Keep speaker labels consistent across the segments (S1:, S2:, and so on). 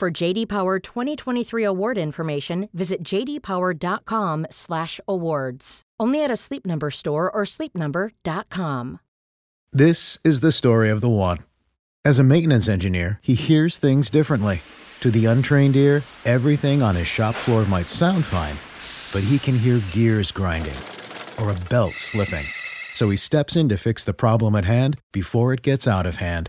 S1: For JD Power 2023 award information, visit jdpower.com/awards. Only at a Sleep Number store or sleepnumber.com.
S2: This is the story of the one. As a maintenance engineer, he hears things differently. To the untrained ear, everything on his shop floor might sound fine, but he can hear gears grinding or a belt slipping. So he steps in to fix the problem at hand before it gets out of hand.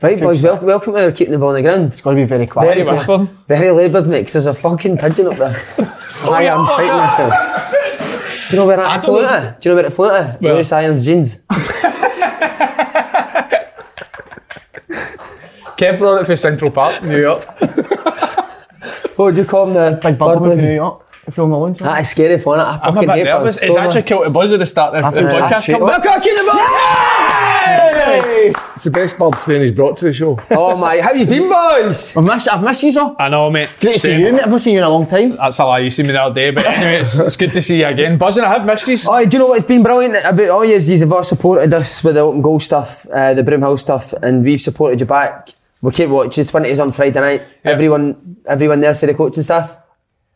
S3: Right, boys, welcome, welcome to our Keeping the Ball on the Ground.
S4: It's got to be very quiet.
S3: Very whisper. Very laboured, mate, 'cause there's a fucking pigeon up there. Hi, I'm fighting myself. Do you know where that flew
S4: don't
S3: at? Do you know where it flew at?
S4: Where?
S3: Lewis Irons jeans.
S4: Kev brought it for Central Park, New York.
S3: What would you call them? The
S4: Big
S3: bird
S4: bubble in
S3: living?
S4: New York. From the ones.
S3: That is scary, fun. I
S4: I'm
S3: fucking
S4: a bit
S3: hate
S4: nervous.
S3: birds
S4: It's
S3: so
S4: actually
S3: much.
S4: killed the buzz at the start of the
S3: think it's
S4: podcast.
S3: actually-
S4: Come back, I'll keep the ball. Yes!
S5: It's the best bird Stan has brought to the show.
S3: Oh my, how you been, boys?
S4: I've missed, I've missed you, sir. I know, mate. Great to see you, mate. I've not seen you in a long time. That's a lie. You see me the other day, but anyway, it's, it's good to see you again. Buzzing, I have missed you.
S3: Oh, do you know what? It's been brilliant about all years. You've all supported us with the open goal stuff, uh, the Broomhill stuff, and we've supported you back. We keep watching. Twenties on Friday night. Everyone, everyone there for the coaching staff.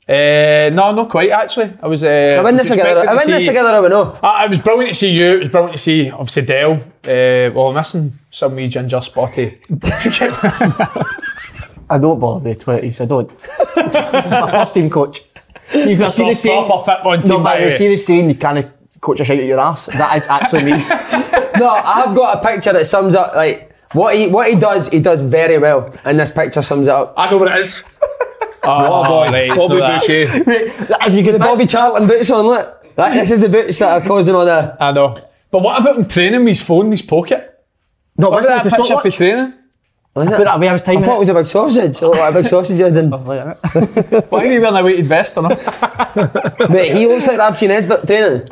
S4: Uh, no, not quite, actually. I was. Uh,
S3: I win this
S4: was
S3: together.
S4: expecting
S3: I win
S4: to
S3: this
S4: see-
S3: together. oh, I would know.
S4: Ah, it was brilliant to see you. It was brilliant to see, obviously, Dale. Uh, well, I'm missing some wee ginger spotty.
S5: I don't bother the twenties. I don't. "Oh." My first team coach. See if I see the same.
S4: Proper football team,
S5: No,
S4: by
S5: but
S4: the
S5: you
S4: way.
S5: see the same. You can't coach a shite at your ass. That is actually me.
S3: No, I've got a picture that sums up like what he what he does. He does very well, and this picture sums it up.
S4: I know what it is. Oh, boy. Bobby Boucher.
S5: Mate, have you got the
S3: Bobby Charlton boots on. Look, Right, this is the boots that are causing all the.
S4: I know. But what about him training with his phone in his pocket?
S5: No,
S4: What
S5: what's
S4: about
S5: that
S4: that picture for
S5: stopwatch?
S4: training?
S3: What is
S5: Put that away. I was
S3: I
S5: timing
S3: thought it was a big sausage. It looked like a big sausage. I didn't.
S5: uh,
S4: Why are you wearing a weighted vest or not?
S3: Mate, he looks like Rabsy Nesbitt training.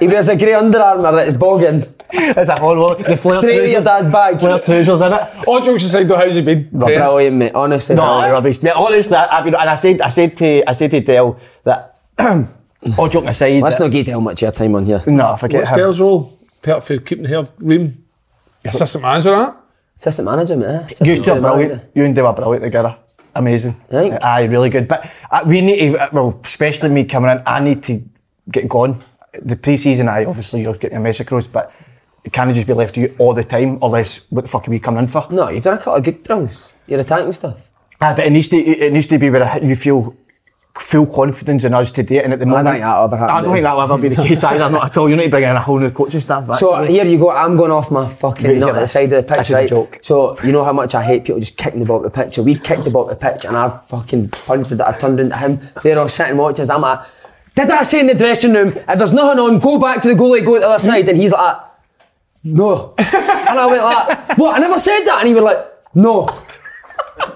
S3: he wears a grey Under Armour that is bogging.
S5: It's a whole world. The flare
S3: Straight to your
S5: trousers.
S3: dad's bag.
S5: Flare trousers in it.
S4: All jokes aside though, how's he been? Training?
S3: Brilliant, mate. Honestly.
S5: No,
S3: brilliant.
S5: rubbish. Mate, honestly, I, I mean, and I said, I said to, I said to Dale that. all joking aside.
S3: Let's
S5: that-
S3: not get how much your time on here.
S5: No, forget What's him. Dale's
S4: role? Part for keeping the hair green. Assistant manager, that?
S3: Assistant manager, mate. eh? Assistant
S5: You two are
S3: manager.
S5: brilliant. You and they were brilliant together. Amazing.
S3: Right.
S5: Aye, really good. But uh, we need to, uh, well, especially me coming in, I need to get gone. The pre-season, I obviously you're getting a mess across, but it can't just be left to you all the time, unless what the fuck are we coming in for?
S3: No, you've done a couple of good drills. Your attacking stuff.
S5: Aye, but it needs to, it needs to be where you feel full confidence in us to do it. And at the
S3: I
S5: moment,
S3: don't think that'll ever happen.
S5: I don't think that'll ever be the case either. Not at all. You need to bring in a whole new coaching staff.
S3: So
S5: actually.
S3: here you go. I'm going off my fucking
S5: Wait,
S3: nut
S5: look
S3: at the
S5: at this.
S3: side of the pitch.
S5: This is a
S3: right?
S5: joke.
S3: So you know how much I hate people just kicking the ball up the pitch. So we've kicked the ball up the pitch, and I've fucking punched it. I've turned into him. They're all sitting watching. us. I'm like, did I say in the dressing room? If there's nothing on, go back to the goalie, go to the other side. And he's like, no. and I went like, what? I never said that. And he was like, no.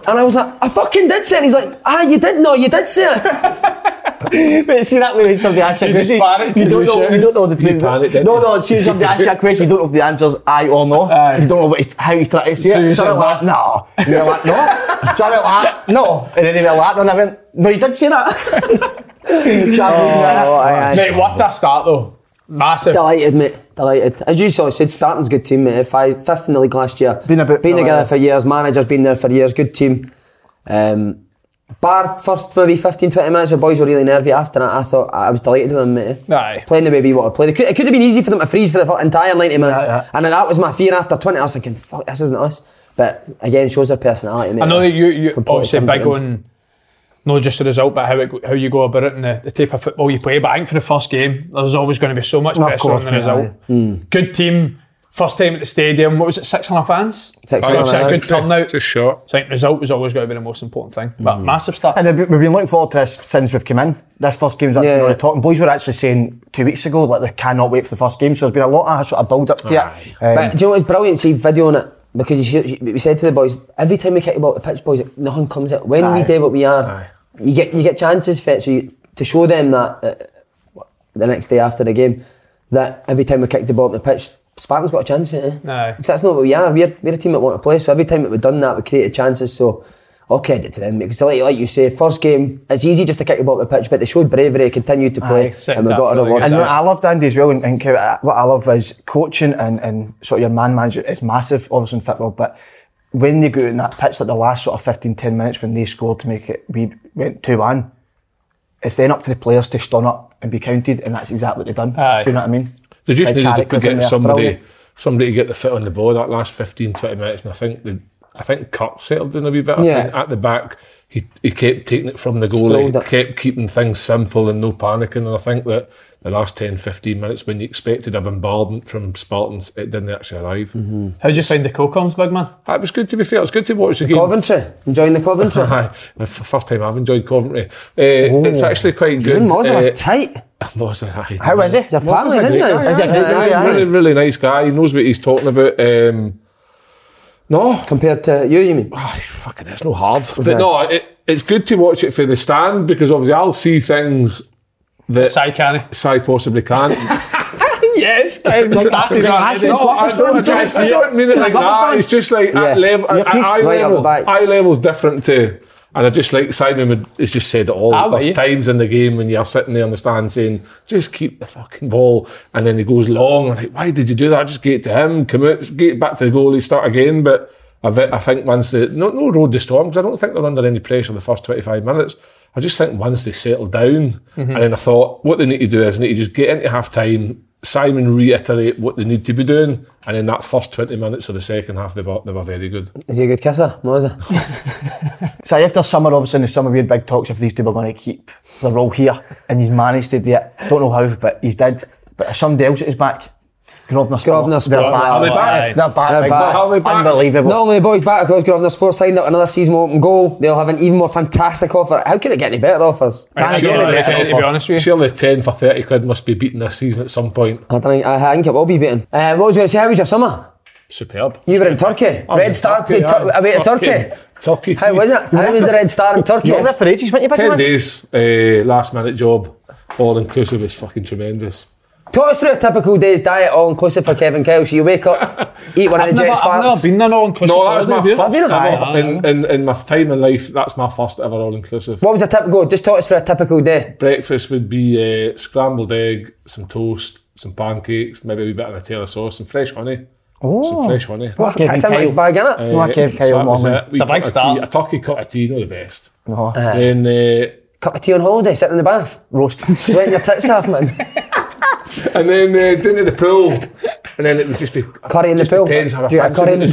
S3: And I was like, I fucking did say it. And he's like, ah, you did know, you did say it.
S5: But see that when somebody asks you a
S4: You just
S5: question,
S4: panicked,
S5: you
S4: you
S5: don't
S4: just
S5: know, you
S4: shouted.
S5: don't know the
S4: You panicked, didn't
S5: No,
S4: you?
S5: no, see somebody asks you a question, you don't know if the answer's aye or no.
S4: Aye.
S5: You don't know what he's, how he's trying to say
S4: So you
S5: it. So
S4: said
S5: I went like, no. And you're like, no. So I went like, "Ah, no. And then he went like, no, and I went, no, you did say that. so I went,
S4: Mate, what a start though. Massive.
S3: Delighted, mate. Delighted. As you sort of said, Starton's a good team, mate. Five, fifth in the league last year.
S5: Been a bit
S3: been
S5: for a
S3: together
S5: while.
S3: for years. Manager's been there for years. Good team. Um, bar first maybe 15, 20 minutes, the boys were really nervy after that. I thought I was delighted with them, mate.
S4: Aye.
S3: Playing the way we want to play. It could, it could have been easy for them to freeze for the fu- entire 90 minutes.
S5: Yeah, yeah.
S3: And then that was my fear after 20. I was thinking, fuck, this isn't us. But again, shows their personality.
S4: I know that you, you
S3: From point
S4: obviously
S3: of
S4: big
S3: temperament.
S4: on not just the result, but how it, go- how you go about it and the, the type of football you play. But I think for the first game, there's always going to be so much
S5: Of
S4: pressure on
S5: course,
S4: the
S5: mate,
S4: result. Good team, first time at the stadium. What was it, six hundred fans?
S3: Six
S4: So
S3: hundred
S4: obviously a
S3: fans.
S4: good turnout.
S6: Just short.
S4: So I think result was always going to be the most important thing. But massive start.
S5: And we've been looking forward to this since we've come in. This first game's actually
S3: Yeah.
S5: yeah. really talking. Boys were actually saying two weeks ago like they cannot wait for the first game. So there's been a lot of sort of build up to it. Um,
S3: But do you know what's brilliant? See video on it because you, should- we said to the boys every time we kick the ball to pitch, boys, nothing comes out. When
S5: Aye.
S3: we do what we are, you get you get chances for it. So you, to show them that uh, the next day after the game, that every time we kick the ball to the pitch, Spartans got a chance for it. eh?
S4: Aye.
S3: 'Cause that's not what we are. We're, we're a team that want to play. So every time that we've done that, we created chances. So. All credit to them because, like, like you say, first game it's easy just to kick the ball to the pitch, but they showed bravery, continued to play,
S4: Set
S3: and we
S4: that
S3: got a
S4: really
S3: reward.
S4: good
S5: And
S3: for
S5: what
S3: it.
S5: I loved Andy as well, and, and Kev, uh, what I love is coaching and, and sort of your man manager is massive, obviously in football, but when they go in that pitch, like the last sort of 15, 10 minutes when they scored to make it, we went 2 1. It's then up to the players to stun up and be counted, and that's exactly what they've done.
S4: Aye.
S5: Do you know what I mean?
S6: They just
S5: Big
S6: needed to
S5: characters in
S6: get
S5: there,
S6: somebody,
S5: brilliant.
S6: somebody to get the foot on the ball that last 15, 20 minutes. And I think the, I think Kirk settled in a wee bit. I
S3: Yeah.
S6: think at the back, he, he kept taking it from the
S3: Strolled
S6: goalie,
S3: it.
S6: kept keeping things simple and no panicking. And I think that the last 10, 15 minutes when you expected a bombardment from Spartans, it didn't actually arrive.
S3: Mm-hmm.
S4: How would you find the co-coms, big man?
S6: That was good to be fair. It's good to watch the game.
S3: Coventry, enjoying the Coventry.
S6: Aye, the f- first time I've enjoyed Coventry. Eh, It's actually quite good.
S3: Even Oh. Moser are
S6: Eh,
S3: tight.
S6: Moser, aye.
S5: How is it?
S3: He's a pal, isn't he?
S6: guy,
S3: He's a
S6: aye,
S3: great
S6: aye,
S3: guy,
S6: Really,
S3: aye.
S6: really nice guy. He knows what he's talking about. Um, no,
S3: Compared to you, you mean?
S6: Aye, fucking, it's no hard. But no, it, it's good to watch it for the stand because obviously I'll see things that
S4: Sai Canny.
S6: Sai possibly can't.
S4: Yes, I'm started
S6: I don't, I don't, I don't, I don't mean it like that. It's just like
S3: Yeah.
S6: at level,
S3: Your
S6: at
S3: piece
S6: eye
S3: right up
S6: level,
S3: the back.
S6: eye level's different to. And I just like Simon would, has just said it all.
S4: Aye,
S6: There's
S4: yeah.
S6: times in the game when you're sitting there on the stand saying, just keep the fucking ball. And then he goes long. I'm like, why did you do that? Just get it to him, commit, get it back to the goalie, start again. But I, ve- I think once the, no, no road to storm, because I don't think they're under any pressure the first 25 minutes. I just think once they settle down, and then I thought, what they need to do is they need to just get into half time, Simon reiterate what they need to be doing, and in that first 20 minutes of the second half, they were, they were very good.
S3: Is he a good kisser? No, is he?
S5: So after summer, obviously in the summer we had big talks if these two were going to keep their role here, and he's managed to do it. Don't know how, but he's did. But if somebody else is back. Grosvenor Sport.
S3: Grosvenor
S5: They're
S3: Sport.
S5: back.
S4: Are they back?
S5: They're back.
S3: They're
S5: big
S3: back.
S5: man.
S3: Are they
S6: back?
S5: Unbelievable.
S3: Not only the boys back across Grosvenor Sports signed up another season open goal, they'll have an even more fantastic offer. How could it get any better offers?
S5: Can't get any
S4: Surely,
S5: better
S4: to be
S5: offers.
S4: honest with you.
S6: Surely 10 for 30 quid must be beaten this season at some point.
S3: I, don't think, I think it will be beaten. Uh, what was I going to say? How was your summer?
S6: Superb.
S3: You were in Turkey.
S6: I was in
S3: Red Star played
S6: aye.
S3: Tur- away to
S6: Oh, Fucking
S3: Turkey.
S6: Turkey.
S3: How was it? How was the Red Star in Turkey?
S5: You were there for ages, weren't you, big
S6: 10
S5: man?
S6: days, eh, last minute job, all inclusive is fucking tremendous.
S3: Talk us through a typical day's diet, all inclusive for Kevin Kyle. So you wake up, eat one of the Jets
S4: I've never
S3: farts.
S4: been there all inclusive.
S6: No, that was my
S4: holiday, have
S6: first
S4: you?
S6: ever, in, in, in my time in life, that's my first ever all inclusive.
S3: What was a typical? Just talk us through a typical day.
S6: breakfast would be uh, scrambled egg, some toast, some pancakes, maybe a wee bit of Nutella sauce, some fresh honey. Oh, some fresh honey.
S5: What, Kevin
S3: That's a mixed
S5: Kyle?
S3: bag, innit?
S6: Uh,
S5: What gave
S6: so
S5: Kyle
S6: that was
S5: Morgan?
S6: it. We
S4: It's a big
S6: got
S4: start.
S6: tea- A turkey cut of tea, not the best.
S5: No.
S6: Then uh,
S3: Cup of tea on holiday, sitting in the bath,
S5: Roast.
S3: sweating your tits off, man.
S6: and then uh, down to the pool, and then it would just be
S3: Curry in the
S6: just
S3: pool.
S6: Depends how I
S3: Do you get
S6: fancy
S3: curry in the
S6: it.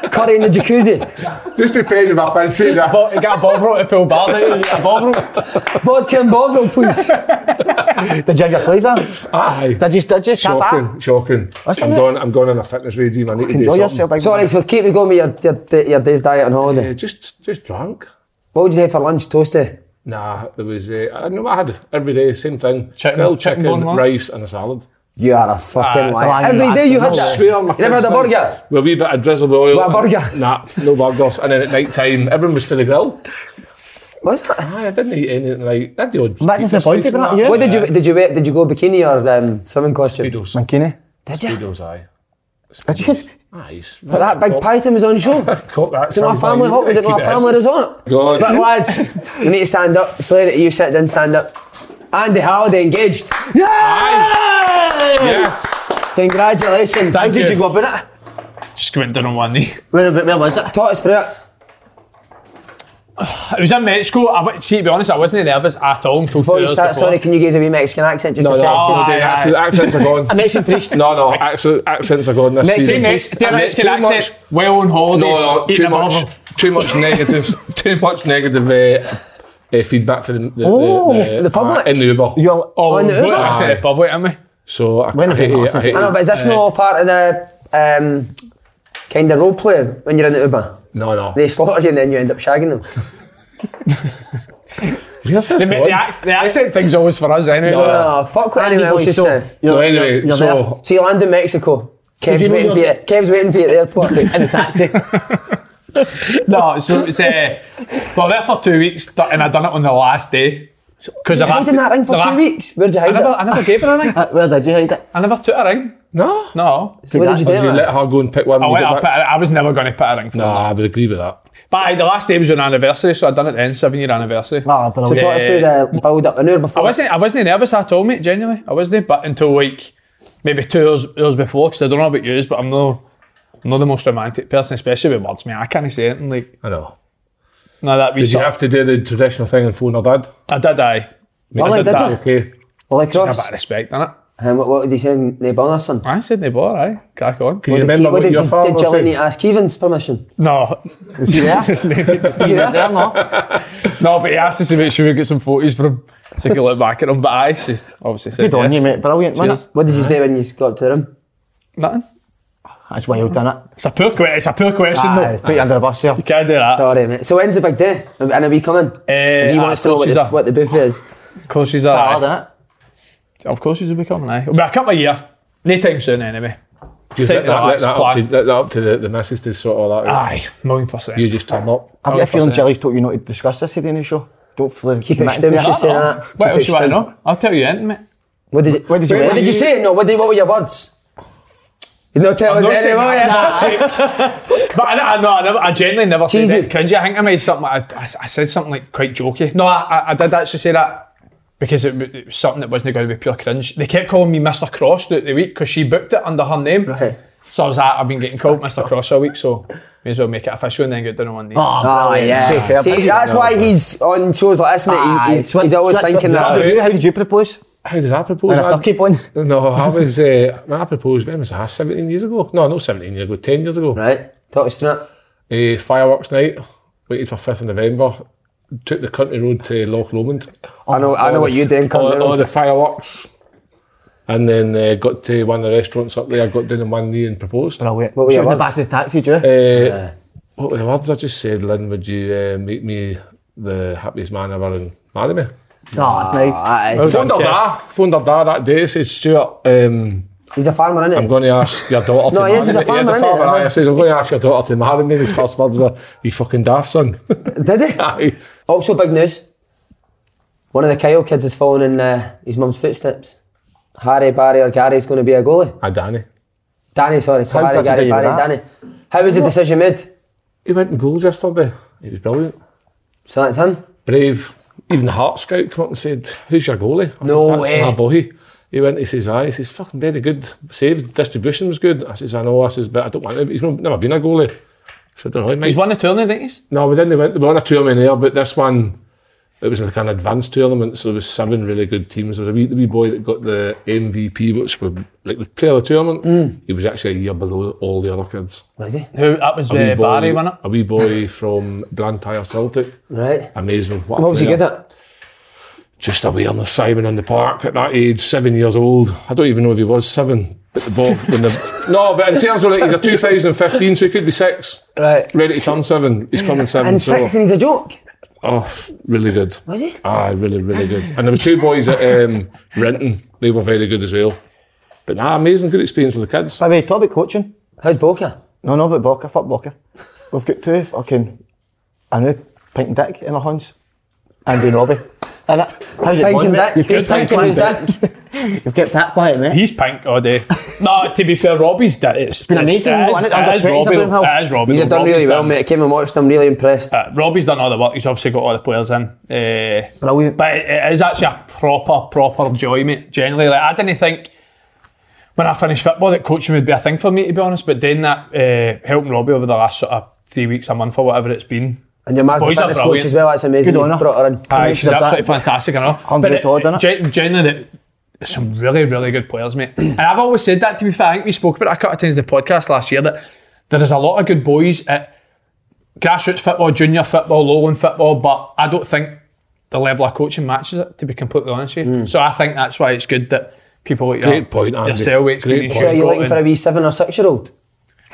S3: pool? curry in the jacuzzi.
S6: just depends if I fancy it.
S4: You got a bovril at the pool bar, didn't you? You got a bovril.
S3: Vodka and Bovril, please.
S5: Did you have your plays on?
S6: Aye.
S5: Did you, did you tap
S6: Shocking, shocking.
S5: That's
S6: I'm
S5: not-
S6: going, I'm going on a fitness regime. I need to do
S5: Enjoy
S6: something.
S5: yourself, big
S3: Sorry,
S5: man.
S3: so keep me going with your, your, da- your day's diet on
S6: Uh,
S3: holiday.
S6: just, just drunk.
S3: What would you have for lunch? Toasty?
S6: Nah, there was. Uh, I know what I had every day, same thing:
S4: Chicken-
S6: grilled
S4: chicken
S6: chicken,
S4: bone mark?
S6: rice, and a salad.
S3: You are a fucking
S4: Ah, it's a
S3: liar.
S5: liar,
S3: Every
S5: that's
S3: day you
S5: the
S3: had
S5: most-
S3: that.
S6: Swear on my
S3: You never had
S6: kids'
S3: a
S6: life.
S3: burger?
S6: With a wee bit of drizzle with oil.
S3: What, a burger?
S6: Nah, no burgers. And then at night time, everyone was for the grill.
S3: What's that?
S6: Aye, I didn't eat anything like that. The odd
S5: Mate,
S6: pizza
S5: disappointed,
S6: slice and
S5: but
S6: that.
S5: yeah.
S3: What did you did you wear? Did you go bikini or um, swimming costume?
S6: Speedos.
S5: Mankini.
S3: Did you?
S6: Speedos, aye.
S5: Did you?
S6: Aye.
S3: But that big python was on show. Is it not a family hot? Is it not a family resort?
S6: God.
S3: But lads, you need to stand up. Slade, you sit down, stand up. Andy Halliday engaged.
S6: Yes.
S3: Congratulations.
S5: How did you go up in it?
S4: Just went down on one knee.
S5: Where, where, where was it?
S3: Talk us through it.
S4: It was in Mexico. I, wa- see, to be honest, I wasn't nervous at all until
S3: Before
S4: two
S3: you
S4: hours
S3: start,
S4: before.
S3: sorry, can you give us a wee Mexican accent just
S6: No,
S3: to
S6: no,
S3: set the
S4: oh,
S6: no,
S3: scene?
S4: aye,
S6: the accent-
S4: aye.
S6: accents are gone.
S5: A Mexican priest.
S6: No, no, accent, accents are gone this
S5: Mexican
S4: See,
S6: season.
S4: Mex-
S6: Too
S4: their
S6: much-
S4: Mexican
S6: too much-
S4: accent, well on holiday.
S6: No, no,
S4: eating
S6: too
S4: a
S6: much,
S4: burger.
S6: too much negative, too much negative uh, uh, feedback for the the,
S5: Oh,
S6: the,
S5: the public.
S6: uh, in the Uber.
S5: You're
S4: Oh,
S3: On the
S4: well,
S3: Uber?
S4: I said it public, am I?
S6: So I,
S5: When
S6: I
S5: have you
S6: hate it,
S5: lost
S6: I
S5: it?
S6: hate
S3: I know, but is this not all part of the um, kind of role play when you're in the Uber?
S6: it. No, no.
S3: They slaughter you and then you end up shagging them.
S6: Where's this
S4: The, the,
S6: gone?
S4: ac- the accent thing's always for us, anyway.
S6: No, no.
S3: Oh, fuck what anyone else
S5: boy,
S3: is
S5: so
S3: saying.
S6: No, anyway,
S5: you're
S6: so
S5: there.
S3: So you land in Mexico. Kev's
S5: you know
S3: waiting for you.
S5: you're-
S3: Kev's waiting for you at the airport.
S5: in the taxi. Ah,
S4: No, so it's uh, well there for two weeks, th- and I done it on the last day because
S3: you hiding that ring for
S4: the
S3: two
S4: last-
S3: weeks? Where'd you
S4: I
S3: hide
S4: never,
S3: it?
S4: I never gave her a ring.
S5: Uh, Where did you hide it?
S4: I never took a ring.
S6: no.
S4: No,
S3: Where did you
S6: Did
S3: do
S6: you
S3: it?
S6: let her go and pick one?
S4: I,
S6: when you
S4: went, I,
S6: get
S4: put, a-
S6: back?
S4: I was never going to put a ring for
S6: No,
S4: her.
S6: I would agree with that.
S4: But aye, the last day was an anniversary, so I'd done it then, seven year anniversary. uh,
S5: Ah, but
S3: So
S5: I'll-
S3: talk us through the build up an hour before.
S4: I wasn't, I wasn't nervous at all, mate. Genuinely, I wasn't. But until like maybe two hours, hours before, because I don't know about you, but I'm no, I'm not the most romantic person, especially with words, mate. I can't say anything like
S6: I know.
S4: no that.
S6: Did you have to do the traditional thing and phone her dad?
S4: I did. I.
S3: Well,
S4: did
S3: did
S4: that.
S3: you?
S6: Okay.
S3: Like
S4: A
S3: Ross.
S4: bit of respect, innit?
S3: And what, what was he saying? They bung us, son.
S4: I said they were. Aye, crack on.
S6: Can you
S3: Did
S6: remember
S3: Ke-
S6: what
S3: did,
S6: your
S3: did,
S6: father
S3: did Gillian
S6: said?
S3: need to ask Kevin's permission?
S4: No,
S3: Was he there? Was he there?
S4: no, but he asked us to make sure we get some photos for him so he could look back at him. But I she obviously said
S5: Good on
S4: yes.
S5: you, mate. Brilliant, wasn't it?
S3: What did you do when you got up to the room?
S4: Nothing.
S5: That's wild, done it?
S4: It's a poor question. It's a poor question.
S5: Aye,
S4: though.
S5: put you under the bus there.
S4: Can't do that.
S3: Sorry, mate. So when's the big day? And are we coming?
S4: Eh,
S3: he wants
S4: ah,
S3: to know what
S4: she's
S3: the,
S4: a-
S3: what the booth is.
S4: of course she's a.
S5: Saturday, innit?
S4: Of course she's becoming. Aye, it'll be a couple of year. No time soon, anyway.
S6: Just
S4: Take
S6: let
S4: the Ah,
S6: that, let
S4: last
S6: that, up to,
S4: plan.
S6: let that up to the, the missus to sort all that out.
S4: Aye, million percent.
S6: You just turn up.
S5: I've got a feeling
S4: 100%.
S5: Jerry's told you not to discuss this today in the show. Don't feel
S3: Keep it
S5: committed
S3: stim,
S5: to
S3: she said
S4: No.
S3: that.
S4: What
S3: Oh, Keep it
S4: else you want to
S3: stim.
S4: know? I'll tell you anything, mate.
S3: What did you,
S5: What did you
S3: Wait,
S5: wear?
S3: what did you say? No, what, did, what were your words? You not tell us
S4: not saying
S3: anymore.
S4: that,
S3: yeah?
S4: I'm not saying- but I, I, no, I, never, I genuinely never said
S3: Cheesy.
S4: that cringy. I think I made something. I, I, I said something like quite jokey. No, I, I- I did actually say that because it, w- it was something that wasn't going to be pure cringe. They kept calling me Mr. Cross throughout the week because she booked it under her name.
S3: Right.
S4: So I was like, I've been getting called Mr. Cross all week, so may as well make it official and then get down on one
S5: Ah,
S3: Oh,
S4: knee.
S5: é,
S3: yeah.
S5: Superb.
S3: See, that's why he's on shows like this, mate.
S5: Aye,
S3: He- he's,
S5: switch-
S3: he's always
S5: switch-
S3: thinking
S5: How did
S3: that.
S5: you- How did you propose?
S6: How did I propose?
S5: In a
S6: I-
S5: turkey bun?
S6: No, I was. Uh, I proposed. When was that? Seventeen years ago? No, not seventeen years ago. Ten years ago.
S3: Right, talk us through it.
S6: Uh, fireworks night. Waited for fifth of November. Took the country road to Loch Lomond.
S3: I know, I know what you did in
S6: All, all the
S3: Cumberland.
S6: fireworks. And then uh, got to one of the restaurants up there. Got down on one knee and proposed. Uh,
S5: Brilliant.
S3: What were Eh.
S5: She
S3: your
S5: was in the
S3: words?
S5: back of the taxi, Drew.
S6: What were the words I just said? Lynn, would you uh, make me the happiest man ever and marry me?
S5: Oh, that's nice.
S3: Ah,
S6: I
S3: it's-
S6: phoned her dad. Phoned her dad that day. Said Stuart. Um,
S3: He's a farmer, isn't
S6: I'm
S3: he?
S6: going to ask your daughter
S3: No,
S6: to
S3: he
S6: marry
S3: is,
S6: me.
S3: he's a
S6: he is
S3: farmer, isn't
S6: a
S3: he?
S6: farmer. aye. I says, I'm going to ask your daughter to marry me. His first words were, you fucking daft son.
S3: Did he?
S6: Aye.
S3: Also, big news. One of the Kyle kids is following in uh, his mum's footsteps. Harry, Barry, or Gary's going to be a goalie.
S6: Aye, Danny.
S3: Danny, sorry. So
S5: How
S3: Harry,
S5: did you
S3: Gary,
S5: do
S3: Barry,
S5: that?
S3: Danny. How was the decision made?
S6: He went in goals yesterday. He was brilliant.
S3: So that's him.
S6: Brave. Even the Heart Scout came up and said, who's your goalie? I
S3: No
S6: says, That's
S3: way.
S6: my boy. He went, he says, aye. He says, fucking very good. Saves, distribution was good. I says, I know. I says, but I don't want him. He's no- never been a goalie. I said, don't know, mate.
S4: He's won the tournament, didn't he?
S6: No, we didn't. We went- we won a tournament there, but this one, it was like an advanced tournament, so there was seven really good teams. There was a wee, the wee boy that got the MVP, which was like the player of the tournament.
S3: Mm.
S6: He was actually a year below all the other kids.
S3: Was he?
S4: Who that was uh,
S6: boy,
S4: Barry, wasn't it?
S6: A wee boy from Blantyre Celtic.
S3: Right.
S6: Amazing. What, a
S3: What was he
S6: player.
S3: good at?
S6: Just awareness, Simon in the park at that age, seven years old. I don't even know if he was seven. But the ball, when the, no, but in terms of like, he's a 2015, so he could be six.
S3: Right.
S6: Ready to turn seven. He's coming seven.
S3: And
S6: so.
S3: six, and he's a joke.
S6: Oh, really good.
S3: Was he?
S6: Ah, really, really good. And there was two boys at um, Renton. They were very good as well. But nah, amazing, good experience with the kids.
S5: By the way, topic coaching.
S3: How's Boca?
S5: No, no, but Boca, fuck Boca. We've got two fucking, I know, Pink Dick in our hands. Andy and Robbie. And uh, how's it
S3: Pink
S5: going,
S3: and
S5: mate?
S3: Dick.
S5: You've
S3: Who's
S5: kept,
S3: Pink and who's Dick?
S5: you've kept that quiet, mate.
S4: He's pink all day. no, to be fair, Robbie's done it. It's
S5: been amazing, though, hasn't it? Under
S4: It is
S5: 20s at
S4: Robbie.
S5: Broomhill.
S4: It is Robbie.
S3: He's
S4: though.
S3: done really
S4: Robbie's
S3: well, mate. I came and watched him, really impressed.
S4: Uh, Robbie's done all the work. He's obviously got all the players in. Uh,
S5: Brilliant.
S4: But it- it is actually a proper, proper joy, mate. Generally, like I didn't think when I finished football that coaching would be a eh, thing for me, to be honest. But doing that, uh, helping Robbie over the last sort of three weeks, a month, or whatever it's been,
S3: And your Mazda
S4: Boys are
S3: fitness coach
S4: brilliant.
S3: as well, that's amazing.
S5: Good
S3: you've
S5: on her.
S3: Brought her in.
S4: Aye,
S5: Make
S4: she's
S5: sure that-
S4: absolutely fantastic, I know.
S5: 100
S4: But it-
S5: odd, innit?
S4: gen- Generally, the- there's some really, really good players, mate. and I've always said that, to be fair. I think we spoke about it a couple of times in the podcast last year that there is a lot of good boys at grassroots football, junior football, lowland football, but I don't think the level of coaching matches it, to be completely honest with you. So I think that's why it's good that people like uh,
S6: Great
S4: your,
S6: point, Andy.
S4: your Selway
S6: Great
S4: experience.
S6: point.
S3: So are you
S4: you've
S3: looking
S4: got
S3: for a
S4: in-
S3: wee seven or six year old?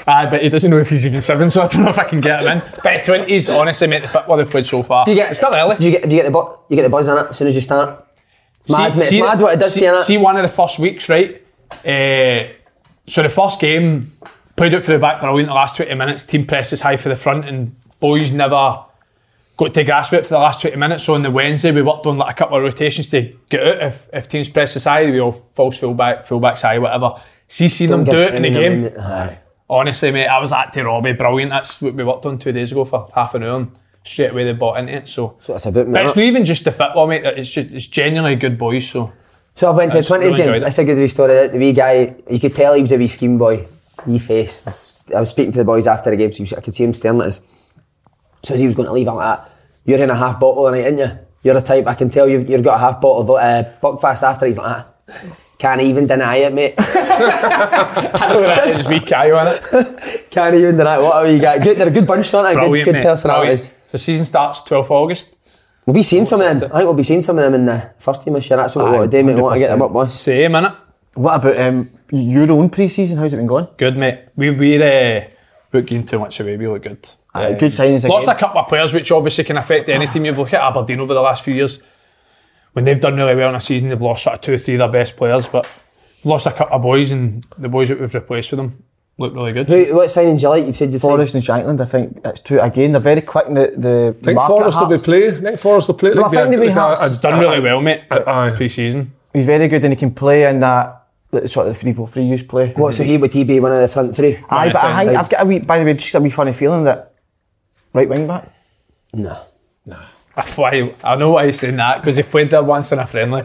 S4: Aye, but he doesn't know if he's even seven, so I don't know if I can get him in. But twenties, honestly, mate, the football they've played so far.
S3: Do you get
S4: it's still early.
S3: Do you get do you get the bu- you get the buzz in it as soon as you start? Mad, mate. It's mad what it does
S4: see,
S3: to you, innit?
S4: see one of the first weeks, right? Eh, so the first game, played out for the back brilliant the last 20 minutes, team presses high for the front, and boys never got to grasp it for the last 20 minutes. So on the Wednesday, we worked on like a couple of rotations to get out. If, if teams press us high, we all false full back, full backs high, whatever. See, see them
S3: Don't
S4: do
S3: get
S4: it in the
S3: any
S4: game.
S3: of them, aye.
S4: Honestly, mate, I was at to Robbie, brilliant. That's what we worked on two days ago for half an hour. and Straight away they bought into it. So
S3: That's what it's about,
S4: but it's
S3: mate.
S4: not even just the football, mate. It's just it's genuinely good boys. So
S3: So I went to a
S4: That's-
S3: 20s
S4: really
S3: game.
S4: enjoyed it.
S3: That's a good wee story. The wee guy, you could tell he was a wee scheme boy. Wee face. I was speaking to the boys after the game, so he was- I could see him staring at us. So as he was going to leave, I'm like, "Ah, you're in a half bottle tonight, aren't you? You're a type, I can tell you've, you've got a half bottle of uh, Buckfast after. He's like, "Ah, can't even deny it, mate.
S4: it's wee Caio in it.
S3: can't even deny it. What have you got? Good, they're a good bunch, aren't they? Good,
S4: Brilliant,
S3: good
S4: mate.
S3: personalities.
S4: Brilliant. The season starts 12th August.
S3: We'll be seeing some of them. I think we'll be seeing some of them in the first team this year. That's what we
S5: Aye,
S3: want to do, mate. We want to get them up
S5: 100%.
S3: with. us.
S4: Same innit?
S5: What about um, your own pre-season? How's it been going?
S4: Good mate. We we're uh, booking too much away. We look good.
S5: Aye, Uh, good signings again.
S4: Lost a couple of players, which obviously can affect any team. You've looked at Aberdeen over the last few years. When they've done really well in a season, they've lost sort of two or three of their best players, but lost a couple of boys, and the boys that we've replaced with them look really good.
S3: Who, what signings you like? You've said you'd signed-
S5: Forest and Shankland, I think that's two again. They're very quick in the the. the
S6: I think
S5: market
S6: Forrest will
S5: at
S6: be
S5: Hearts.
S6: playing. I think Forrest will play.
S5: Well, I think they'll be Hearts.
S4: Done really well, mate.
S6: Aye.
S4: Pre season.
S5: He's very good and he can play in that that sort of the three four three use play.
S3: What, so he would he be one of the front three?
S5: Aye, but I
S4: Right,
S5: think I've
S3: sides.
S5: got a wee. By the way, just a wee funny feeling that right wing back.
S3: No.
S4: Why? I know why he's saying that because he played there once in a friendly.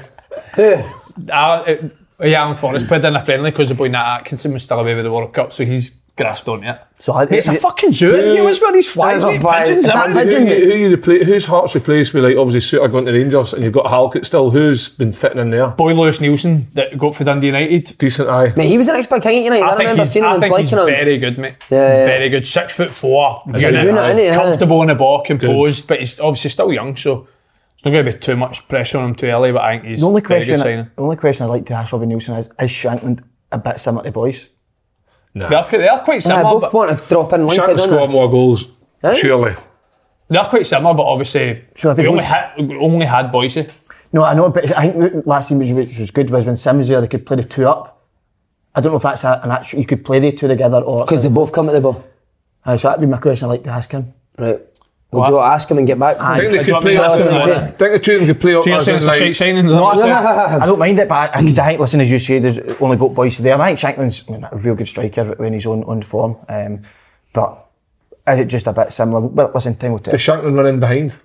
S4: Ah, it- yeah, Alan Forrest played in a friendly because the boy Nat Atkinson was still away with the World Cup, so he's grasped on it.
S5: So I-
S4: Mate, it's a fucking zoo. in here as well. These flies,
S5: There's a
S4: mate,
S5: fly.
S4: pigeons.
S5: Is that
S4: everywhere.
S5: pigeon?
S6: Who, you- who you repla- who's Hearts replaced with like obviously Suter going to Rangers and you've got Halkett still who's been fitting in there
S4: Boy Lewis Nielsen that got for Dundee United.
S6: decent eye
S3: Mate, he was the next big thing at United. I,
S4: I think
S3: remember
S4: he's,
S3: seeing him
S4: I
S3: in
S4: think he's
S3: Blakenham.
S4: very good, mate.
S3: yeah.
S4: Very good. Six foot four,
S6: a
S4: unit,
S6: unit,
S3: isn't he? Yeah.
S4: comfortable in the ball, composed, but he's obviously still young, so there's not going to be too much pressure on him too early. But I think he's
S5: The only
S4: very good
S5: question,
S4: signing.
S5: the only question I'd like to ask Robin Nielsen is: Is Shankland a bit similar to Boys?
S4: They're, they're quite
S3: I
S4: similar. but-
S3: both want to drop in
S6: Shank
S3: Lincoln,
S6: score
S3: don't they?
S6: more goals
S3: Aye.
S6: surely
S4: They're quite similar, but obviously
S5: So I think
S4: we, only
S5: most-
S4: had, we only had Boise.
S5: No, I know, but I think last team which- which was good was when Sims was there. They could play the two up. I don't know if that's a, an actual. You could play the two together or.
S3: Because they both come at the ball.
S5: Aye, so that'd be my question. I'd like to ask him.
S3: Right. Would you ask him and get back?
S6: I
S5: Aye.
S6: think they
S4: Do you
S6: could
S4: want me
S6: play
S4: to
S6: us
S4: ask
S6: in
S3: him
S6: like-
S3: that?
S6: I think the two of them could play up
S4: So you're
S6: as
S4: saying
S6: in,
S4: it's a shite
S6: like,
S4: signing?
S5: No, I, I don't mind it, but because I, think, listen, as you say, there's only got boys there. And I think Shanklin's I mean, a real good striker when he's on on form. Um, but is it just a bit similar? Well, listen, time will tell.
S6: the Shankland running behind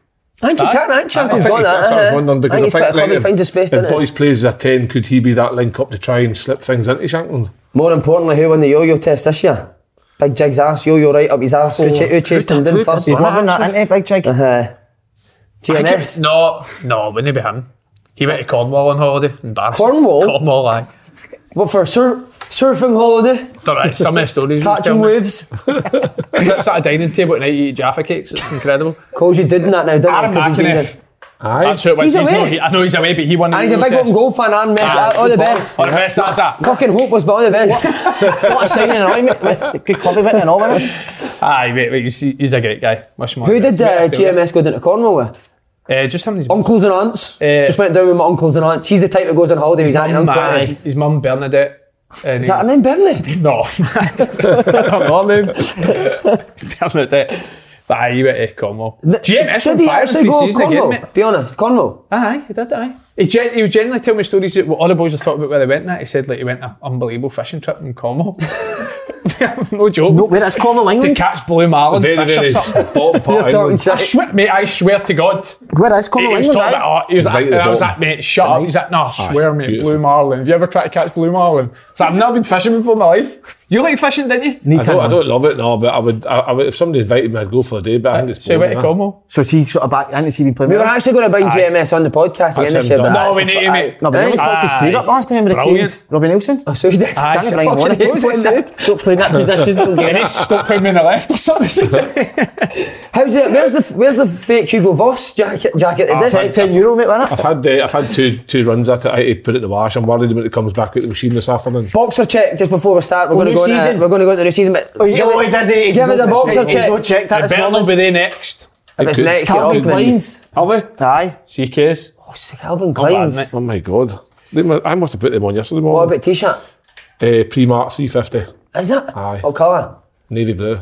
S3: I think he can. I think Shanklin's
S6: I
S3: got
S6: think
S3: that.
S6: that's what I was
S3: uh-huh.
S6: wondering
S3: I think
S6: because
S3: he's
S6: I
S3: quite a
S6: think
S3: club. He
S6: like,
S3: finds his space,
S6: if, if
S3: doesn't
S6: Boys
S3: he?
S6: plays as a 10 could he be that link up to try and slip things into Shankland
S3: More importantly, who won the yo-yo test this year? Big Jig's arse, yo-yo right up his arse.
S4: Oh.
S3: Who, ch- who chased him down first? Uh-huh.
S5: he's loving that, isn't he, Big Jig?
S3: Uh,
S4: Yes.
S3: GNS.
S4: No, no, wouldn't it be him? He went to Cornwall on holiday. Embarrassing.
S3: Cornwall?
S4: Cornwall, aye.
S3: What for? Sur- surfing holiday?
S4: All right, some of the stories. he was
S3: Catching
S4: telling me.
S3: waves?
S4: Sits at a dining table at night eating Jaffa cakes. It's incredible.
S3: Calls you didn't that now, didn't
S4: Aaron
S3: he? 'Cause he's been there.
S4: McInniff. That's who it was.
S3: He's
S4: not-
S3: away.
S4: he- I know he's away, but he won the
S3: And he's a
S4: Euro
S3: big open
S4: test.
S3: goal fan, Aaron.
S4: Aye,
S3: Mc- All the
S4: good
S3: best.
S4: All the best, that's that.
S3: Fucking hopeless, but all the best.
S5: what a signing, all right, mate. Good club he went and all, wasn't it?
S4: Aye, mate, mate, he's, he's a great guy. Wish him all
S3: Who
S4: the best.
S3: did uh,
S4: He's a great
S3: GMS go down to Cornwall with?
S4: guy. Uh, just him. and his-
S3: Uncles and aunts.
S4: Eh.
S3: Just went down with my uncles and aunts. He's the type that goes on holiday with his aunt and
S4: Mum, aye.
S3: uncle.
S4: His mum, Bernadette. and
S3: Is that
S4: his-
S3: her name, Burnley?
S4: No, I don't know her name. Bernadette. But aye, he went to Cornwall. GMS
S3: Did
S4: on
S3: he
S4: fire in
S3: actually go
S4: pre-season again,
S3: Cornwall?
S4: mate.
S3: Be honest, Cornwall.
S5: Ah,
S4: Aye, he
S5: er
S4: did, aye. He, gen- er he was generally telling me stories that what other boys have thought about where they went and that. He said like he went on an unbelievable fishing trip in Cornwall. no joke.
S5: No, wait, that's Cornwall,
S4: to
S5: England.
S4: catch blue marlin
S6: very
S4: fish
S6: very
S4: or something.
S6: bottom part of
S3: talking
S6: England.
S4: I swear, mate, I swear to God.
S5: Where
S4: He,
S5: is
S4: he
S5: Cornwall,
S4: was
S5: England? eh?
S4: talking
S5: aye?
S4: about, oh, he was
S6: Right
S4: like,
S6: at the
S4: I was
S6: bottom.
S4: like, mate, shut up. He's like, no, I swear, mate,
S6: beautiful.
S4: blue marlin. Have you ever tried to catch blue marlin? So I've never been fishing before in my life. You like fishing, didn't you?
S5: Need
S6: I
S5: to
S6: don't, I
S5: have-
S6: don't love it, no, but I would, I, I would, if somebody invited me, I'd go for a day, but I think it's
S4: Say
S6: boring.
S4: wait to
S6: eh?
S4: Como.
S5: So is he sort of back, hasn't he been playing
S3: We
S5: with
S3: were
S5: him?
S3: actually going to bring JMS on the podcast again
S6: That's
S3: this
S6: him
S3: year, but
S6: done. No,
S3: that's
S4: we
S3: a
S4: need
S3: fu-
S4: him,
S3: aye.
S4: mate.
S5: No, but he
S3: Aye.
S5: only fucked his career up last time with the
S4: Brilliant.
S5: Canes. Robbie Nelson.
S3: Oh, so he did.
S4: Aye,
S5: Can't
S4: so
S5: bring him
S4: fucking
S5: on. Don't play in
S4: Nelson.
S5: that- Don't play in that position. Don't get
S4: And
S5: it.
S4: he's stuck putting me on the left or something.
S3: How's it? Where's the where's the fake Hugo Voss jacket? Jacket
S6: Ah,
S3: that
S5: Ten,
S3: did?
S5: ten euro, mate, wasn't
S6: I've
S5: it?
S6: had, uh, I've had two, two runs at it. I had to put it in the wash. I'm worried when it comes back out the machine this afternoon.
S3: Boxer check just before we start. We're
S5: Oh,
S3: going to
S5: new
S3: go. into-
S5: season?
S3: We're going to go into the season. But
S5: Oh, yeah,
S3: give
S5: oh,
S3: it-
S5: he does it. He
S3: give us a
S5: don't-
S3: boxer
S5: he- he
S3: check.
S5: don't check that
S3: It
S5: this
S4: Better
S5: morning.
S4: not be there next.
S3: If it's
S6: Good.
S3: next year,
S5: Calvin
S3: I'll be.
S5: Klein's.
S6: Are we?
S5: Aye.
S4: CKs.
S3: Calvin
S4: bad,
S3: Klein's.
S4: mate.
S6: Oh my god. They mu- I must have put them on yesterday
S3: What
S6: morning.
S3: about t-shirt?
S6: Uh, Pre-Mark 350,
S3: Is it?
S6: Aye.
S3: What colour?
S6: navy blue.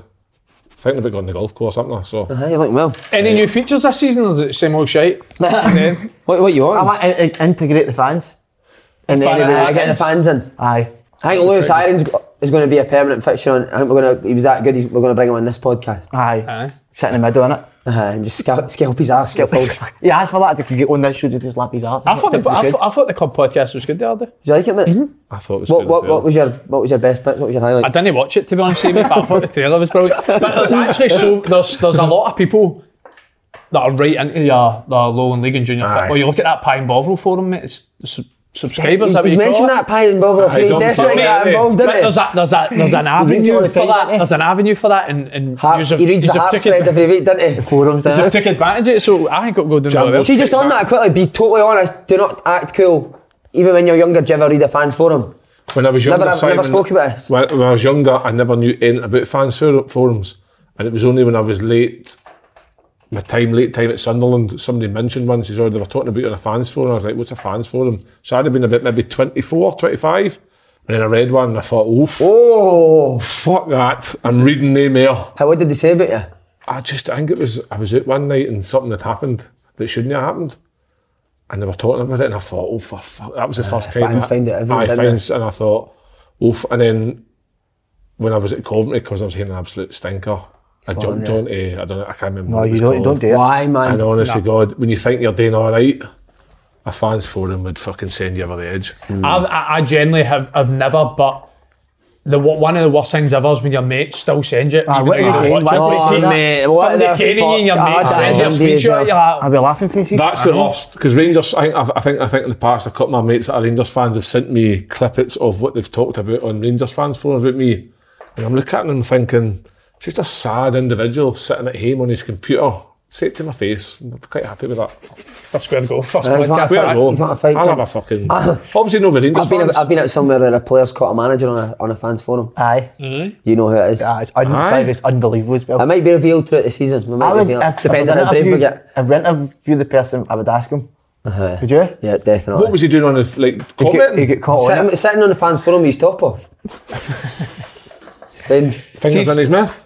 S6: Thinking about going to the golf course, haven't I? So,
S3: Aye, you look well.
S4: Any new features this season or is it the same old shite? Then,
S3: What what you
S5: I
S3: on?
S5: want to in- integrate the fans. In
S4: Fan
S5: any way.
S3: I
S5: I
S3: get the
S5: can.
S3: fans in.
S5: Aye.
S3: I think Lewis Irons is going to be a permanent fixture on. I think we're going to. He was that good. he's- We're going to bring him on this podcast
S5: Ah. Aye. Sit in the middle, innit?
S3: uh, and just scalp, scalp his ass. Scalp Did
S5: He asked for that. If you could get on this, should you just lap his arse?
S4: I, thought the, I,
S5: Good.
S4: thought, I thought the club podcast was good the other day.
S3: you like it, mate?
S6: I thought it was
S3: What,
S6: good
S3: what,
S6: as well.
S3: what was your What was your best bit? What was your highlight?
S4: I didn't watch it to be honest with you, but I thought the trailer was brilliant. But there's actually so there's there's a lot of people that are right into the uh, the Lowland League and Junior
S6: Aye.
S4: football. You look at that Pine Bovril forum, mate. It's su- subscribers.
S3: He's,
S4: that
S3: he's mentioned that pie and Bovril.
S6: Aye, Ah, he's
S3: He's
S6: on
S3: desperate to
S6: Sunday,
S3: get
S6: isn't he?
S3: involved,
S4: But
S3: isn't
S4: there's
S3: he?
S4: a, there's a there's an
S5: reads all
S4: avenue
S5: the
S4: for
S5: time,
S4: that.
S5: doesn't he?
S4: There's an avenue for that, and and
S3: Hearts,
S4: you've-
S3: he reads the
S4: you've
S3: Hearts
S4: taken-
S3: thread every week, doesn't he?
S5: Forums
S4: He's
S5: innit?
S4: have took advantage of it, so I think it'll go down
S6: Jumbo.
S4: really well.
S3: See, just on that quickly, be totally honest. Do not act cool. Even when you're younger, do you ever read a fans forum?
S6: When I was
S3: Never-
S6: younger,
S3: I've never
S6: Simon-
S3: spoke about this.
S6: When, when I was younger, I never knew anything about fans for- forums, and it was only when I was late, my time late time at Sunderland, somebody mentioned once. He's oh, they were talking about it on a fans forum. I was like, what's a fans forum? So I'd have been about maybe 24, 25. And then I read one and I thought, oh, f-
S3: Oh,
S6: fuck that. I'm reading the mail.
S3: how what did they say about you?
S6: I just, I think it was, I was out one night and something had happened that shouldn't have happened. And they were talking about it, and I thought, oh, for fuck, that
S5: Uh,
S6: was the first kind
S3: fans
S6: of-
S3: find out everything,
S6: Aye,
S3: don't they?
S6: fans, and I thought, oof. And then when I was at Coventry, because I was hearing an absolute stinker, I jumped on to, I don't know, I can't remember.
S5: No, you don't, don't do it.
S3: Why, man?
S6: And honestly, God, when you think you're doing all right, a fans forum would fucking send you over the edge.
S4: I've, I, I generally have I've never, but the wo- one of the worst things ever is when your mates still send you.
S5: Ah,
S4: even
S5: what
S4: though
S5: are you
S4: you're
S5: doing?
S4: watching,
S5: Why-
S4: but it's
S5: Oh,
S4: in-
S3: mate, what
S4: Somebody
S3: the
S4: kidding you and your
S3: fuck? Ah, I
S4: mates
S3: had
S4: send you a
S3: them days,
S4: screenshot. ah,
S3: yeah.
S4: you're like,
S5: I'll be laughing faces.
S6: That's the worst because Rangers. I think, I've, I think I think in the past a couple of my mates that are Rangers fans have sent me clippets of what they've talked about on Rangers fans forums about me, and I'm looking at them thinking, just a sad individual sitting at home on his computer. Say it to my face. I'm quite happy with that.
S4: It's a square goal. First
S3: That's
S4: podcast.
S3: what I
S6: Square
S3: thought.
S6: goal.
S3: He's not a fight
S6: I'll have
S3: kid.
S6: a fucking. obviously, nobody Rangers
S3: I've been,
S6: fans.
S3: I've been out somewhere where a player's caught a manager on a, on a fans forum.
S5: Aye.
S4: Mm.
S3: You know who it is.
S5: Ah, it's, un-
S6: Aye.
S5: it's unbelievable as well.
S3: It might be revealed throughout the season. We might
S5: I would,
S3: reveal it.
S5: if,
S3: Depends
S5: if
S3: on
S5: I
S3: how brave we
S5: interviewed-
S3: get.
S5: If I interviewed the person, I would ask him.
S3: Uh-huh.
S5: Would you?
S3: Yeah, definitely.
S6: what was he doing on the like
S5: He'd get, he'd
S6: comment?
S5: get caught on
S3: sitting,
S5: it.
S3: sitting on the fans forum with his top off? Strange.
S6: Fingers in his mouth.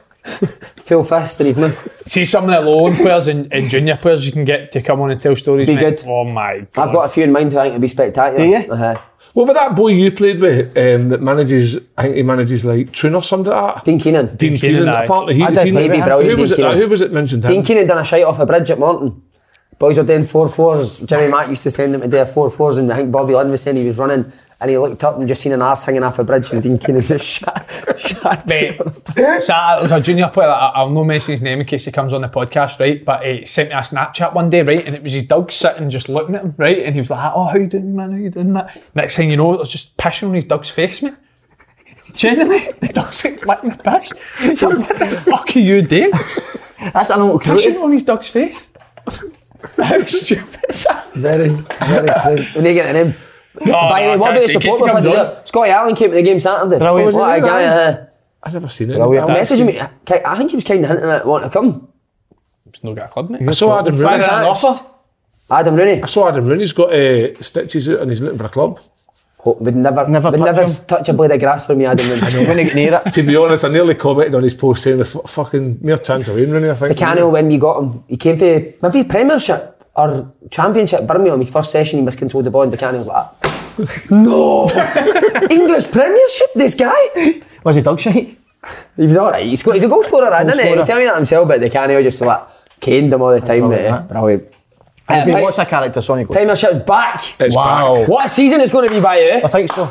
S3: Phil Fist in his mouth.
S4: See some of the loan players and, and junior players you can get to come on and tell stories.
S3: Be
S4: mate.
S3: good.
S4: Oh my god.
S3: I've got a few in mind who I think would be spectacular.
S5: Do you?
S3: Uh-huh.
S6: What about that boy you played with um, that manages? I think he manages like Troon or something like that.
S3: Dean Keenan.
S6: Dean,
S4: Keenan,
S6: Keenan.
S4: aye.
S6: Apparently, he
S5: I
S6: was
S5: did
S6: he-
S5: maybe
S6: Who
S3: brilliant
S6: was it?
S3: Dean
S6: that-
S3: Keenan.
S6: Who was it mentioned? him?
S3: Dean Keenan done a shite off a bridge at Morton. Boys were doing four fours. Jimmy Mack used to send them to do a four fours, and I think Bobby Lynn was saying he was running, and he looked up and just seen an arse hanging off a bridge, and Dean Keenan just shot. shot
S4: Mate, so I- there's a junior player, I, I'll no mention his name in case he comes on the podcast, right? But he sent me a Snapchat one day, right? And it was his dog sitting just looking at him, right? And he was like, oh, how you doing, man? How you doing that? Next thing you know, it was just pissing on his dog's face, mate. Genuinely, the dog's like licking the piss. So what the fuck are you doing?
S5: That's an old
S4: Pissing
S5: crew.
S4: on his dog's face? How stupid is that?
S3: Very, very strange. We need to get the name.
S4: Oh,
S3: By the way, what about the support we've had here? Scotty Allen came to the game Saturday.
S5: Brilliant.
S3: What a
S5: Wasn't he,
S3: guy.
S5: aye?
S3: Uh,
S6: I never seen it.
S5: Brilliant.
S6: I-
S3: messaging me. I I think he was kind of hinting at wanting to come.
S4: It's no got a club, mate.
S6: I saw Adam
S4: Find
S6: Rooney.
S4: an offer.
S3: Adam Rooney.
S6: I saw Adam Rooney's got uh, stitches out and he's looking for a club.
S3: Ho- Would never,
S5: Never
S3: would
S5: touch
S3: never
S5: him.
S3: s- touch a blade of grass for me, Adam Rooney.
S5: I'm going to get near it.
S6: To be honest, I nearly commented on his post saying the f- fucking mere chance of winning Rooney. I think.
S3: The Cano, when we got him, he came to maybe Premiership or Championship Birmingham. His first session, he miscontrolled the ball, and the Cano was like, "No, English Premiership, this guy."
S5: Was he dog shite?
S3: He was all right. He's, got, he's a goal scorer, I didn't he?
S5: scorer.
S3: He tell me that himself, but the Cano just like caned him all the time.
S5: Brilliant,
S3: Mate.
S5: mate.
S3: Brilliant. Uh,
S5: What's
S3: Pre-
S5: a character, Sonic?
S3: Premiership's back.
S6: It's
S5: Wow.
S6: back.
S3: What a season it's going to be by you.
S5: I think so.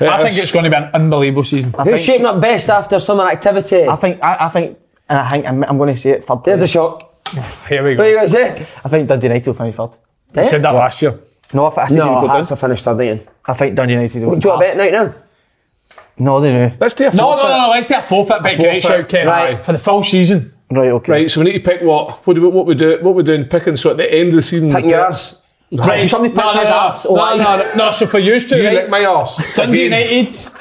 S4: I think it's going to be an unbelievable season.
S5: I
S3: Who's
S5: think-
S3: shaping up best after summer activity?
S5: I think, I, I think, and I think I'm, I'm going to say it third.
S3: There's
S5: place.
S3: a shock.
S4: Here we
S3: What are you
S4: go.
S3: going to say? Eh?
S5: I think Dundee United will finish third.
S4: I said that last year.
S5: No, I, th- I, said
S3: No,
S5: no,
S3: Hearts are finished third again.
S5: I think Dundee United will.
S3: Do you want to bet right now?
S5: No, they do.
S6: Let's do a
S4: No, no,
S6: forfeit.
S4: no, no. Let's do a forfeit bet. Great
S6: forfeit.
S4: shout, Ken.
S3: Right.
S4: For the full season.
S5: Right, okay.
S6: Right, so we need to pick what what do we, what we do what we're doing picking. So at the end of the season,
S3: Picking yours.
S6: Right,
S5: somebody
S4: No,
S5: picks
S4: no,
S5: his
S4: no,
S5: ass.
S4: No, no, no, no. So for you two,
S6: you
S4: right?
S6: lick my arse.
S4: Dundee
S6: Again.
S4: United.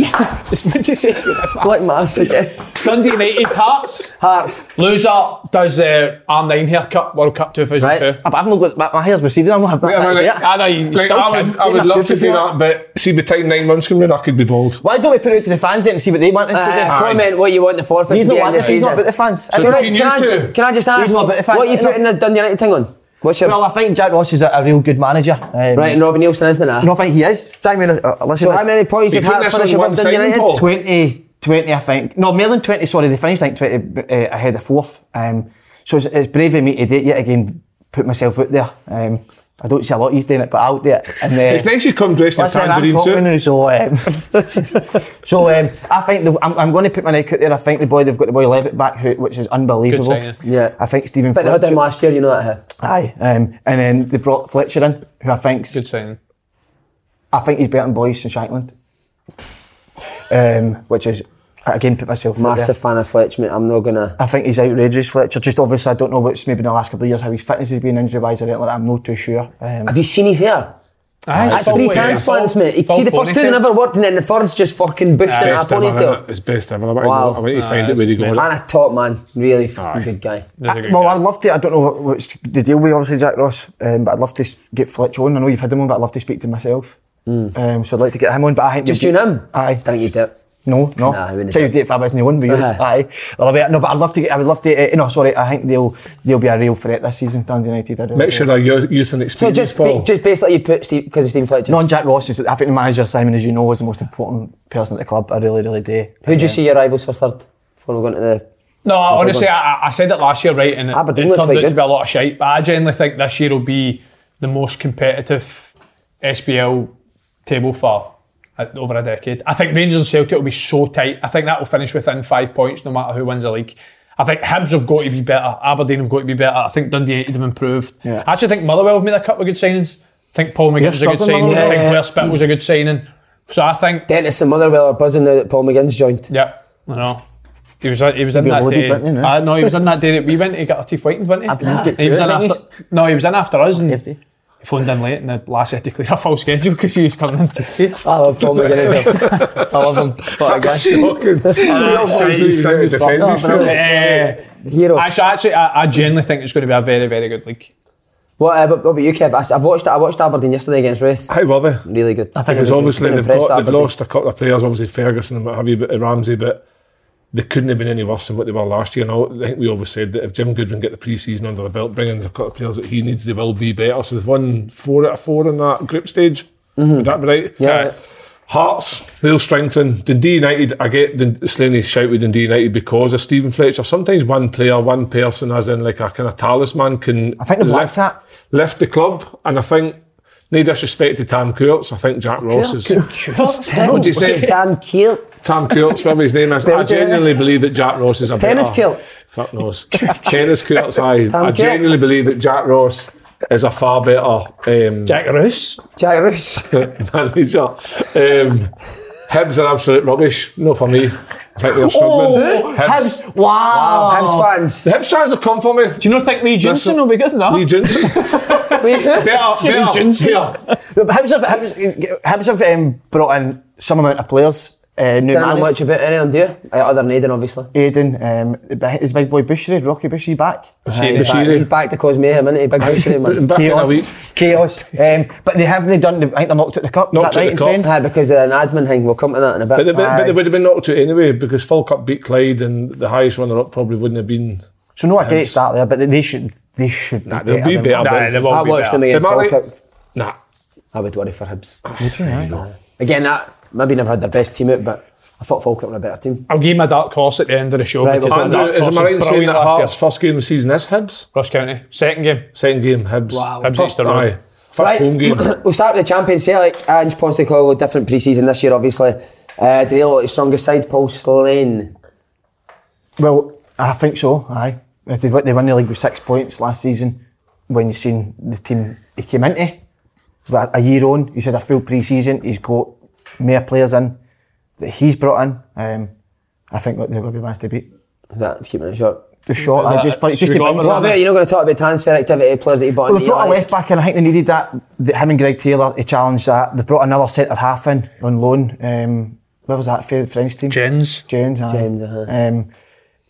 S4: It's been to say you lick my
S3: Like my ass again.
S4: arse. Dundee United Hearts.
S3: Hearts.
S4: Loser does the R9 haircut, World Cup 2002.
S3: Right.
S5: Ah, but I've not got my, my hair's receded. I'm not have that.
S6: I
S5: back
S6: mean,
S5: yet.
S4: I know you
S6: Like,
S4: still
S6: I
S4: can.
S6: would, I would love to do that, but see, by the time nine months come round, I could be bald.
S5: Why don't we put it out to the fans then and see what they want us to
S3: Uh,
S5: do?
S3: comment what you want the forfeit
S5: He's
S3: to be in
S5: not like
S3: the
S5: this. He's not
S3: season.
S5: about the fans.
S6: So
S5: It's-
S3: Right,
S6: between
S3: can,
S6: you
S3: I,
S6: two.
S3: can I just ask,
S5: He's not about the fans,
S3: what are you
S5: you know.
S3: putting the Dundee United thing on? What's your...
S5: well, I think Jack Ross is a, a real good manager. Um,
S3: right, and Robbie Nielsen isn't
S5: I
S3: it?
S5: don't think he is. So, I mean, uh, uh, listen,
S3: So how many points
S6: You
S3: have
S6: put
S3: Hearts
S6: this on
S3: finished
S6: one
S3: above Dundee
S6: side,
S3: United?
S6: Paul.
S5: 20, 20, I think. No, more than 20, sorry. They finished like 20 uh, ahead of fourth. Um, so it's, it's brave of me to do it yet again, put myself out there. Um, I don't see a lot of you doing it, but I'll do it. And, uh,
S6: It's nice you come dressed in a
S5: Listen, I'm
S6: tangerine
S5: talking
S6: suit.
S5: now, so um, so um, I think the, I'm, I'm going to put my neck out there. I think the boy they've got the boy Levitt back, who, which is unbelievable.
S4: signing.
S3: Yeah.
S5: I think Stephen.
S3: But they had
S5: Fletcher-
S3: him last year, you know that. huh?
S5: Aye, um, and then they brought Fletcher in, who I think's
S4: Good signing.
S5: I think he's better than Boyce and Shankland, um, which is again put myself out
S3: Massive
S5: there.
S3: fan of Fletch, mate. I'm not going to...
S5: I think he's outrageous, Fletcher. Just obviously, I don't know what's maybe in the last couple of years how his fitness has been injury wise or anything like that. I'm not too sure. Um,
S3: Have you seen his hair? That's three transplants, mate. You see, the first two they never worked, and then the third's just fucking bushed in a
S6: Best ever, innit?
S3: ponytail.
S6: It's best ever. I want
S3: Wow.
S6: to go- I want you to find it where you go.
S3: Man, a top man. Really fucking
S6: Aye.
S3: good guy.
S5: well, I'd love to. I don't know what, what's the deal with obviously Jack Ross, um, but I'd love to s- get Fletcher on. I know you've had him on, but I'd love to speak to him myself. Um, so I'd like to get him on, but I think
S3: Hmm. Just you
S5: we'd-
S3: and him?
S5: Aye.
S3: Didn't you do it?
S5: No, no.
S3: Nah, I wouldn't
S5: Tell
S3: do
S5: you date five isn't the one, but yours,
S3: Uh-huh.
S5: aye. Well, I bet- no, but I'd love to. Get, I would love to. Uh, no, sorry. I think they'll they'll be a real threat this season. Dundee United. I really
S6: Make
S5: do.
S6: sure that your youth and
S3: So
S6: experience.
S3: just,
S6: Paul.
S3: ba- just basically you put Steve, because of Steve Fletcher.
S5: No, and Jack Ross is. I think the manager Simon, as you know, is the most important person at the club. I really, really do.
S3: Who do you see your rivals for third? Before we go into the...
S4: No, honestly, I, I said it last year, right, and it,
S3: Aberdeen
S4: it
S3: look
S4: turned out
S3: quite
S4: to
S3: good.
S4: be a lot of shite. But I genuinely think this year will be the most competitive SBL table for uh, over a decade. I think Rangers and Celtic will be so tight. I think that will finish within five points, no matter who wins the league. I think Hibs have got to be better. Aberdeen have got to be better. I think Dundee United have improved. I actually think Motherwell have made a couple of good signings. I think Paul McGinn was a good
S5: struggling,
S4: signing. I
S3: Motherwell.
S4: think
S3: Yeah.
S4: Blair Spitt was a good signing. So I think,
S3: Dennis and Motherwell are buzzing now that Paul McGinn's joined.
S4: yeah, I know. He was, he was in
S5: Maybe
S4: that
S5: loaded,
S4: day.
S5: wouldn't he, no?
S4: Uh, no, he was in that day that we went to get our teeth whitened, wasn't he?
S5: believe it.
S4: he was in
S5: Yeah,
S4: after,
S5: didn't
S4: no, he was in after us and
S5: Fifty.
S4: he phoned in late and the last had to clear a full schedule because he was coming in to stay.
S3: I love Paul McGinn as well. Oh, I love him. What a guy.
S6: Shocking. He's not even defending himself.
S4: Eh,
S3: Hero.
S4: I- so actually, I, I genuinely think it's going to be a very, very good league.
S3: What, uh, what, what about you, Kev? I, have watched I watched Aberdeen yesterday against Wraith.
S6: How were they?
S3: Really good. I
S6: Because obviously they've, got, they've lost a couple of players, obviously Ferguson and what have you, but uh, Ramsey, but they couldn't have been any worse than what they were last year. And I think we always said that if Jim Goodwin get the pre-season under the belt, bringing the couple of players that he needs, they will be better. So they've won four out of four in that group stage. Would that be right?
S3: Yeah.
S6: Hearts, they'll strengthen. Dundee United, I get the Slaney's shout with Dundee United because of Stephen Fletcher. Sometimes one player, one person, as in like a kind of talisman, can
S5: I think they've lacked
S6: lift,
S5: that.
S6: lift the club. And I think, no disrespect to Tam Kurtz, I think Jack Ross is. What's his name?
S3: Tam Keel.
S6: Tam Kurtz, whatever his name is. I
S3: Belgian,
S6: genuinely believe that Jack Ross is a
S3: Tennis
S6: better-
S3: kilts.
S6: Fuck knows. Tennis Kurtz, I, I
S3: Kurtz.
S6: genuinely believe that Jack Ross is a far better um,
S4: Jack Roos.
S3: Jack Roos.
S6: manager. Um, Hibs are absolute rubbish. No, for me. I think they're struggling.
S5: Oh,
S6: Hibs.
S5: Hibs. Wow.
S3: Oh,
S6: Oh.
S3: Hibs fans.
S6: The Hibs fans have come for me.
S4: Do you not think Lee Johnson will be good enough?
S6: Lee Jensen. better, better.
S4: Jensen.
S6: Here.
S5: No, but Hibs have, Hibs, Hibs have um, brought in some amount of players. Uh, new
S3: Don't know
S5: manager,
S3: much about any of them, do you? Uh, other than Aidan, obviously.
S5: Aiden, um, his big boy Bushery, Rocky Bushery back.
S3: He's back,
S6: Bashiri.
S3: he's back to cause mayhem, isn't he? Big Bushy,
S6: Put
S3: man.
S6: him back in a week.
S5: chaos. Um, but they haven't done. The, I think they're knocked out the cup. Is
S6: Knocked
S5: that right
S6: out the
S5: in
S6: cup.
S5: saying?
S3: Aye, Uh, because of an admin thing. We'll come to that in a bit.
S6: But they, but
S5: Aye.
S6: they would have been knocked out anyway because Falkirk beat Clyde and the highest runner up probably wouldn't have been.
S5: So no, a great start there, but they should. They should.
S6: Nah, they'll be
S5: than
S6: better.
S5: that.
S3: Uh,
S6: Nah, they
S3: I watched them against
S6: Am I right?
S3: Falkirk.
S6: Nah.
S3: I would worry for Hibs. Uh, Again, that maybe never had their best team out, but I thought Falkirk were a better team.
S4: I'll give him a dark horse at the end of the show.
S3: Right,
S4: because
S3: well,
S4: that
S6: Andrew,
S4: dark
S6: is
S4: horse
S6: am I
S4: was
S6: right in saying
S4: brilliant
S6: that
S4: last year.
S6: Hearts' first game of the season is Hibs?
S4: Ross County. Second game.
S6: Second game, Hibs.
S4: Hibs
S6: First,
S4: Easter Road.
S6: aye. First home game.
S3: we'll start with the champions. Celtic and Postecoglou, different pre-season this year, obviously. Uh, do they look like the strongest side? Paul Slane.
S5: Well, I think so. Aye, if they, win- they win the league with six points last season, when you seen the team he came into, but a year on, he's had a full pre-season. He's got more players in that he's brought in. Um, I think look, they're going to be ones to beat.
S3: Is that, just keep it short.
S5: Just short. I just
S4: that's- should
S5: just to
S4: we go
S5: bring
S4: on
S5: it
S4: to
S5: up.
S3: But you're not going to talk about transfer activity, players that he bought.
S5: Well,
S3: in
S5: they've
S3: the
S5: brought a
S3: year,
S5: left back in. I think they needed that. The, him and Greg Taylor, he challenged that. They've brought another centre half in on loan. Um, where was that for the French team?
S4: Jens.
S5: Jones, aye.
S3: Jones, uh-huh.
S5: um,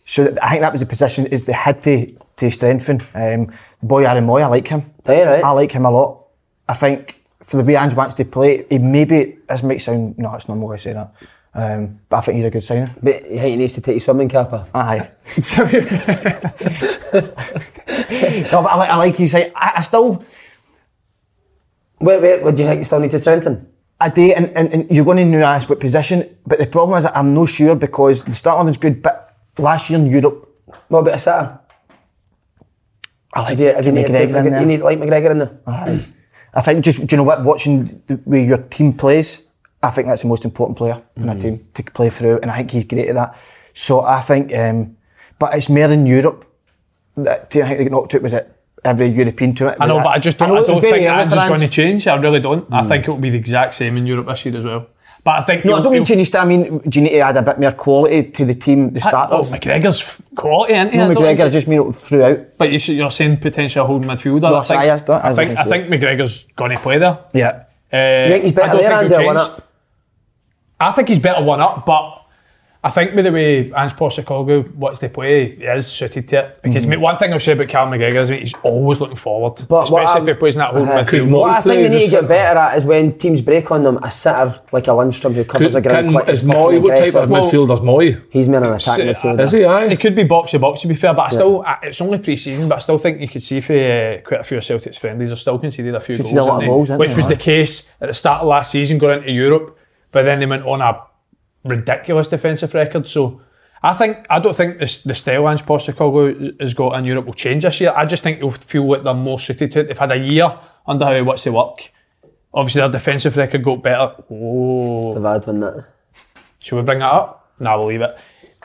S5: so th- I think that was the position is they had to, to strengthen. Um, the boy Aaron Moy, I like him.
S3: Do you, Oh, right?
S5: I like him a lot. I think for the way Ange wants to play, he maybe this might sound no, it's not my way to say that. Um, but I think he's a good signing.
S3: But you think he needs to take his swimming cap off?
S5: Aye. no, but I like, I like his. I, I still.
S3: Wait, wait, what do you think you still need to strengthen?
S5: a day and, and, and you're going to now ask what position, but the problem is that I'm no sure because the start eleven's good, but last year in Europe,
S3: What about a sitter?
S5: I like
S3: If you, if you, need, to
S5: McGregor
S3: put-
S5: in there.
S3: you need like McGregor in there.
S5: Aye. I think just, do you know what, watching the way your team plays, I think that's the most important player in
S4: Mm.
S5: a team to play through, and I think he's great at that. So I think, um, but it's more in Europe. That, do you think they got knocked out? Was it every European tournament?
S4: I know,
S5: Was
S4: but
S5: it-
S4: I just don't,
S5: know
S4: I
S5: it
S4: don't
S5: was very
S4: think
S5: early
S4: Ange
S5: for
S4: is
S5: Ange.
S4: going to change. I really don't. I think it will be the exact same in Europe this year as well. But I think
S5: No, I
S4: he'll-
S5: don't mean
S4: he'll-
S5: change. I mean, do you need to add a bit more quality to the team, the
S4: Oh,
S5: starters?
S4: McGregor's quality, isn't he?
S5: no,
S4: I don't
S5: McGregor. I
S4: think-
S5: just mean throughout.
S4: But you should, you're saying potential holding midfielder.
S5: No,
S4: I think,
S5: I- I don't- I
S4: I
S5: don't
S4: think,
S5: think
S4: I
S5: so.
S4: think McGregor's going to play there.
S5: Yeah.
S4: Uh,
S3: You think he's
S4: I
S3: better
S4: don't
S3: there,
S4: think he'll
S3: Andy, or one
S4: change.
S3: up?
S4: I think he's better one up, but I think with the way Ange Postecoglou wants to play, he is suited to it. Because mate, one thing I'll say about Cal McGregor is mate, he's always looking forward,
S3: But what
S4: especially
S3: I'm-
S4: if he plays in that holding
S3: Uh,
S4: midfield.
S6: not
S4: role.
S3: What I think
S6: play
S3: they need
S6: the
S3: to get
S6: centre.
S3: better at is when teams break on them, a sitter like a Lundstrom who covers the ground
S6: Can,
S3: quick
S6: is
S3: fucking
S6: Moy, what type of
S3: aggressive.
S6: midfielder's Moy?
S3: He's more an attacking
S4: Is
S3: midfielder.
S6: Is he,
S4: It
S6: aye?
S4: could be box to box to be fair, but I still I, it's only pre-season, but I still think you could see for uh, quite a few of Celtic's friendlies are still conceded a few
S5: Conceded
S4: goals,
S5: a lot of
S4: didn't they?
S5: goals, didn't
S4: which
S5: they,
S4: was
S5: aye.
S4: the case at the start of last season going into Europe, but then they went on a ridiculous defensive record. So I think I don't think this, the style Ange Postecoglou has got in Europe will change this year. I just think they'll feel like they're more suited to it. They've had a year under how he wants to work. Obviously, their defensive record got better. Oh,
S3: It's a bad one, that.
S4: should we bring that up? No, we'll leave it.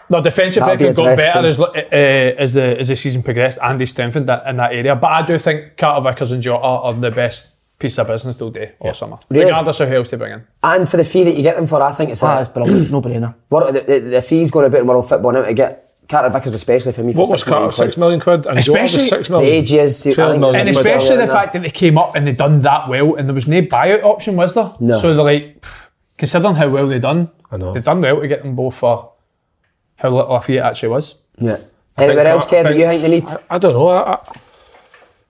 S4: The defensive
S3: That'll be
S4: record got
S3: addressed
S4: better as, lo- uh, as the as the season progressed, and they strengthened that in that area. But I do think Carter Vickers and Jota are the best piece of business they'll do all summer,
S3: Really?
S4: regardless of who else they bring in.
S3: And for the fee that you get them for, I think it's
S5: Ah,
S3: a,
S5: it's brilliant. no brainer.
S3: what, the, the, the fee's going a bit in world football now to get Carter Vickers, especially for me. For
S6: What was
S3: six million
S6: Carter? Six
S3: quid.
S6: million quid? And
S4: Especially
S6: Especially six million.
S3: the ages, the- I
S6: Twelve
S3: think-
S6: million
S4: And
S3: But-
S6: quid.
S4: especially the
S3: Yeah.
S4: fact that they came up and they done that well, and there was no buyout option, was there?
S3: No.
S4: So they're like, pff, considering how well they done,
S6: I know.
S4: they done well to get them both for how little a fee it actually was.
S3: Yeah.
S6: I
S3: Anywhere
S6: think-
S3: else,
S6: I
S3: Kev, that you think they need?
S6: I, I don't know. I, I,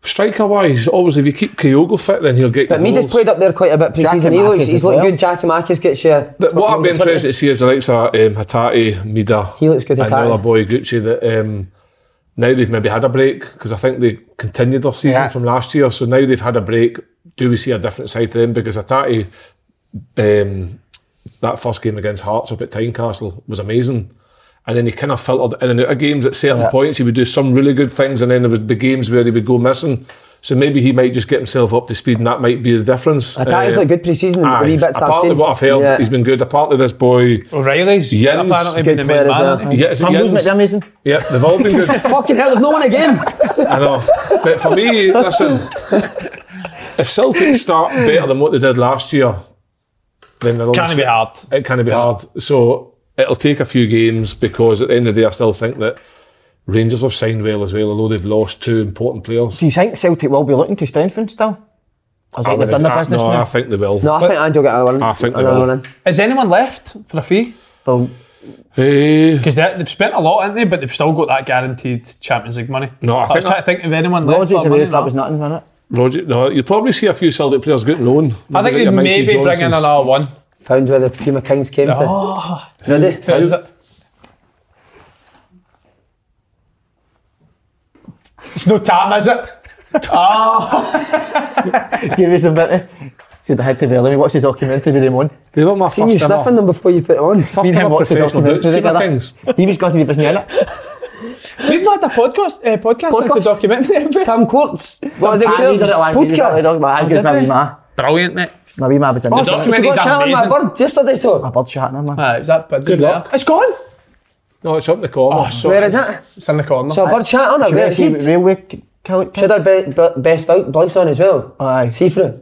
S6: striker wise, obviously, if you keep Kyogo fit, then he'll get.
S3: But
S6: goals.
S3: Mida's played up there quite a bit pre-season. He
S5: Jackie
S3: looks,
S5: Marcus
S3: he's
S5: as
S3: looked
S5: well.
S3: good. Jackie Marcus gets you.
S6: But what I'd be
S3: 20.
S6: interested to see is the likes of um, Hatati, Mida.
S3: He looks good,
S6: And the
S3: Hatate.
S6: other boy Gucci that um, now they've maybe had a break because I think they continued their season
S5: Yeah.
S6: from last year. So now they've had a break. Do we see a different side to them? Because Hatati, um, that first game against Hearts up at Tynecastle was amazing. And then he kind of filtered in and out of games at certain points. He would do some really good things, and then there would be games where he would go missing. So maybe he might just get himself up to speed, and that might be the difference. Uh,
S3: Hatate's looked good pre-season,
S5: Hmm,
S3: the
S6: aye,
S3: wee bits I've
S6: Apart
S3: seen.
S6: from Ah, what I've heard,
S3: Yeah.
S6: he's been good. Apart from this boy,
S4: O'Reilly's
S6: Jens,
S4: apparently
S3: good
S4: been the
S3: player
S4: main
S3: as well.
S4: man.
S6: Yeah, is it
S5: Tumbles,
S6: Jens?
S5: mate, they're amazing.
S6: Yeah, they've all been good. I
S3: Fucking hell, they've no one again.
S6: know. But for me, listen, if Celtic start better than what they did last year, then they're
S4: Can't
S6: obviously-
S4: be hard.
S6: It can be hard. So it'll take a few games because at the end of the day, I still think that Rangers have signed well as well, although they've lost two important players.
S5: Do you think Celtic will be looking to strengthen still? I think they've done their
S6: I-
S5: business
S6: no, I
S5: now.
S6: think they will.
S3: No, I think Andrew will get another one.
S6: I think they
S3: another
S6: will.
S3: one in.
S4: Is anyone left for a fee?
S5: Well,
S6: Eh,
S4: Because they've spent a lot, haven't they? But they've still got that guaranteed Champions League money.
S6: No, I
S4: was
S6: think-
S4: trying to think of anyone left.
S5: Rodgers
S4: for
S5: away
S4: money,
S5: if that
S4: no.
S5: was nothing, wasn't it?
S6: Roger, no, you'll probably see a few Celtic players getting loan.
S4: I think
S6: like
S4: they
S6: a Mikey
S4: maybe bring in
S6: Johnson's.
S4: another one.
S3: Found where the Puma Kings came
S4: Oh.
S3: from. Ready?
S4: It's no time, is it? oh,
S5: Give us a bit. of- See, they had to be let me watch the documentary with him on.
S6: They were my
S3: Seen you
S6: first ever-
S3: sniffing them before you put it on.
S6: first
S5: Me and
S6: ever
S5: him watched the
S6: professional
S5: documentary
S6: boots, Puma
S5: together.
S6: Kings.
S5: He was gutted he wasn't in it.
S4: We've not had a podcast, uh, podcast, since the
S3: Podcast?
S4: documentary. have we?
S3: Tom Courts. What was it
S5: I
S3: called?
S5: did it like
S3: Podcast.
S5: My hand goes my wee ma.
S4: Brilliant, mate.
S5: My wee ma was in the
S4: Awesome.
S5: awesome.
S3: She got
S4: Documentaries
S3: shot on my
S4: amazing.
S3: bird yesterday, so.
S5: My bird shot in her, man.
S4: Aye, it was Uh, that bit
S6: Good
S4: there.
S6: luck.
S4: It's gone.
S6: No, it's up in the corner.
S4: Oh, so
S3: Where
S4: it's-
S3: is it?
S4: It's in the corner.
S3: So a bird shot on her,
S5: Should we
S3: where
S5: see
S3: she
S5: what railway c- kill-
S3: Should
S5: kill-
S3: her be, be, best out blouse on as well.
S5: Aye.
S3: See through.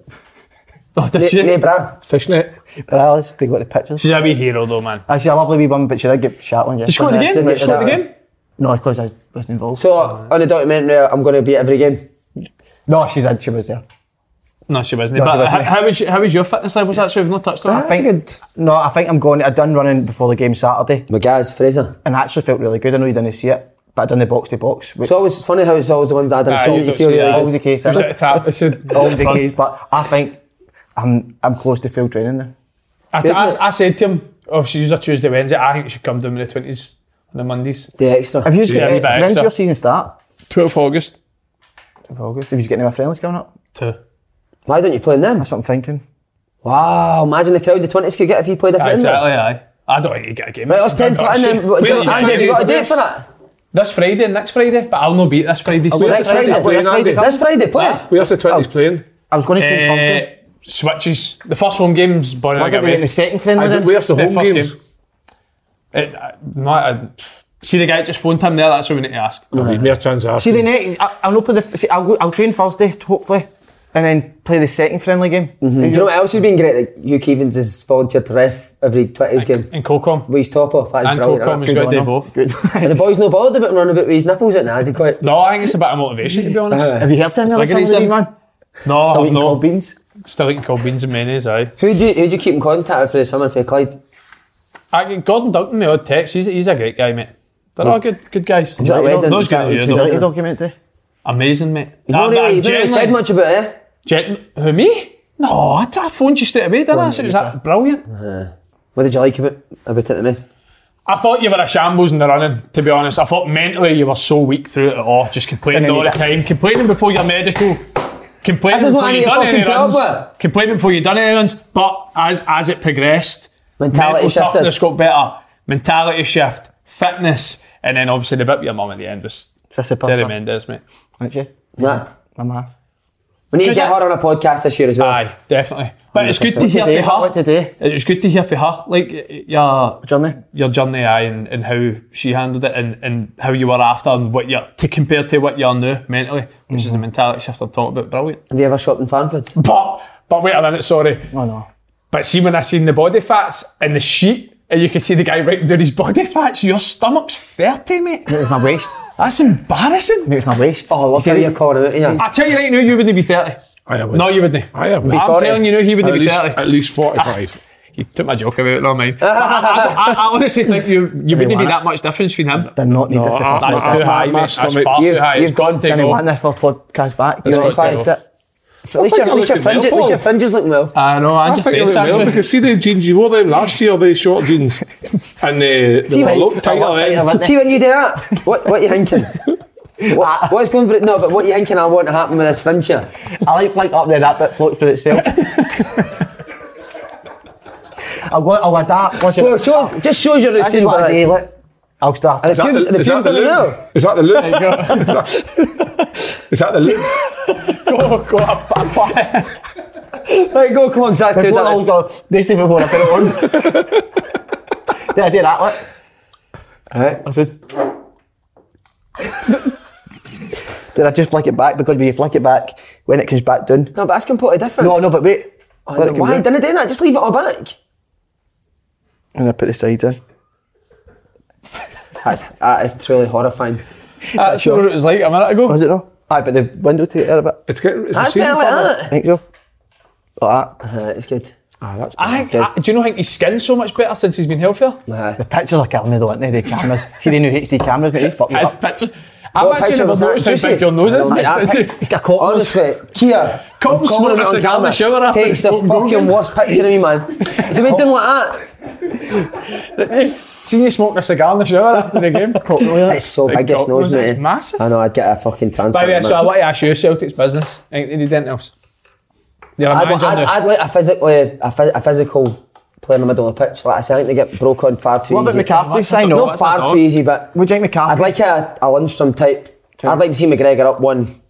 S4: oh, did she?
S3: Nay bra.
S6: Fishnet.
S5: But I was to go to pictures.
S4: She's a wee hero though, man.
S5: Actually, a lovely wee woman, but she did get shot on
S4: She scored
S5: yesterday.
S4: again.
S3: Right,
S4: She scored
S3: right.
S4: again.
S5: No, because I wasn't involved.
S3: So on the documentary, I'm going to be at every game.
S5: no, she did. She was there.
S4: No, she wasn't.
S5: No, she
S4: but
S5: wasn't.
S4: how, how was how was your fitness levels? Actually, we've not touched on.
S5: I think, No, I think I'm going. I done running before the game Saturday,
S3: McGaz, Fraser.
S5: and I actually felt really good. I know you didn't see it, but I done the box to box, which
S3: It's always funny how it's always the ones I didn't
S4: Aye,
S3: see.
S4: you
S3: You,
S4: don't
S3: feel
S4: see
S3: you're
S4: that.
S3: like,
S5: always the case.
S4: It was
S5: Isn't
S4: at the
S5: it?
S4: tap. I said.
S5: Always the case. But I think I'm I'm close to full training now.
S4: I, I, I said to him, oh, if she uses a Tuesday, Wednesday, I think she should come down in the twenties on the Mondays.
S3: the extra.
S5: Have you?
S4: Yeah,
S5: eh,
S4: I'm back,
S5: when's
S4: so-
S5: your season start?
S4: 12th August.
S5: Of August. Have you got any of my friends coming up?
S4: Two.
S3: Why don't you play in them?
S5: That's what I'm thinking.
S3: Wow, imagine the crowd the 20s could get if you played a
S4: Aye,
S3: friend.
S4: exactly. Aye. I don't think you get a game.
S3: Right, let's pencil it in then. What-
S4: Wait,
S3: Just,
S4: Andy,
S3: Andy, have you got a date
S4: this-
S3: for that? Oh,
S4: This Friday, and next Friday, but I'll not be at this Friday. so-
S3: Next
S6: Friday,
S3: Friday.
S6: play, Andy.
S3: This Friday, play.
S6: Where's the 20s
S4: Oh.
S6: playing?
S5: I was going to train
S4: Eh,
S5: Thursday.
S4: switches. The first home game's Born
S5: Why did we get the second friendly
S6: I don't-
S5: then?
S6: Where's the
S4: The
S6: home
S4: first
S6: games?
S4: game. It, I, not, I, see the guy that just phoned him there. That's what we need to ask.
S6: There'll be Mere chance of
S5: See the
S6: asking.
S5: next. I, I'll open the. See, I'll go, I'll train Thursday hopefully, and then play the second friendly game.
S3: Do you know what else has been great? Like Hugh Keevans has volunteered to ref every 20s game.
S4: In Colcom.
S3: With his top off. That is
S4: And
S3: brilliant. isn't
S4: Colcom
S3: it?
S4: is good. They
S5: on
S4: both.
S5: Good.
S3: And the boys no bothered about him running about with his nipples out now, did quite.
S4: No, I think it's a bit of motivation to be honest.
S5: Have you heard from him?
S4: Figure he's in.
S5: man.
S4: no,
S5: Still
S4: I've
S5: eating
S4: not.
S5: cold beans.
S4: Still eating cold beans and mayonnaise. Aye.
S3: Who do you, who do you keep in contact with for the summer for Clyde?
S4: I, Gordon Duncan, the odd text. He's, he's a great guy, mate. They're all good, good guys.
S3: that a wedding?
S4: Those guys,
S5: Did
S4: yeah,
S5: you like the
S4: they're
S5: documentary?
S4: amazing, mate.
S3: He's not really, he's not really said much about it. eh?
S4: Gen- who me? No, I, I phoned you straight away, didn't I? I? said, Was that brilliant?
S3: What did you like about, about it the most?
S4: I thought you were a shambles in the running, to be honest. I thought mentally you were so weak through it at all, just complaining all the time, complaining before your medical, complaining
S3: This is what
S4: before
S3: I
S4: you
S3: need to
S4: done any
S3: fucking put
S4: runs,
S3: up with.
S4: complaining before you done any runs. But as as it progressed,
S3: Mentality
S4: mental
S3: shifted.
S4: toughness got better, mentality shift, fitness, and then obviously the bit with your mum at the end was
S5: That's a
S4: Terry
S5: pasta.
S4: Mendes, mate.
S5: Aren't you?
S3: Nah.
S5: My man.
S3: We need to
S4: Cause
S3: get
S4: I-
S3: her on a podcast this year as well.
S4: Aye, definitely. But it's good to
S5: What
S4: hear
S5: today?
S4: for her.
S5: What today?
S4: It was good to hear for her, like y- y- your
S5: Johnny.
S4: your journey aye, and, and how she handled it and, and how you were after and what you're to compare to what you're now mentally, which is the mentality shift I'm talking about. Brilliant.
S3: Have you ever shopped in Farnfords?
S4: But but wait a minute, sorry.
S5: No, Oh, no.
S4: But see when I seen the body fats in the sheet and you can see the guy writing down his body fats, your stomach's 30, mate.
S5: It was my waist.
S4: That's embarrassing.
S5: It was my waist.
S3: Oh, look how you're calling out here.
S4: I tell you right now, you wouldn't be 30.
S6: Aye, I would.
S4: No, you wouldn't.
S6: Aye, I would.
S4: I'm
S3: 40.
S4: telling you now, he
S6: At
S4: wouldn't be
S6: least,
S4: 30.
S6: at least 45.
S4: You took my joke away, not mine. I, I, I, I honestly think you you wouldn't be that much difference between him.
S5: Did not need
S6: No,
S5: this.
S6: I-
S5: That's
S6: I-
S4: That's
S6: I-
S5: I
S4: too
S6: my-
S4: high, mate.
S6: my
S4: That's
S6: stomach-
S4: far too
S6: You've-
S4: high. It's
S3: you've
S4: gone to
S5: didn't
S4: go.
S5: want this first podcast back. You
S3: got
S5: know,
S3: to go.
S5: if I-
S3: At least your,
S6: I
S3: at least your,
S6: looked
S3: fringe,
S6: well,
S3: at least your
S6: Paul.
S3: fringes looking well.
S4: I know, and
S6: I
S4: your
S6: think it
S4: face
S6: went well
S4: actually.
S6: because see the jeans you wore them last year, the short jeans, and the they were a lot tighter then.
S5: I-
S3: See when you do that, what what you thinking? what, what's going for it? No, but what you thinking? I want to happen with this fringe here.
S5: I like flank up there, that bit floats through itself. I'll, go, I'll adapt. Listen,
S3: Well, show, just shows your
S5: this is
S3: routine.
S5: what I
S3: but
S5: do.
S3: like,
S5: Look, I'll start.
S3: and the
S6: Is
S3: pubes,
S6: that
S3: the
S6: the-
S3: pubes
S6: Is that
S3: don't
S6: the
S3: know.
S6: look? Is that the look? Is that- Is that the look?
S4: Go, go, up, up, up.
S3: Right, go, come on, Zach, do
S5: Before
S3: that.
S5: I'll go, this is before I put it on. yeah, I did that, look.
S3: Right.
S5: I said. Did I just flick it back? Because when you flick it back, when it comes back down.
S3: No, but that's completely different.
S5: No, no, but wait.
S3: Oh,
S5: Let it come
S3: why
S5: down.
S3: didn't I do that? Just leave it all back.
S5: And I put the sides in.
S3: That's, that is truly horrifying.
S4: That's what it was like a minute ago.
S5: Was it though? Aye, but the window take it out a bit.
S6: It's getting. It's
S3: That's better
S6: receding
S3: like
S6: further.
S5: I
S3: that.
S5: think so. Like that.
S3: Uh, it's good.
S6: Ah, that's.
S4: I, think- I, do you know? I think his skin's so much better since he's been healthier.
S3: Aye.
S5: The pictures are killing me though, aren't they? The cameras. See the new HD cameras, mate, they fuck you
S4: His
S5: up.
S4: picture. I've
S3: What
S4: actually
S3: picture
S4: never
S3: was that?
S4: noticed
S3: Juicy?
S4: how big your nose is.
S3: I
S4: mate.
S3: know,
S4: It's-
S3: I-
S4: it's-
S5: He's got caught on us.
S3: Honestly, Kia,
S4: Come
S3: I'm
S4: smoke
S3: calling it
S4: us a
S3: on
S4: gun in the
S3: camera.
S4: shower after
S3: Takes the
S4: smoking
S3: fucking
S4: Rogan.
S3: worst picture of me, man. So we doing like that.
S4: Seen you smoke a cigar in the shower after the game.
S3: It's so big,
S4: God
S3: it's nose,
S4: knows,
S3: mate.
S4: it's massive.
S3: I know, I'd get a fucking
S4: By
S3: transplant.
S4: the way,
S3: man.
S4: so I want to ask you Celtic's business. I think they need anything else. You're a
S3: I'd,
S4: manager
S3: I'd,
S4: now.
S3: uh, I'd like a physically, a, phys- a physical playing in the middle of the pitch. Like I say, I think they get broke on far too
S5: What about
S3: easy.
S5: McCarthy? Sign
S3: Not
S5: off.
S3: far too easy, but
S5: Would you like McCarthy?
S3: I'd like a, a Lindstrom type. I'd like to see McGregor up one,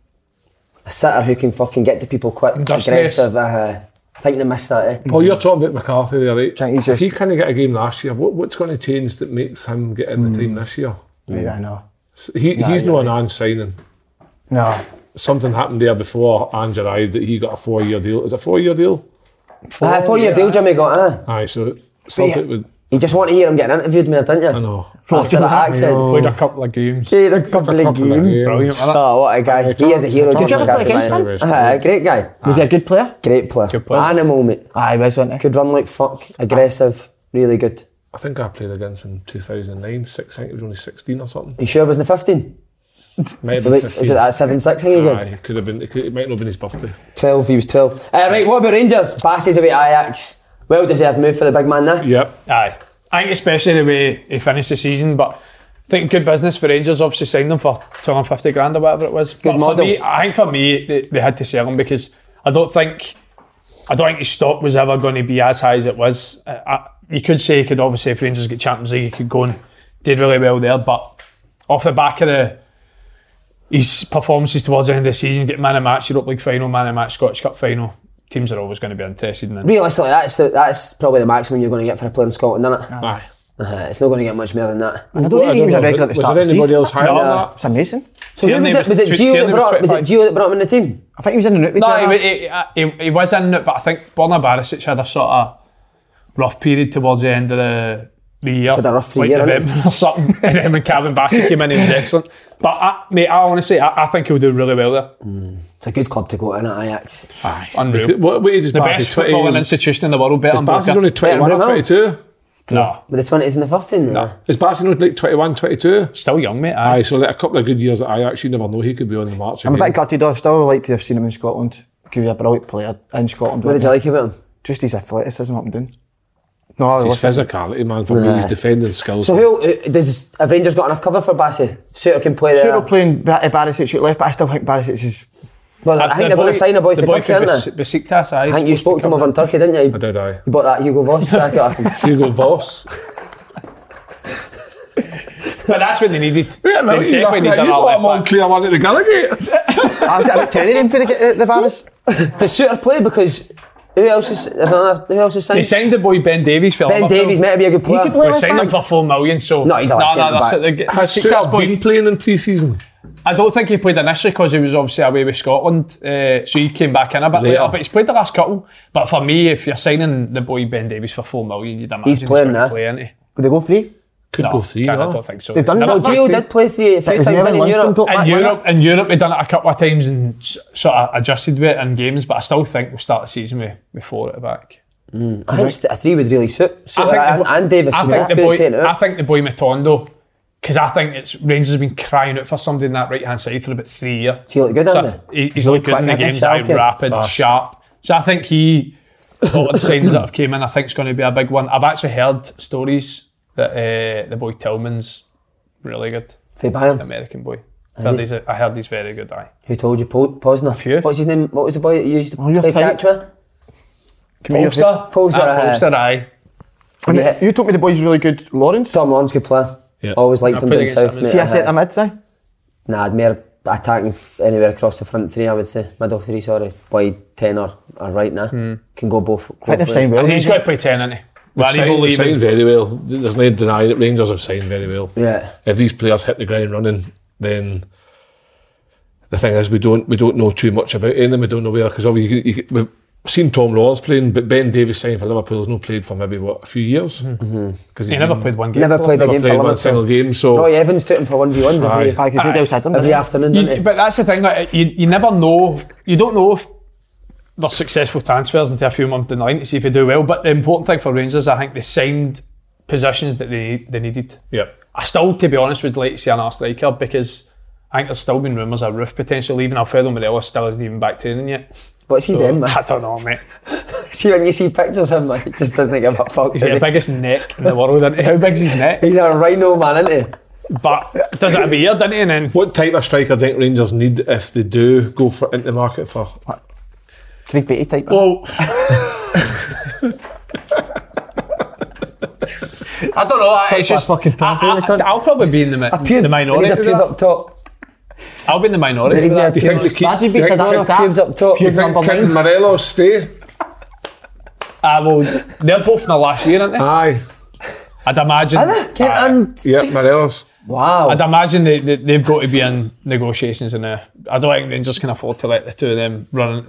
S3: a sitter who can fucking get to people quick,
S4: Industrious.
S3: aggressive. Uh, I think they missed that. Eh?
S6: Well, you're talking about McCarthy there, right?
S5: Think he's
S6: If he
S5: just-
S6: couldn't get a game last year, what, what's going to change that makes him get in the team this year?
S5: Yeah, I know.
S6: He, he's not an on signing.
S5: No.
S6: Something happened there before Ange arrived that he got a four year deal. Is it a four year deal?
S4: Oh,
S3: Aye, four-year Uh, deal Jimmy got. Uh.
S6: Aye, so something would.
S3: You just want to hear him getting interviewed, man, didn't you?
S6: I know.
S3: After that accent.
S4: Played a couple of games.
S5: Played a couple of
S6: Couple of
S5: games.
S6: games.
S4: Brilliant. wasn't it?
S3: Oh, what a guy. He is a hero.
S6: Did
S5: you ever play
S3: Jimmy
S5: against
S3: McCarthy,
S6: him?
S3: man. Aye, Uh, great guy.
S5: Was he a Ah. good player?
S3: Great player.
S4: player.
S3: Animal, mate.
S5: Aye, was, wasn't he?
S3: Could run like fuck. Aggressive. Really good.
S6: I think I played against him in 2009, six, I think he was only 16 or something.
S3: You sure it was the 15?
S6: Might have been
S3: Is it
S6: 15.
S3: that 7 6 thing again?
S6: Aye, it could have been, it, could, it might not have been his birthday.
S3: 12, he was 12. Uh, right, what about Rangers? Passes away at Ajax. Well deserved move for the big man there.
S6: Yep.
S4: Aye. I think especially the way he finished the season, but I think good business for Rangers. Obviously signed him for 250 grand or whatever it was. Good but
S3: model.
S4: For me, I think for me, they, they had to sell him because I don't think I don't think his stock was ever going to be as high as it was. Uh, I, you could say he could obviously if Rangers get Champions League, he could go and did really well there. But off the back of the his performances towards the end of the season, get man of match, Europa League final, man of match, Scottish Cup final. Teams are always going to be interested in him.
S3: Realistically, that's, the, that's probably the maximum you're going to get for a player in Scotland, isn't it?
S6: Aye.
S3: Uh, it's not going to get much more than that.
S5: I don't think he was a
S6: know,
S5: regular at the
S6: was
S5: start
S6: there
S5: of the
S6: anybody
S5: season.
S6: else higher
S4: No.
S6: than that?
S5: It's amazing.
S3: So who was
S4: Tierney
S3: it? Was it
S4: was-
S3: Gio that
S4: Tierney was
S3: brought? Was it
S4: 25.
S3: Gio that brought him in the team?
S5: I think he was in the Newtwich.
S4: No, he, he, he, he was in uh, it, but I think Borna Barisic had a sort of rough period towards the end of the, the year.
S3: had a rough
S4: like
S3: year,
S4: November or something. and then when Calvin Bassett came in, he was excellent. But I, mate, I honestly, I, I think he'll do really well there.
S3: It's a good club to go in at Ajax.
S6: Aye.
S4: Unreal.
S6: What, what age is
S4: The
S6: Barsi?
S4: best
S6: 20
S4: footballing institution in the world, better
S6: Is
S4: than
S6: Barsi's
S4: Barca.
S6: only 21
S3: Better
S6: or
S3: than
S6: 22?
S4: No,
S3: With the 20s in the first team? No.
S6: Is Barsi not like 21, 22?
S4: still young, mate. Aye.
S6: Aye, so like a couple of good years at Ajax, you never know, he could be on the march
S5: I'm a
S6: again.
S5: bit gutted. I still would like to have seen him in Scotland. 'cause He was a brilliant player in Scotland.
S3: What did you
S5: wasn't
S3: like about him?
S5: he? Just his athleticism up and down. No,
S6: His
S5: listen,
S6: physicality, man, for me, his
S3: Aye.
S6: defending skills.
S3: So who, who does have Rangers got enough cover for Bassi? Suter can play there.
S5: Sure, we're playing Bar- Barisic at left, but I still think Barisic is.
S3: Well, I, think they're going to sign a boy for
S4: the boy
S3: Turkey, aren't
S4: Bes-
S3: they?
S4: Besiktas, aye.
S3: I think you spoke to him over in Turkey, didn't you?
S6: I did, aye.
S3: You bought that Hugo Boss jacket off him.
S6: Hugo Voss.
S4: But that's what they needed.
S6: Wait
S4: they
S6: a minute, you
S4: definitely
S6: laughing
S4: needed
S6: at- you
S4: that
S6: bought him
S4: left
S6: on
S4: back.
S6: clear one at the Gallagher.
S5: I've got a bit telling him for the, uh, the, the Baris.
S3: Does Suter play because who else is there's another, who else is
S4: They
S3: signed?
S4: signed the boy Ben Davies for
S3: Ben
S4: Liverpool.
S3: Davies might be a good player.
S5: could play
S4: We signed him for four million, so
S3: No, he's a
S4: no,
S3: centre
S4: no, that's
S3: back.
S4: it. They get-
S6: Has
S4: Besiktas
S6: Suter
S4: boy-
S6: been playing in pre-season?
S4: I don't think he played initially because he was obviously away with Scotland, uh, so he came back in a bit later.
S6: Later.
S4: But he's played the last couple. But for me, if you're signing the boy Ben Davies for four million, you'd imagine
S3: playing
S4: he's
S3: now.
S4: going to play, isn't he?
S5: Would they go free?
S6: Could
S4: No,
S6: go three,
S4: I
S6: no.
S4: don't think so.
S5: They've done
S4: They've
S5: that.
S4: done
S3: Gio did play three a few
S5: It was
S3: times
S5: never
S3: in
S5: Lundstrom
S3: Europe.
S5: dropped
S4: In
S5: back, wasn't
S4: Europe, in Europe, they've done it a couple of times and s- sort of adjusted with it in games. But I still think we'll start the season with, with four at the back.
S3: I think st- a three would really suit. Suter and,
S4: the boy-
S3: uh, and Davies.
S4: I
S3: to be
S4: think
S3: honest,
S4: the
S3: they'd
S4: boy.
S3: take it out.
S4: I think the boy Matondo. Because I think it's Rangers have been crying out for somebody in that right hand side for about three years.
S3: Does he look good,
S4: So
S3: hasn't
S4: I th- he- he's looked good in the
S3: quick, isn't he?
S4: games. Eye
S3: Sharp, yeah.
S4: rapid, sharp. So I think he. A lot of the signings that have came in, I think, is going to be a big one. I've actually heard stories that uh, the boy Tillman's really good,
S3: For Bayern.
S4: American boy. I heard, he's a, I heard he's very good. Aye.
S3: Who told you? Po- Posner.
S4: few.
S3: What's his name? What was the boy that you used to
S5: you're
S3: play
S5: tight.
S3: catch with?
S4: Polster,
S3: Polster,
S4: Ah,
S3: aye.
S4: Polster, aye.
S5: And
S3: Yeah.
S5: You told me the boy's really good, Lawrence.
S3: Tom Lawrence could play.
S6: Yeah.
S3: Always liked
S4: I
S3: him
S4: played
S3: down
S4: against
S3: south,
S4: him in
S3: mate.
S5: See, I
S3: Uh,
S5: said a mid, say.
S3: Nah, I'd more attacking f- anywhere across the front three, I would say. Middle three, sorry. Wide ten or, or right now.
S4: Hmm.
S3: Can go both. both
S5: I think they've
S3: ways.
S5: signed
S4: I
S5: well.
S4: think he's got to play ten, isn't he? Larry will
S6: Signed,
S4: leave him.
S6: signed very well. There's no denying that Rangers have signed very well.
S3: Yeah.
S6: If these players hit the ground running, then the thing is we don't we don't know too much about any of them. We don't know where because obviously you, you, we've seen Tom Lawrence playing, but Ben Davies signed for Liverpool has not played for maybe what a few years because
S4: He never played one game.
S3: Never played a
S6: never
S3: game for
S6: played one
S3: Liverpool. Oh,
S6: single game. So
S3: Roy Evans took him for 1v1s every,
S5: Aye, because
S4: Aye.
S5: who else had him?
S3: every afternoon,
S4: You-
S3: didn't he?
S4: but that's the thing. Like, you, you never know. You don't know if they're successful transfers until a few months down the line to see if they do well. But the important thing for Rangers, I think they signed positions that they they needed.
S6: yeah,
S4: I still, to be honest, would like to see an arse striker because I think there's still been rumours of Roof potential leaving. Alfredo Morelos still isn't even back training yet.
S3: What's he doing, man?
S4: I don't know, mate.
S3: See, when you see pictures of him, like, he just doesn't give a fuck.
S4: He's got the
S3: does he?
S4: biggest neck in the world, isn't he? How big's his neck?
S3: He's a rhino man, isn't he?
S4: But does it every year, doesn't he? And then
S6: what type of striker do you think Rangers need if they do go for into the market for?
S4: Oh,
S5: Craig Beatty type.
S6: Well,
S4: I don't know. I,
S5: Touch
S4: it's
S5: my
S4: just
S5: fucking
S4: I,
S5: toffee, you cunt.
S4: will probably be in the, mi- the
S3: They need
S4: minority.
S3: a
S4: for
S3: pube
S4: that.
S3: up top.
S4: I'll be in the
S3: They
S4: minority.
S3: need
S4: for
S3: their
S4: that.
S6: think they
S3: pubes.
S6: keep-
S5: Imagine being
S6: do you
S5: said
S6: think-
S5: that on
S6: do you
S3: Pubes
S5: that.
S3: up top.
S6: You think
S5: number
S6: King
S5: nine.
S6: Morelos stay?
S4: I will. They're both in the last year, aren't they?
S6: Aye.
S4: I'd imagine.
S3: Aye, Kent
S4: Aye.
S3: and
S6: Yep, Morelos.
S3: wow.
S4: I'd imagine they, they, they've got to be in negotiations and uh, I don't think Rangers can afford to let the two of them run.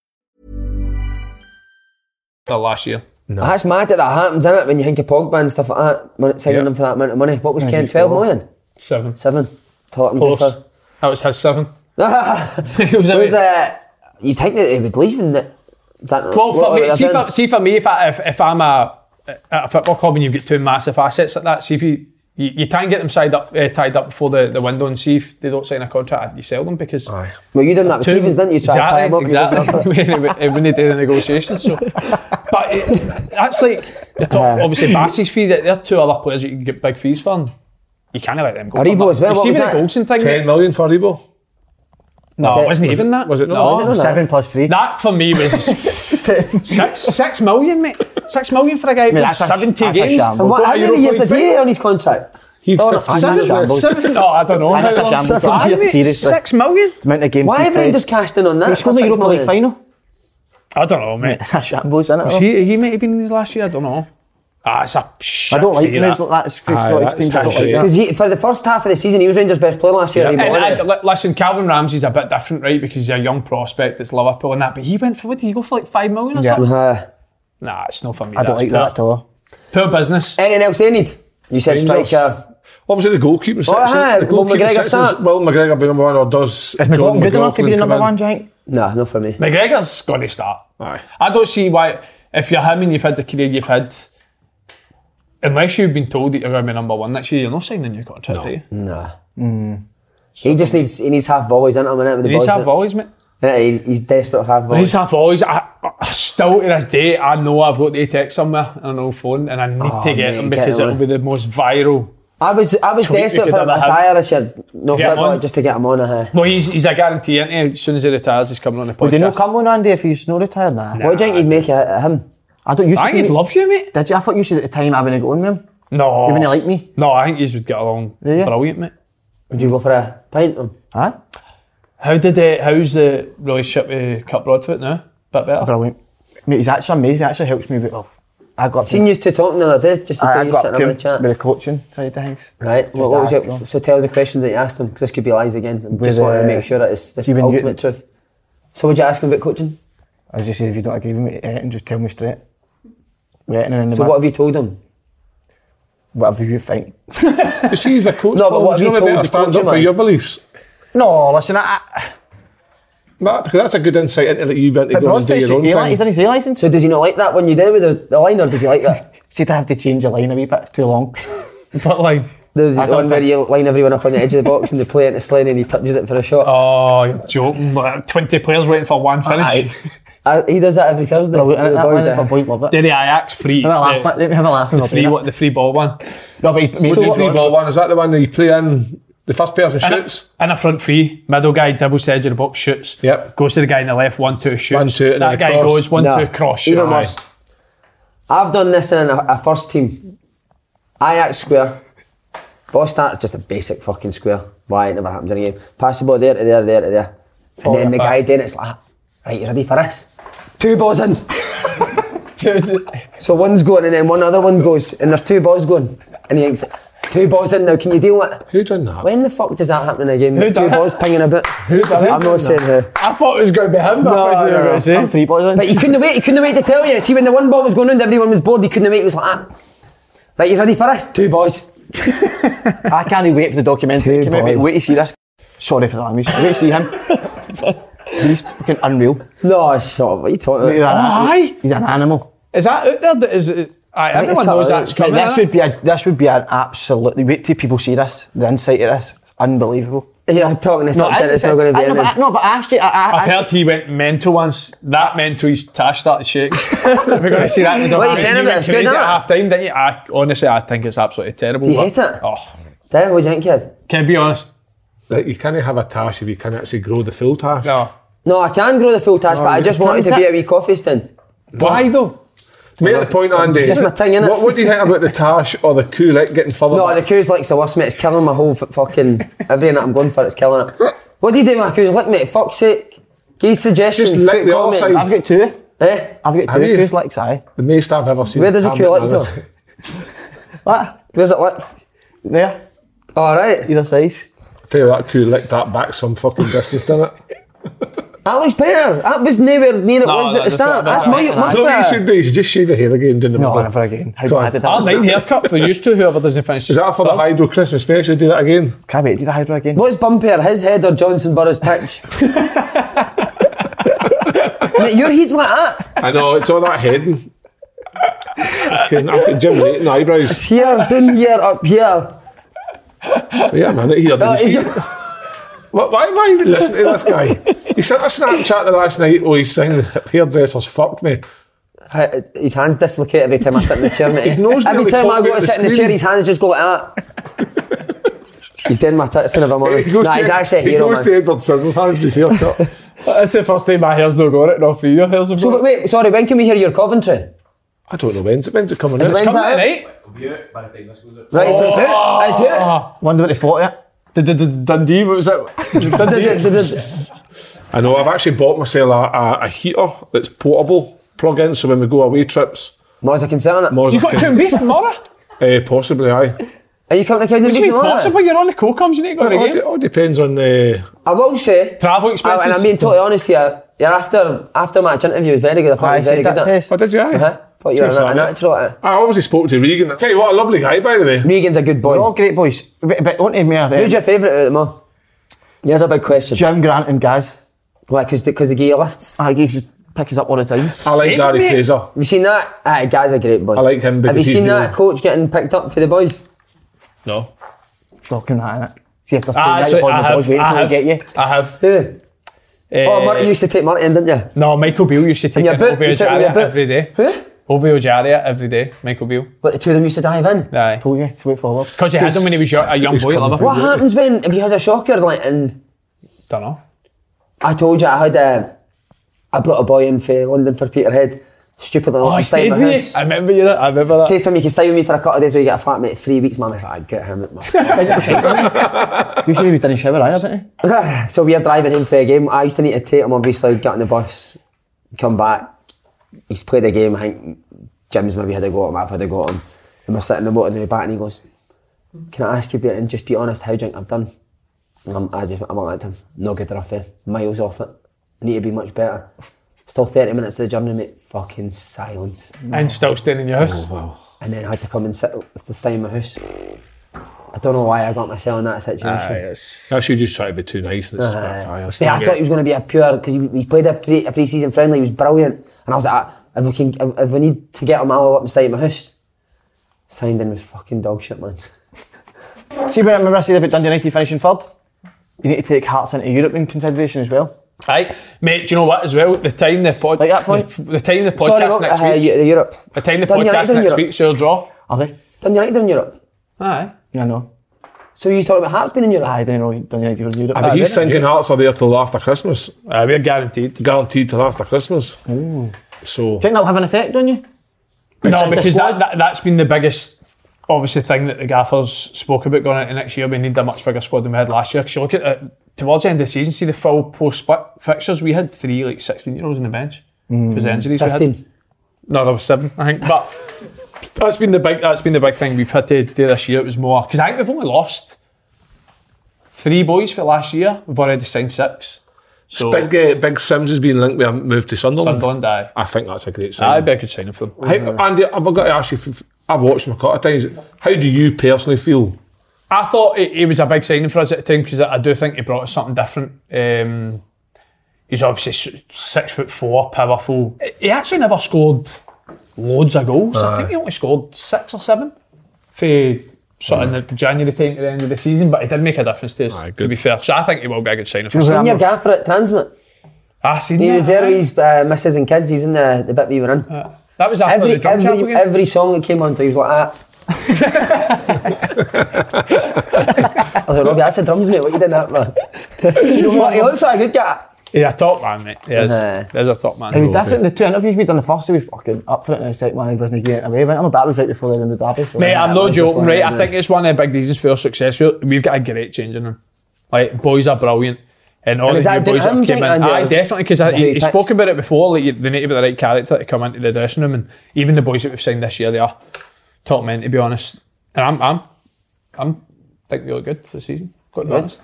S4: The last year.
S3: That's mad that that happens, isn't it? When you think of Pogba and stuff like that, when- signing
S4: Yeah.
S3: him for that amount of money. What was
S5: Yeah,
S3: Kent?
S5: just
S3: 12
S5: four.
S3: million?
S4: Seven.
S3: 7?
S4: Close. That was his seven. It was
S3: Would,
S4: about-
S3: uh, you'd think that they would leave and that. Is that not-
S4: well, for
S3: what-
S4: me,
S3: what
S4: see,
S3: they're
S4: for,
S3: doing?
S4: see for me, if, I, if, if I'm a, at a football club and you've got two massive assets like that, see if you, you, you try and get them side up, uh, tied up before the, the window and see if they don't sign a contract, you sell them because.
S6: Aye.
S3: Well, you done that with
S4: Two-
S3: Stevens, didn't you? Try
S4: exactly,
S3: to tie him up.
S4: exactly. we, we need to do the negotiations. So, but it, that's like you're talking,
S3: Yeah.
S4: obviously Bassi's fee. That they're two other players that you can get big fees from. You can't let them go.
S3: Aribo
S4: for that.
S3: as well,
S4: You
S3: what
S4: see
S3: was
S4: with the Goldson thing.
S6: 10 million for Rebo.
S4: no,
S3: Okay.
S4: it wasn't even that.
S6: was it
S4: No,
S6: not? Was
S3: not?
S6: it
S5: Seven plus three.
S4: that for me was six six million, mate. Six million for a guy who
S5: Mate,
S4: played
S5: that's a-
S4: seventy
S5: that's a
S4: games.
S5: shambles.
S3: And what,
S4: Got
S3: how
S4: a
S3: many years
S4: Europa
S3: did he
S4: League
S3: on his contract?
S6: He'd
S3: Oh, no,
S6: fifty-
S3: I know
S6: seven,
S5: shambles.
S4: Seven? No, I don't know.
S5: Aye, that's a
S4: How
S5: shambles.
S4: long-
S5: That's a
S4: Aye, mate,
S5: seriously.
S4: Six million?
S5: The amount of games
S3: Why
S5: he
S3: have
S5: played.
S3: Rangers cashed in on that?
S5: He scored
S3: for six
S5: the Europa League
S3: million?
S5: final.
S4: I don't know, mate.
S5: That's shambles, isn't it?
S4: He, he might have been in his last year. I don't know. Ah, it's a shit
S5: Oh. I don't like
S4: fee,
S5: moves
S4: that.
S5: like that. It's for
S6: Aye,
S5: Scottish
S6: that's
S5: teams. I don't
S6: actually-
S5: like that.
S3: Because he- for the first half of the season, he was Rangers' best player last year.
S6: Yeah.
S3: he
S4: And,
S3: won
S5: eh?
S3: it.
S4: and li- listen, Calvin Ramsey's a bit different, right? Because he's a young prospect, it's Liverpool and that. But he went for what did he go for like five million or
S5: Yeah.
S4: something?
S3: Uh,
S4: Nah, it's not for me.
S5: I don't like that at all.
S4: Poor business.
S3: anything else they need? You said
S6: Rangers.
S3: striker.
S6: Obviously, the goalkeeper section.
S3: Oh, aye,
S6: the
S3: will McGregor
S6: section's-
S3: start?
S6: Will McGregor be number one, or does
S5: Is
S6: John
S5: McLaughlin good enough to
S6: McLaughlin
S5: be number
S6: come
S5: one,
S6: in?
S5: do you think?
S3: Nah, not for me.
S4: McGregor's going to start.
S6: Aye.
S4: I don't see why, if you're him and you've had the career you've had, unless you've been told that you're going to be number one next year, you're not signing a new contract, are you?
S3: Nah. He just needs he needs half volleys into him a minute with the
S4: He needs
S3: balls.
S4: to have volleys, mate.
S3: Yeah, he, he's desperate for half
S4: He
S3: volleys.
S4: needs to have volleys. I, I still, to this day, I know I've got the text somewhere on an old phone and I need to get
S3: Oh, mate, get
S4: them because
S3: it
S4: it'll
S3: on.
S4: be the most viral
S3: I was I was
S4: Tweet we
S3: desperate
S4: could
S3: for him to
S4: ever have.
S3: retire this year. No
S4: get him
S3: football,
S4: on.
S3: just to get him on. Uh,
S4: No, he's, he's a guarantee, isn't he? As soon as he retires, he's coming on the podcast.
S5: Would you not come on, Andy, if he's not retired? Nah.
S3: what do you think he'd make of him?
S5: I don't. You
S4: I think he'd
S5: should.
S4: love you, mate.
S5: Did you? I thought you should at the time I wouldn't go on with him.
S4: No.
S5: You wouldn't like me.
S4: No, I think you would get along
S5: you?
S4: brilliant, mate.
S3: Would you go for a pint? with him?
S5: Aye.
S4: How did uh, how's the relationship with Cut Broadfoot now? Bit better?
S5: Oh, Brilliant. Mate, he's actually amazing. He actually helps me with. Oh, I got.
S3: Seen you two talking the other day, just to
S5: I,
S3: tell
S5: I
S3: you
S5: got up
S3: sitting
S5: to
S3: on the
S5: him
S3: chat.
S5: with the coaching side of things.
S3: Right, what,
S5: Just
S3: what was
S5: ask
S3: it?
S5: him.
S3: So tell us the questions that you asked him, because this could be lies again. I'm just
S5: With,
S3: wanted to
S5: uh,
S3: make sure that it's the
S5: Stephen
S3: ultimate
S5: Newton.
S3: truth. So would you ask him about coaching?
S5: I was just saying, if you don't agree with me, eh, and just tell me straight. Right, and then in the
S3: So
S5: back,
S3: what have you told him?
S5: whatever you think.
S6: You see, he's a coach.
S3: No, but
S6: Paul,
S3: what
S6: you
S3: have
S6: know
S3: you
S6: better
S3: told the
S6: stand up
S3: coaching
S6: for your
S3: lads?
S6: beliefs.
S5: No, listen, I, I,
S6: That, because that's a good insight into that you've been to
S5: but
S6: go and do
S5: Broadfoot's
S6: your own
S5: A- he's
S6: thing.
S5: on his A licence.
S3: So does he not like that when you did with the, the line, or does he like that?
S5: See, to have to change the line a wee bit, it's too long.
S4: But like,
S3: The, the
S5: I don't
S3: one where
S5: think-
S3: you line everyone up on the edge of the box and they play it in the sling and he touches it for a shot.
S4: oh, you're joking. Like, 20 players waiting for one finish.
S5: Aye.
S3: I, Uh, he does that every Thursday.
S5: Brilliant,
S3: with
S5: isn't it?
S3: the
S5: That
S3: boys
S5: one,
S3: there.
S5: my boys love it.
S4: Did the Ajax free?
S5: Have a laugh,
S4: the,
S5: let me have a laugh. and I'll
S4: free
S5: do
S4: what,
S5: that.
S4: the free ball one.
S5: No, but he, mate,
S6: Would you
S5: what-
S6: three ball one? Is that the one that you play in? The first person
S4: In a,
S6: shoots?
S4: in a front three, middle guy doubles to the edge of the box, shoots.
S6: Yep.
S4: Goes to the guy in the left, one, two, shoots.
S6: One, two, and then
S4: that
S6: a
S4: guy
S6: cross.
S4: goes, one,
S3: Nah,
S4: two, cross.
S3: even
S4: shoot.
S3: worse. I've done this in a, a first team. Ajax square. Ball start's just a basic fucking square. Why it never happens in a game. Pass the ball there to there, there to there. And
S4: Ball
S3: then
S4: it
S3: the
S4: back.
S3: guy, then it's like, right, you ready for this? Two balls in. so one's going and then one other one goes and there's two balls going. And he thinks, two balls in now, can you deal with it?
S6: Who done that?
S3: When the fuck does that happen in a game?
S4: Who
S3: two
S4: done it?
S3: balls pinging a bit.
S4: Who done it?
S3: I'm not saying who.
S4: I thought it was going to be him, but I thought you were going to say.
S5: three boys in.
S3: But he couldn't wait, he couldn't wait to tell you. See, when the one ball was going round, everyone was bored, he couldn't wait, he was like, ah. Right, you ready for this? Two boys.
S5: I can't wait for the documentary
S3: Two
S5: to come out. mate.
S3: boys.
S5: Wait to see this. Sorry for the language. Wait to see him. He's fucking unreal.
S3: No, shut up, what are you talking
S5: He's an,
S3: about?
S4: Aye.
S5: he's an animal.
S4: Is that out there? That is it? Aye,
S3: it's
S4: everyone
S3: probably-
S4: knows that's
S3: Mate,
S4: coming.
S5: this
S4: innit?
S5: would be a this would be an absolutely wait till people see this. The insight of this, It's unbelievable.
S3: You're talking this up,
S5: I-
S3: then it's not going to be
S5: I, no,
S3: anything.
S5: but, I- no, but actually, I, I,
S4: I've
S5: I-
S4: heard he went mental once. That mental, his tash started shaking. We're going to see that in the
S3: What are you saying about it? It's good,
S4: at
S3: isn't it?
S4: half time, didn't you? I, honestly, I think it's absolutely terrible.
S3: Do you
S4: but-
S3: hate it?
S4: Oh,
S3: Then what do you think, Kev?
S4: can I be honest?
S6: Like, you can't have a tash if you can't actually grow the full tash.
S4: No.
S3: No, I can grow the full tash, but I just wanted to be a wee coffee stin.
S4: Why though?
S6: Make the point, Andy.
S3: Just my thing, innit?
S6: What, what do you think about the tash or the coolet getting further?
S3: No, the
S6: back?
S3: coos lick's the worst, mate. It's killing my whole f- fucking. Every night I'm going for it's killing it. What do you do with my coos lick, mate? Fuck's sake. Give suggestions.
S6: Just lick
S3: quick
S6: the
S3: comment.
S6: other
S5: I've got two.
S3: Eh?
S5: I've got
S6: Have
S5: two.
S6: you?
S5: Who's likes I?
S6: the most I've ever seen.
S3: Where does the
S6: Cabinet
S3: coolet
S6: Brothers.
S3: go?
S5: What?
S3: Where's it licked?
S5: There,
S3: Alright.
S5: either size.
S6: Tell you that could lick that back some fucking distance, didn't it?
S3: That looks better. That was nowhere near it
S4: No,
S3: was at the
S4: that's
S3: start.
S4: not
S3: That's
S4: better.
S3: my, much
S6: So what you
S3: better.
S6: should do is you just shave your hair again down the
S5: No,
S6: middle.
S5: never again. How
S6: Go on.
S5: bad did that?
S4: Our nine haircut for used to whoever doesn't finish.
S6: Is that for the hydro Christmas special? Do that again?
S5: Can't wait. Did I hydra again?
S3: What's bumpier, his head or Johnson Burrow's pitch? mate, your head's like that.
S6: I know, it's all that heading. It's fucking, I've got Jim Leighton eyebrows.
S3: Here, down here, up here.
S6: Wait a minute here, did you
S3: That is
S6: see? What, why am I even listening to this guy? He sent a Snapchat the last night, oh, he's saying hairdressers fucked me.
S3: Hi- His hands dislocate every time I sit in the chair, mate.
S6: His nose
S3: every
S6: nearly
S3: time I
S6: popped
S3: go
S6: out
S3: to
S6: the
S3: sit in the chair,
S6: screen.
S3: his hands just go like that. he's doing my tits in if I'm honest.
S6: He goes,
S3: Nah,
S6: to,
S3: he's actually a
S6: he
S3: hero,
S6: goes
S3: man.
S6: to Edward Scissorhands with his haircut.
S4: That's the first time my hair's not got it, not for your hair's
S3: So, but wait, sorry, when can we hear your Coventry?
S6: I don't know when's it, when's it coming
S3: Is
S6: out?
S3: it when's
S6: It's
S3: that
S6: coming
S3: out?
S4: Right?
S3: Right, so it's
S6: Oh.
S4: Oh.
S3: out. It's out.
S5: Wonder what they thought of it.
S4: Dundee, what was it?
S6: I know, I've actually bought myself a, a, a heater that's portable, plug in, so when we go away trips,
S3: Mars, I can sit on it.
S6: Moz
S4: You got to be tomorrow?
S6: Eh, possibly, aye.
S3: Are you coming to Cowden
S4: It's
S3: Beach
S4: even
S3: tomorrow?
S4: possible. You're on the co-coms. You need to go
S6: Well,
S4: to
S6: It
S4: the
S6: all, de-
S4: game.
S6: all depends on eh, the.
S3: I will say,
S4: Travel
S3: I,
S4: expenses.
S3: and I'm being totally honest here, your after, after match interview was very good. I thought
S5: I
S3: it was very
S5: said
S3: good.
S5: that
S3: at-
S5: test.
S6: Oh, did you? Aye?
S3: Huh? Thought you were
S6: Cheers
S3: a,
S6: for
S3: a
S6: that.
S3: natural at it.
S6: I obviously spoke to Regan. I tell you what, a lovely guy, by the way.
S3: Regan's a good boy.
S5: They're all great boys. But, but onto me.
S3: Who's your favourite out of them all? Here's a big question.
S5: Jim Grant and Ah, Gaz.
S3: Why? Because the, 'cause they give you lifts.
S5: I used to pick us up all the time.
S6: I like Gary
S4: mate.
S6: Fraser.
S3: Have you seen that? Ah, guy's a great boy.
S6: I like him
S3: Have you
S6: because he's
S3: seen that
S6: new.
S3: coach getting picked up for the boys?
S4: No.
S5: Fucking that, innit? See if they're too
S4: Ah,
S5: nice
S4: so
S5: upon
S4: I
S5: the boys,
S4: have.
S5: wait
S4: I
S5: till they
S4: have.
S5: get you.
S4: I have.
S3: Who? oh,
S4: eh,
S3: Martin used to take Martin, in, didn't you?
S4: No, Michael Beale used to take
S3: your
S4: an
S3: boot,
S4: over
S3: you took in your
S4: Ojaria
S3: boot.
S4: every day.
S3: Who?
S4: Over Ojaria every day, Michael Beale.
S3: But the two of them used to dive in.
S4: Aye.
S5: Told you, so wait forward.
S4: Because you had him when he was yo- a young
S6: He's
S4: boy at
S6: coming
S4: Liverpool.
S3: What happens when if you had a shocker like and
S4: Don't know.
S3: I told you I had a I brought a boy in for London for Peterhead. Stupid little
S4: Oh, he stayed
S3: at
S4: with
S3: my
S4: you.
S3: house.
S4: I remember you. I remember that.
S3: Says to him, you can stay with me for a couple of days where you get a flatmate three weeks, man. I said, I get him at
S5: You should have been in the shower, I haven't you?
S3: my So we are driving in for a game. I used to need to take him obviously, get on the bus, come back. He's played a game, I think Jim's maybe had a go at him, I've had a go at him. And we're sitting in the motor now back and he goes, Can I ask you a bit and just be honest, how do you think I've done? And I'm, I just I'm like him, not good enough, eh? Miles off it. Need to be much better. Still 30 minutes of the journey, mate. Fucking silence.
S4: And still staying in your house.
S3: and then I had to come and sit at the same house. I don't know why I got myself in that situation.
S6: I should just try to be too nice and it's just backfire. It's
S3: yeah, I
S6: not
S3: thought
S6: good.
S3: he was going to be a pure because he, he played a, pre, a pre-season friendly. He was brilliant, and I was like, "Ah, if we can, if, if we need to get him, I'll let him stay at my house. Signed in was fucking dog shit, man.
S5: See, but remember I said about Dundee United finishing third? You need to take Hearts into Europe in consideration as well.
S4: Right, mate. Do you know what? As well, the time the pod,
S5: Like that point?
S4: the, the time the podcast
S3: Sorry, what-
S4: next
S3: uh,
S4: week,
S3: Eu- Europe.
S4: the time the
S3: Done your
S4: podcast
S3: right in
S4: next
S3: Europe.
S4: week's your draw.
S5: Are they?
S3: Done United in Europe.
S4: Aye.
S5: I know.
S3: So you talking about Hearts being in Europe?
S5: I didn't know Dundee United were in Europe.
S6: But he's
S4: didn't
S6: thinking hearts are there till after Christmas.
S4: Aye, we're Uh, guaranteed.
S6: Guaranteed till after Christmas.
S5: Do
S6: So
S5: you think that'll have an effect on you?
S4: No,
S5: Since the
S4: because
S5: squad-
S4: that, that that's been the biggest obviously thing that the gaffers spoke about going into next year. We need a much bigger squad than we had last year. Because you look at it, towards the end of the season, see the full post split fixtures. We had three like sixteen year olds on the bench because the injuries we had.
S3: Mm. Fifteen.
S4: No, there was seven, I think. But that's been the big that's been the big thing we've had to do this year. It was more because I think we've only lost three boys for last year. We've already signed six. So
S6: Big, uh, Big Sims has been linked with a move to Sunderland.
S4: Sunderland, aye.
S6: I think that's a great
S4: I'd
S6: sign.
S4: be a good signing for them.
S6: How, Andy, I've got to ask you, f- I've watched him a couple of times. How do you personally feel?
S4: I thought it, it was a big signing for us at the time because I, I do think he brought us something different. Um, he's obviously s- six foot four, powerful. He actually never scored loads of goals. I think he only scored six or seven for sort of in the January time to the end of the season, but it did make a difference to us. to
S6: Aye, good.
S4: be fair, so I think he will be a good signing for
S3: He
S4: us.
S3: was senior gaffer at Transmit.
S4: I seen
S3: He
S4: that.
S3: was there with his uh, misses and kids. He was in the, the bit we were in.
S4: That was after
S3: every
S4: Uh, the drum chapel
S3: every,
S4: game.
S3: every song that came on, till he was like "Ah." that. I was like, Robbie, that's the drums, mate. What you doing that, man? Well, he looks like a good guy.
S4: He's a top man, mate. He is.
S3: Aye.
S4: There's a top man.
S5: It was different. The two interviews we done, the first, he was fucking up for it, and the second one, he wasn't getting away with it. I'm a bit, I was right before the New Derby. so-
S4: Mate,
S3: Yeah,
S4: I'm not
S3: like
S4: joking,
S3: before
S4: right?
S3: they
S4: I think
S3: announced-
S4: it's one of the big reasons for our success. We- We've got a great change in him. Like, boys are brilliant. And all
S3: And is
S4: the new
S3: that down
S4: boys that
S3: him,
S4: have came in.
S3: think, Andy,
S4: Aye,
S3: or-
S4: definitely, because
S3: Who he
S4: he, he spoke
S3: picks?
S4: about it before. Like, you- they need to be the right character to come into the dressing room. And even the boys that we've signed this year, they are top men, to be honest. And I'm, I'm, I'm, think we look good for the season, quite
S3: Good.
S4: honest.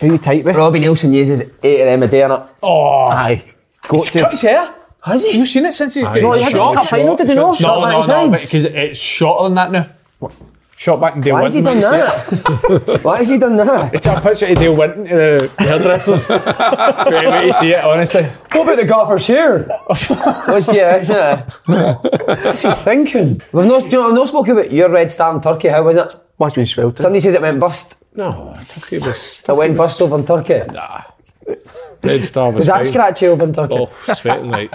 S5: Who you tight with?
S3: Robbie Nielsen uses eight of them a day, innit?
S4: Oh,
S5: Aye. Go
S4: he's cut his hair. Has he? You've seen it since he's
S6: Aye,
S4: been
S6: he's
S4: shot.
S6: had a
S5: cup final, did he not?
S4: No,
S5: Shot back
S4: no,
S5: his
S4: no,
S5: sides.
S4: because it's shorter than that now. Shot back in day
S3: Why
S4: one.
S3: has he
S4: mate,
S3: done
S4: see it?
S3: that? Why has he done that?
S4: It's a picture of Dale Winton to the hairdressers. Great way to see it, honestly.
S5: What about the golfers here?
S3: What's your, what's your-
S5: What's he thinking?
S3: we've not, do you know, we've not spoken about your Red Star in Turkey. How was it?
S5: Must have been sweltering.
S3: Somebody says it went bust.
S6: No, I think it was
S3: It went bust over in Turkey.
S6: Red Star was
S3: Was that
S6: fine.
S3: scratchy over in Turkey?
S6: Oh, sweating like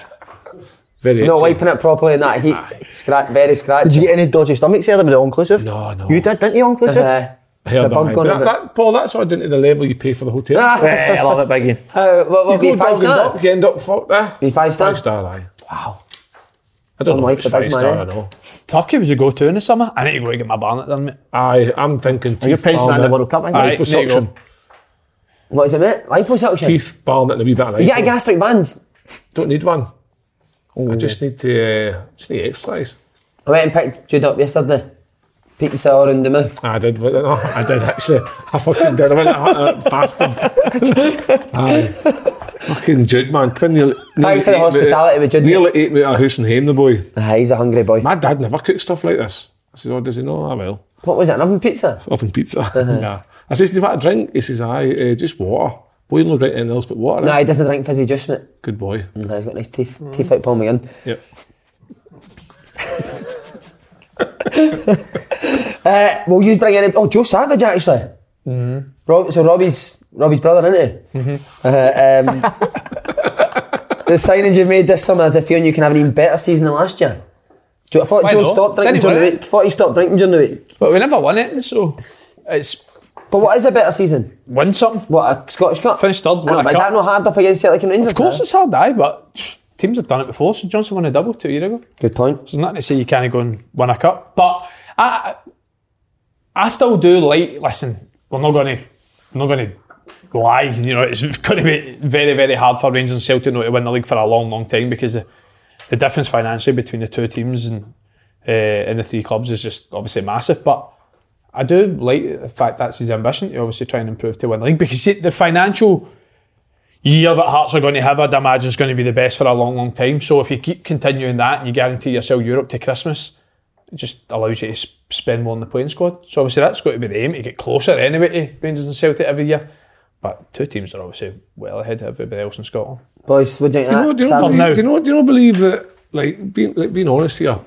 S6: very.
S3: Not
S6: itchy.
S3: wiping it properly in that heat. Scratch, very scratchy.
S5: Did you get any dodgy stomachs there with the all-inclusive?
S6: No, no.
S5: You did, didn't you, all-inclusive?
S3: Uh,
S6: Heard
S3: a
S6: that,
S3: bug
S6: aye.
S3: gone
S6: That-
S3: a bit.
S6: that- Paul, that's all down to the level you pay for the hotel.
S3: Ah,
S5: Eh, I love it, Biggie.
S3: how- what, what, were
S6: you
S3: you
S6: go
S3: five
S6: down and
S3: star?
S6: up, you end up fucked eh? there.
S3: Were you five star?
S6: Five star, aye. Wow. I don't
S3: Some
S6: know
S3: life
S6: if it's
S3: for big
S6: five
S3: man,
S6: star
S3: eh?
S6: or not.
S4: Turkey was a go to in the summer. I need to go and get my barnet done, mate.
S6: Aye, I'm thinking teeth.
S5: Your pension
S6: barnet,
S5: at the World Cup, ain't
S4: Aye,
S5: you?
S4: there you go.
S6: Liposuction.
S3: What is it, mate? Liposuction.
S6: Teeth, barnet, and a wee bit of
S3: You get a
S6: lipo.
S3: gastric band.
S6: Don't need one. I just need to uh, just need exercise.
S3: I went and picked Jude up yesterday. Pete and Sour in the mouth.
S6: I did, but no, I did actually. I fucking did. I went, "Ah, that bastard. Aye. Fucking Jude, man. Quinn nearly, nearly
S3: Thanks for the
S6: ate me out-
S3: hospitality with Jude.
S6: Nearly ate me out of house and home, the boy.
S3: Ah, he's a hungry boy.
S6: My dad never cooked stuff like this. I said, oh, does he know? I will.
S3: What was it, an oven pizza?
S6: Often pizza.
S3: Uh-huh.
S6: yeah. I says, do you want a drink? He says, aye, uh, just water. Boy, you don't drink anything else but water.
S3: No,
S6: eh?
S3: he doesn't drink fizzy juice, mate.
S6: Good boy.
S3: No, he's got nice teeth.
S4: Hmm.
S3: Teeth out Paul McGinn.
S6: Yep.
S3: Uh, will you bring any... Oh, Joe Savage, actually. Mm.
S4: Hmm.
S3: Rob, so Robbie's Robbie's brother, isn't he? Mm-hmm. Uh, um, the signings you've made this summer is if you and you can have an even better season than last year. Joe, I thought
S4: Why
S3: Joe
S4: not?
S3: stopped drinking
S4: Didn't
S3: during
S4: he
S3: the
S4: win it?
S3: week. thought he stopped drinking during the week.
S4: But we never won it, so it's
S3: But what is a better season?
S4: win something.
S3: What, a Scottish Cup?
S4: Finished third,
S3: I know,
S4: won a
S3: but is
S4: cup.
S3: that not hard up against Celtic and Rangers?
S4: Of course, it's hard, aye, but teams have done it before. So Johnson won a double two years ago. So
S3: Good point.
S4: there's nothing to say you can't go and win a cup. But I, I still do like, listen, we're not going to, I'm not going to lie. You know, it's going to be very, very hard for Rangers and Celtic not to win the league for a long, long time because the, the difference financially between the two teams and uh, and the three clubs is just obviously massive. But I do like the fact that's his ambition to obviously try and improve to win the league because see, the financial year that Hearts are going to have, I'd imagine, is going to be the best for a long, long time. So if you keep continuing that and you guarantee yourself Europe to Christmas, it just allows you to s- spend more on the playing squad. So obviously that's got to be the aim to get closer anyway to Rangers and Celtic every year. But two teams are obviously well ahead of everybody else in Scotland.
S3: Boys, what do you think
S6: Do you, know,
S3: of
S6: do,
S3: that?
S6: you know,
S4: Sam.
S6: believe-
S4: Now-
S6: do you know? Do you know? Believe that? Like being like being honest here,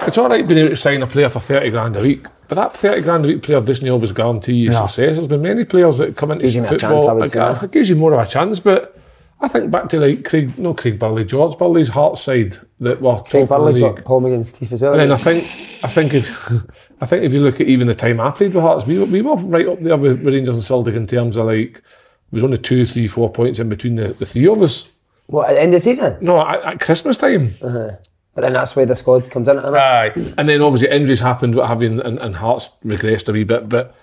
S6: it's all right being able to sign a player for thirty grand a week, but that thirty grand a week player doesn't always guarantee you success. There's been many players that come into
S3: Gives you a chance,
S6: football.
S3: I would
S6: it
S3: say
S6: gi-
S3: that.
S6: it gives you more of a chance, but I think back to like Craig, no Craig Burley, George Burley's heart side that were
S3: Craig
S6: top of
S3: Burley's
S6: the
S3: got
S6: league.
S3: Paul McGinn's teeth as well.
S6: And then I
S3: hasn't
S6: think I think if I think if you look at even the time I played with Hearts, we were, we were right up there with Rangers and Celtic in terms of like it was only two, three, four points in between the, the three of us.
S3: he? What, at the end of the season?
S6: No, at, at Christmas time.
S3: But then that's where the squad comes in. innit?
S4: Aye.
S6: And then obviously injuries happened, what have you, and, and, and Hearts regressed a wee bit. But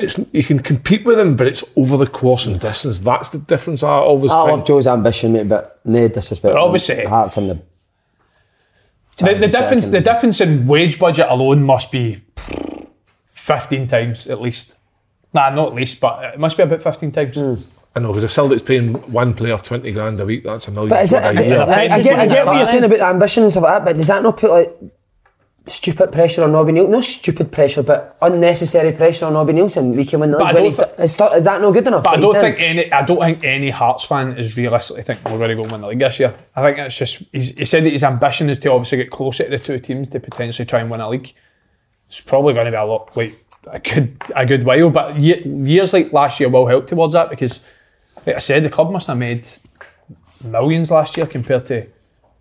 S6: it's you can compete with them, but it's over the course and distance. That's the difference. I always
S3: I
S6: think.
S3: love Joe's ambition, mate, but no disrespect.
S4: But obviously-
S3: Hearts in the.
S4: The, the
S3: Champions
S4: difference, the
S3: second.
S4: difference in wage budget alone must be fifteen times at least. Nah, not at least, but it must be about fifteen times.
S6: I know because if Celtic's paying one player twenty grand a week, that's a million.
S3: But is it?
S6: quid
S3: I,
S6: a year.
S3: I, I, get, I get what you're saying about the ambition and stuff like that, but does that not put like stupid pressure on Robbie Neil? Not stupid pressure, but unnecessary pressure on Robbie Nielsen. We came in the
S4: But I
S3: league when
S4: don't
S3: he's
S4: thi-
S3: do- is, stu- is that not good enough?
S4: But I
S3: He's
S4: don't
S3: done.
S4: think any. I don't think any Hearts fan is realistically thinking we're going to go win the league this year. I think it's just he's, he said that his ambition is to obviously get closer to the two teams to potentially try and win a league. It's probably going to be a lot like a good a good while, but ye- years like last year will help towards that because, like I said, the club must have made millions last year compared to. you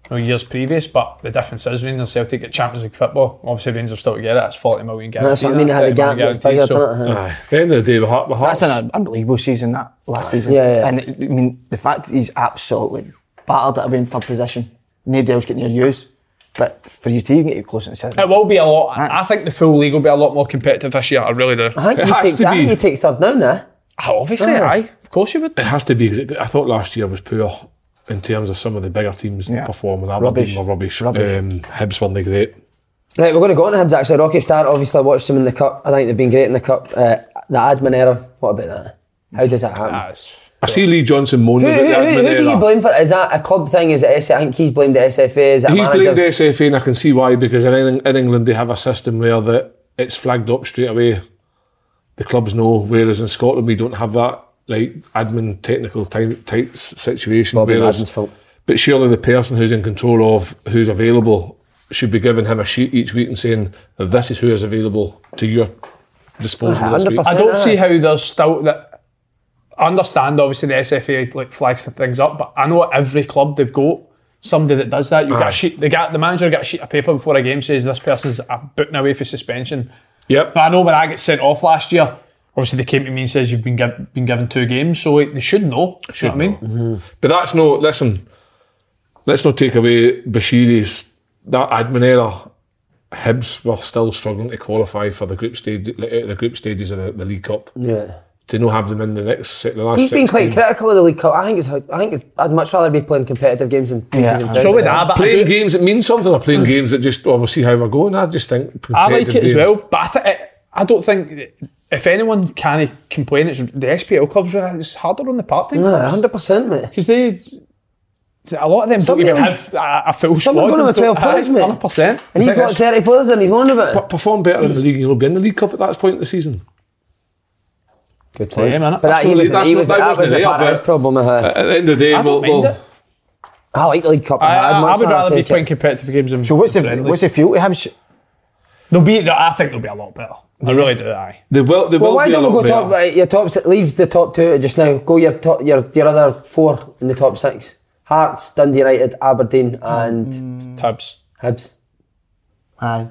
S4: know, years previous, but the difference is Rangers and Celtic get Champions League football. Obviously, Rangers still to get it. It's forty million guaranteed.
S3: That's what I mean. It had a
S4: 30 million
S3: gap that's bigger than
S4: guaranteed, so- uh,
S3: it. huh?
S6: Aye. At the end of the day, with Heart- with Hearts,
S5: That's an unbelievable season, that last season.
S3: Yeah, yeah.
S5: And it- I mean, the fact that he's absolutely battered at being third position, nobody else getting near use. But for you to even get close to seven,
S4: It will be a lot. I
S5: That's-
S4: think the full league will be a lot more competitive this year. I really do.
S3: I think
S4: it
S3: you
S4: has
S3: take,
S4: to
S3: I think
S4: be.
S3: you take third now, nah?
S4: Ah, obviously,
S3: Ah.
S4: aye. Of course you would.
S6: it has to be. 'cause it- I thought last year was poor in terms of some of the bigger teams
S5: Yeah.
S6: performing. Aberdeen
S5: Rubbish.
S6: were rubbish.
S5: Rubbish.
S6: Um, Hibs weren't they great.
S3: Right, we're going to go on to Hibs actually. Rocket Start, obviously, I watched them in the Cup. I think they've been great in the Cup. Uh, the admin error, what about that? How does that happen?
S4: Ah, it's-
S6: I see Lee Johnson
S3: Who,
S6: moaning about the
S3: who, who,
S6: admin
S3: who do you
S6: error.
S3: blame for it? Is that a club thing? Is it S- I think he's blamed the SFA. Is it
S6: He's
S3: managers?
S6: blamed the SFA, and I can see why because in, Eng- in England they have a system where that it's flagged up straight away. The clubs know, whereas in Scotland we don't have that like admin technical type, type s- situation.
S3: Bobby
S6: whereas,
S3: Madden's fault.
S6: but surely the person who's in control of who's available should be giving him a sheet each week and saying this is who is available to your disposal this week.
S3: 100%.
S4: I don't
S3: aye.
S4: see how there's still that. I understand obviously the SFA like flags some things up, but I know at every club they've got somebody that does that. You get
S6: Aye.
S4: a sheet. They get the manager got a sheet of paper before a game says this person's uh, booting away for suspension.
S6: Yep.
S4: But I know when I get sent off last year, obviously they came to me and says you've been giv been given two games, so like, they should know. Should know what I mean?
S6: But that's no. Listen, let's not take away Bashiri's that admin error. Hibs were still struggling to qualify for the group stage, out of the group stages of the, the League Cup.
S3: Yeah.
S6: To not have them in the next, se- the last.
S3: He's been
S6: 16.
S3: quite critical of the League Cup. I think it's. I think it's. I'd much rather be playing competitive games than preseason.
S5: Yeah.
S4: So
S3: friendlies.
S4: would I. But I do-
S6: Playing games that mean something, or
S3: Mm.
S6: playing games that just oh we'll see how we're going. I just think
S4: I like it as
S6: competitive
S4: well,
S6: games.
S4: but I, th- I don't think if anyone can complain, it's the SPL clubs. uh, It's harder on the part-time
S3: No,
S4: clubs
S3: hundred percent, mate.
S4: because they a lot of them
S3: Some
S4: don't even
S3: of them-
S4: have a, a full
S3: Some
S4: squad.
S3: of them with twelve players, mate.
S4: Hundred percent.
S3: And he's got thirty players, and he's moaning about it.
S6: But perform better in the league, and you'll be in the League Cup at that point in the season.
S3: Good
S4: point. man,
S3: But that, he
S6: that's
S3: was,
S6: not-
S3: he was,
S6: that
S3: that
S6: wasn't
S3: was the
S6: there,
S3: part of
S6: but-
S3: his problem. Uh,
S6: At the end of the day,
S4: I don't
S6: we'll,
S4: mind
S6: we'll,
S4: it.
S3: I like the League Cup.
S4: I, I,
S3: I'd much
S4: I would rather be
S3: take it.
S4: playing competitive games. than
S5: so what's the
S4: friendlies.
S5: what's the fuel to Hibs?
S4: They'll be. I think they'll be a lot better. I really do. Aye.
S6: they will. They
S3: Well,
S6: will
S3: why
S6: be a
S3: don't we
S6: lot
S3: go top?
S6: better.
S3: Uh, your top six leaves the top two just now. Go your top, your your other four in the top six: Hearts, Dundee United, Aberdeen, and
S4: Tabs.
S3: Hibs.
S5: Aye.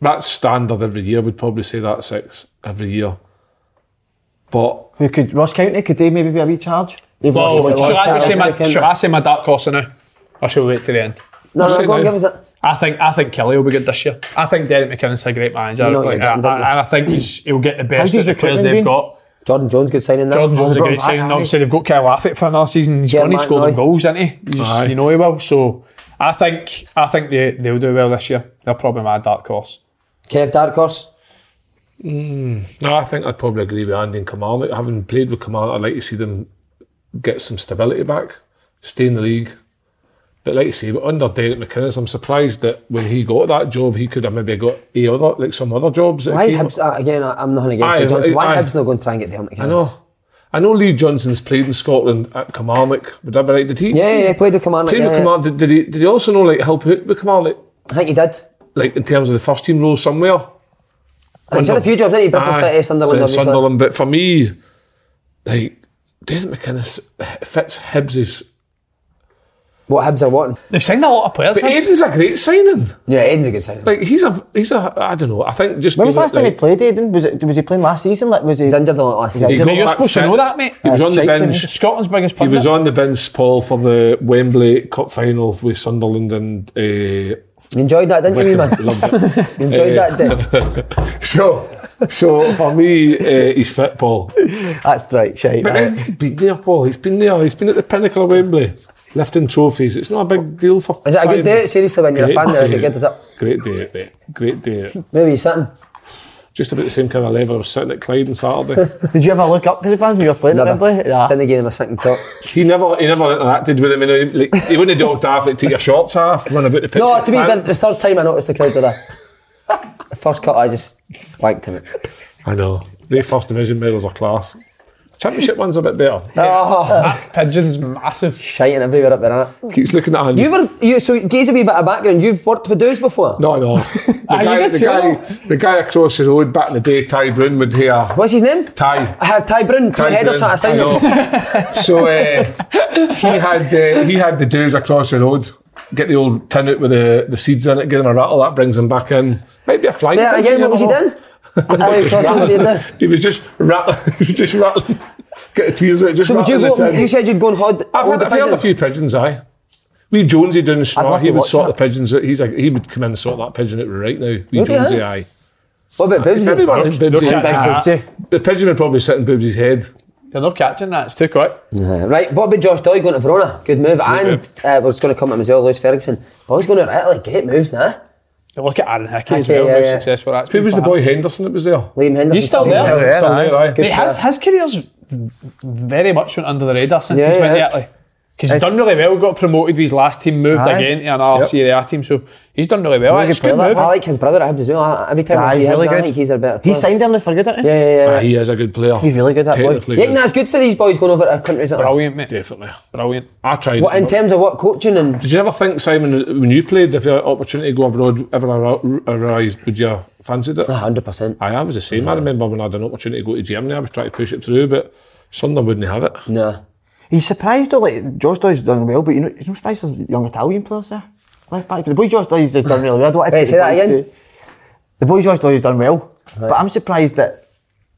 S6: That's standard every year. We'd probably say that six every year. But
S5: Who could Ross County? Could they maybe be a recharge? They've
S3: Oh,
S4: Well,
S5: lost a
S4: should
S5: lot of
S4: I just
S5: talent.
S4: say my
S3: Weekend.
S4: should I say my dark horse now, or should we wait till the end?
S3: No, no,
S6: say
S3: go on,
S6: now.
S3: give us that.
S4: I think I think Kelly will be good this year. I think Derek McKinnon's a great manager.
S3: You know what
S4: Like,
S3: you're getting,
S4: I-
S3: don't you?
S4: I- and I think he's, he'll get the
S5: How's
S4: best of
S5: his
S4: the players
S5: recruitment
S4: they've
S5: been?
S4: got.
S3: Jordan Jones, good signing there.
S4: Jordan Jones is a great
S5: bro, aye,
S4: signing.
S5: aye.
S4: Obviously, they've got Kyle Laffitt for another season. He's
S3: Yeah,
S4: going to
S3: Matt
S4: score
S3: Noy.
S4: them goals, isn't he? You, just-
S6: Aye.
S4: you know he will. So I think I think they they'll do well this year. They're probably my dark horse.
S3: Kev Dark Horse.
S6: No, I think I'd probably agree with Andy and Kamal. Having played with Kamal, I'd like to see them get some stability back, stay in the league. But like you say, under Derek McInnes, I'm surprised that when he got that job, he could have maybe got a other, like some other jobs. That
S3: Why
S6: came-
S3: Hibs? Uh, again, I, I'm not against
S6: Aye,
S3: Lee Johnson. Why
S6: aye.
S3: Hibs not going to try and get the helmet?
S6: I know. I know Lee Johnson's played in Scotland at Kilmarnock. Would that be right? Did he?
S3: Yeah, yeah, yeah. Played with Kamarnock.
S6: Played
S3: yeah,
S6: with
S3: yeah.
S6: Kilmarnock. Did, did he? Did he also know like help out with Kilmarnock,
S3: I think he did.
S6: like in terms of the first team role somewhere?
S3: He's had a few jobs, didn't he? Bristol
S6: Aye.
S3: City, Sunderland,
S6: Yeah,
S3: obviously.
S6: Sunderland, but for me, like Derek McInnes fits Hibbs's
S3: what Hibs are wanting.
S4: They've signed a lot of players.
S6: But
S4: Hibs.
S6: Aiden's a great signing.
S3: Yeah, Aiden's a good signing.
S6: Like he's a he's a I don't know. I think just
S5: When was the
S6: being
S5: last time he
S6: like-
S5: played Aiden? Was it was he playing last season? Like was he?
S3: He's injured a lot last
S5: He's
S3: season.
S5: injured.
S6: He
S4: You're
S6: got
S4: supposed to
S6: back
S4: know
S6: fit.
S4: that, mate.
S6: He was
S5: Uh,
S6: on the
S5: shite for
S6: bench.
S4: Scotland's biggest
S6: He
S4: pundit.
S6: was on the bench, Paul, for the Wembley Cup final with Sunderland and uh,
S3: You enjoyed that, didn't you,
S6: Wickham.
S3: man?
S6: Loved it.
S3: You enjoyed
S6: Eh,
S3: that, didn't you?
S6: So, so for me, uh, he's fit, Paul.
S5: That's right, shite.
S6: But then
S5: Right.
S6: he's been there, Paul. He's been there. He's been at the pinnacle of Wembley, lifting trophies. It's not a big deal for.
S3: Is it a good
S6: Simon.
S3: day? Seriously, when you're a
S6: Great
S3: fan there, is
S6: day.
S3: it good? Is it?
S6: Great day, mate. Great day.
S3: Where were you sitting?
S6: Just about the same kind of level I was sitting at Clyde on Saturday.
S5: Did you ever look up to the fans when you were playing at Wembley? Nah.
S3: Didn't give him a second thought.
S6: he never, he never interacted with him. You know, like, he wouldn't have dogged off, like take your shots off, run about the pitch.
S3: No,
S6: with
S3: Oh, to be fair,
S6: pants.
S3: the third time I noticed the crowd were there. The first cut, I just blanked him.
S6: I know. They first division medals are class. Championship one's a bit better.
S3: Oh,
S4: That pigeon's massive.
S3: shiting everywhere up there, innit?
S6: Keeps looking at Ange.
S3: You were, you, so give us a wee bit of background. You've worked with Doos before?
S6: No, no. The
S4: Ah, you
S6: guy,
S4: did
S6: the,
S4: say
S6: guy, the guy across the road back in the day, Ty Brown, would hear.
S3: What's his name?
S6: Ty.
S3: I have Ty Brown, Ty, Header
S6: Brown.
S3: trying to sign him.
S6: I know. so uh, he had uh, he had the dudes across the road. Get the old tin out with the, the seeds in it, give him a rattle, that brings him back in. Might be a flying
S3: Yeah,
S6: pigeon,
S3: again,
S6: you
S3: what was he
S6: never know.
S3: doing? Was the boy crossing the road there?
S6: He was just rattling, he was just rattling, get the tears out, just
S3: So would you
S6: rattling the
S3: go,
S6: tin.
S3: you said you'd go and hod.
S6: I've
S3: hold
S6: had,
S3: the
S6: I've heard a
S3: pigeons.
S6: few pigeons, aye. Wee Jonesy down in Snor,
S5: love
S6: he
S5: to
S6: would
S5: watch
S6: sort
S5: that.
S6: the pigeons out. He's like, he would come in and sort that pigeon out right now. Wee
S3: Would he,
S6: Jonesy,
S3: eh?
S6: aye.
S3: What about
S6: It's maybe
S3: Boobsy?
S6: one in Boobsy.
S4: Look at
S5: that.
S6: The pigeon would probably sit in Boobsy's head.
S4: Yeah, they're catching that. It's too quick.
S3: Yeah, Right, Bobby Josh Doyle going to Verona. Good move. and
S6: move.
S3: uh, was going to come to him as well, Lewis Ferguson. Boy's going to Italy. Great moves, nah?
S4: You Look at Aaron Hickey as
S3: Hickey,
S4: well.
S3: yeah,
S4: how
S3: yeah.
S4: successful that's
S6: Who
S4: been
S6: was
S4: for
S6: the boy
S4: him.
S6: Henderson that was there?
S3: Liam Henderson.
S4: He's still there.
S3: there.
S6: Still there, aye.
S3: Good
S4: Mate, his, his career's very much went under the radar since
S3: Yeah,
S4: he's went
S3: yeah.
S4: to Italy. Because he's done really well, got promoted with his last team, moved
S5: Aye.
S4: again to another
S6: Yep.
S4: Serie A team, so he's done really well.
S5: Really
S4: It's
S5: good
S4: good
S5: player,
S4: move.
S5: that
S3: I like his brother at Hibs as well. I- Every time I
S5: Nah,
S3: see
S5: he's
S3: him,
S5: really
S3: I
S5: good.
S3: think he's a better
S5: He
S3: player. Uh,
S5: signed him for good, didn't he?
S3: Yeah, yeah, yeah.
S6: Ah, he is a good player.
S5: He's really good, that boy.
S6: Technically
S3: You think that's good for these boys going over to countries that are
S4: Brilliant, mate.
S6: Definitely.
S4: Brilliant.
S6: I tried.
S3: What in terms of what coaching and
S6: Did you ever think, Simon, when you played, if you had an opportunity to go abroad ever ar- arise, would you fancied it?
S3: hundred percent?
S6: Aye, I was the same. I remember when I had an opportunity to go to Germany, I was trying to push it through, but Sunderland wouldn't have it.
S3: No.
S5: He's surprised though, like George Doyle's done well, but you know, he's no surprised there's young Italian players there. Left back, the boy George Doyle's has done really well. I don't want to
S3: Wait,
S5: put
S3: say
S5: the
S3: that
S5: boy
S3: again?
S5: to- The boy George Doyle's done well, but I'm surprised that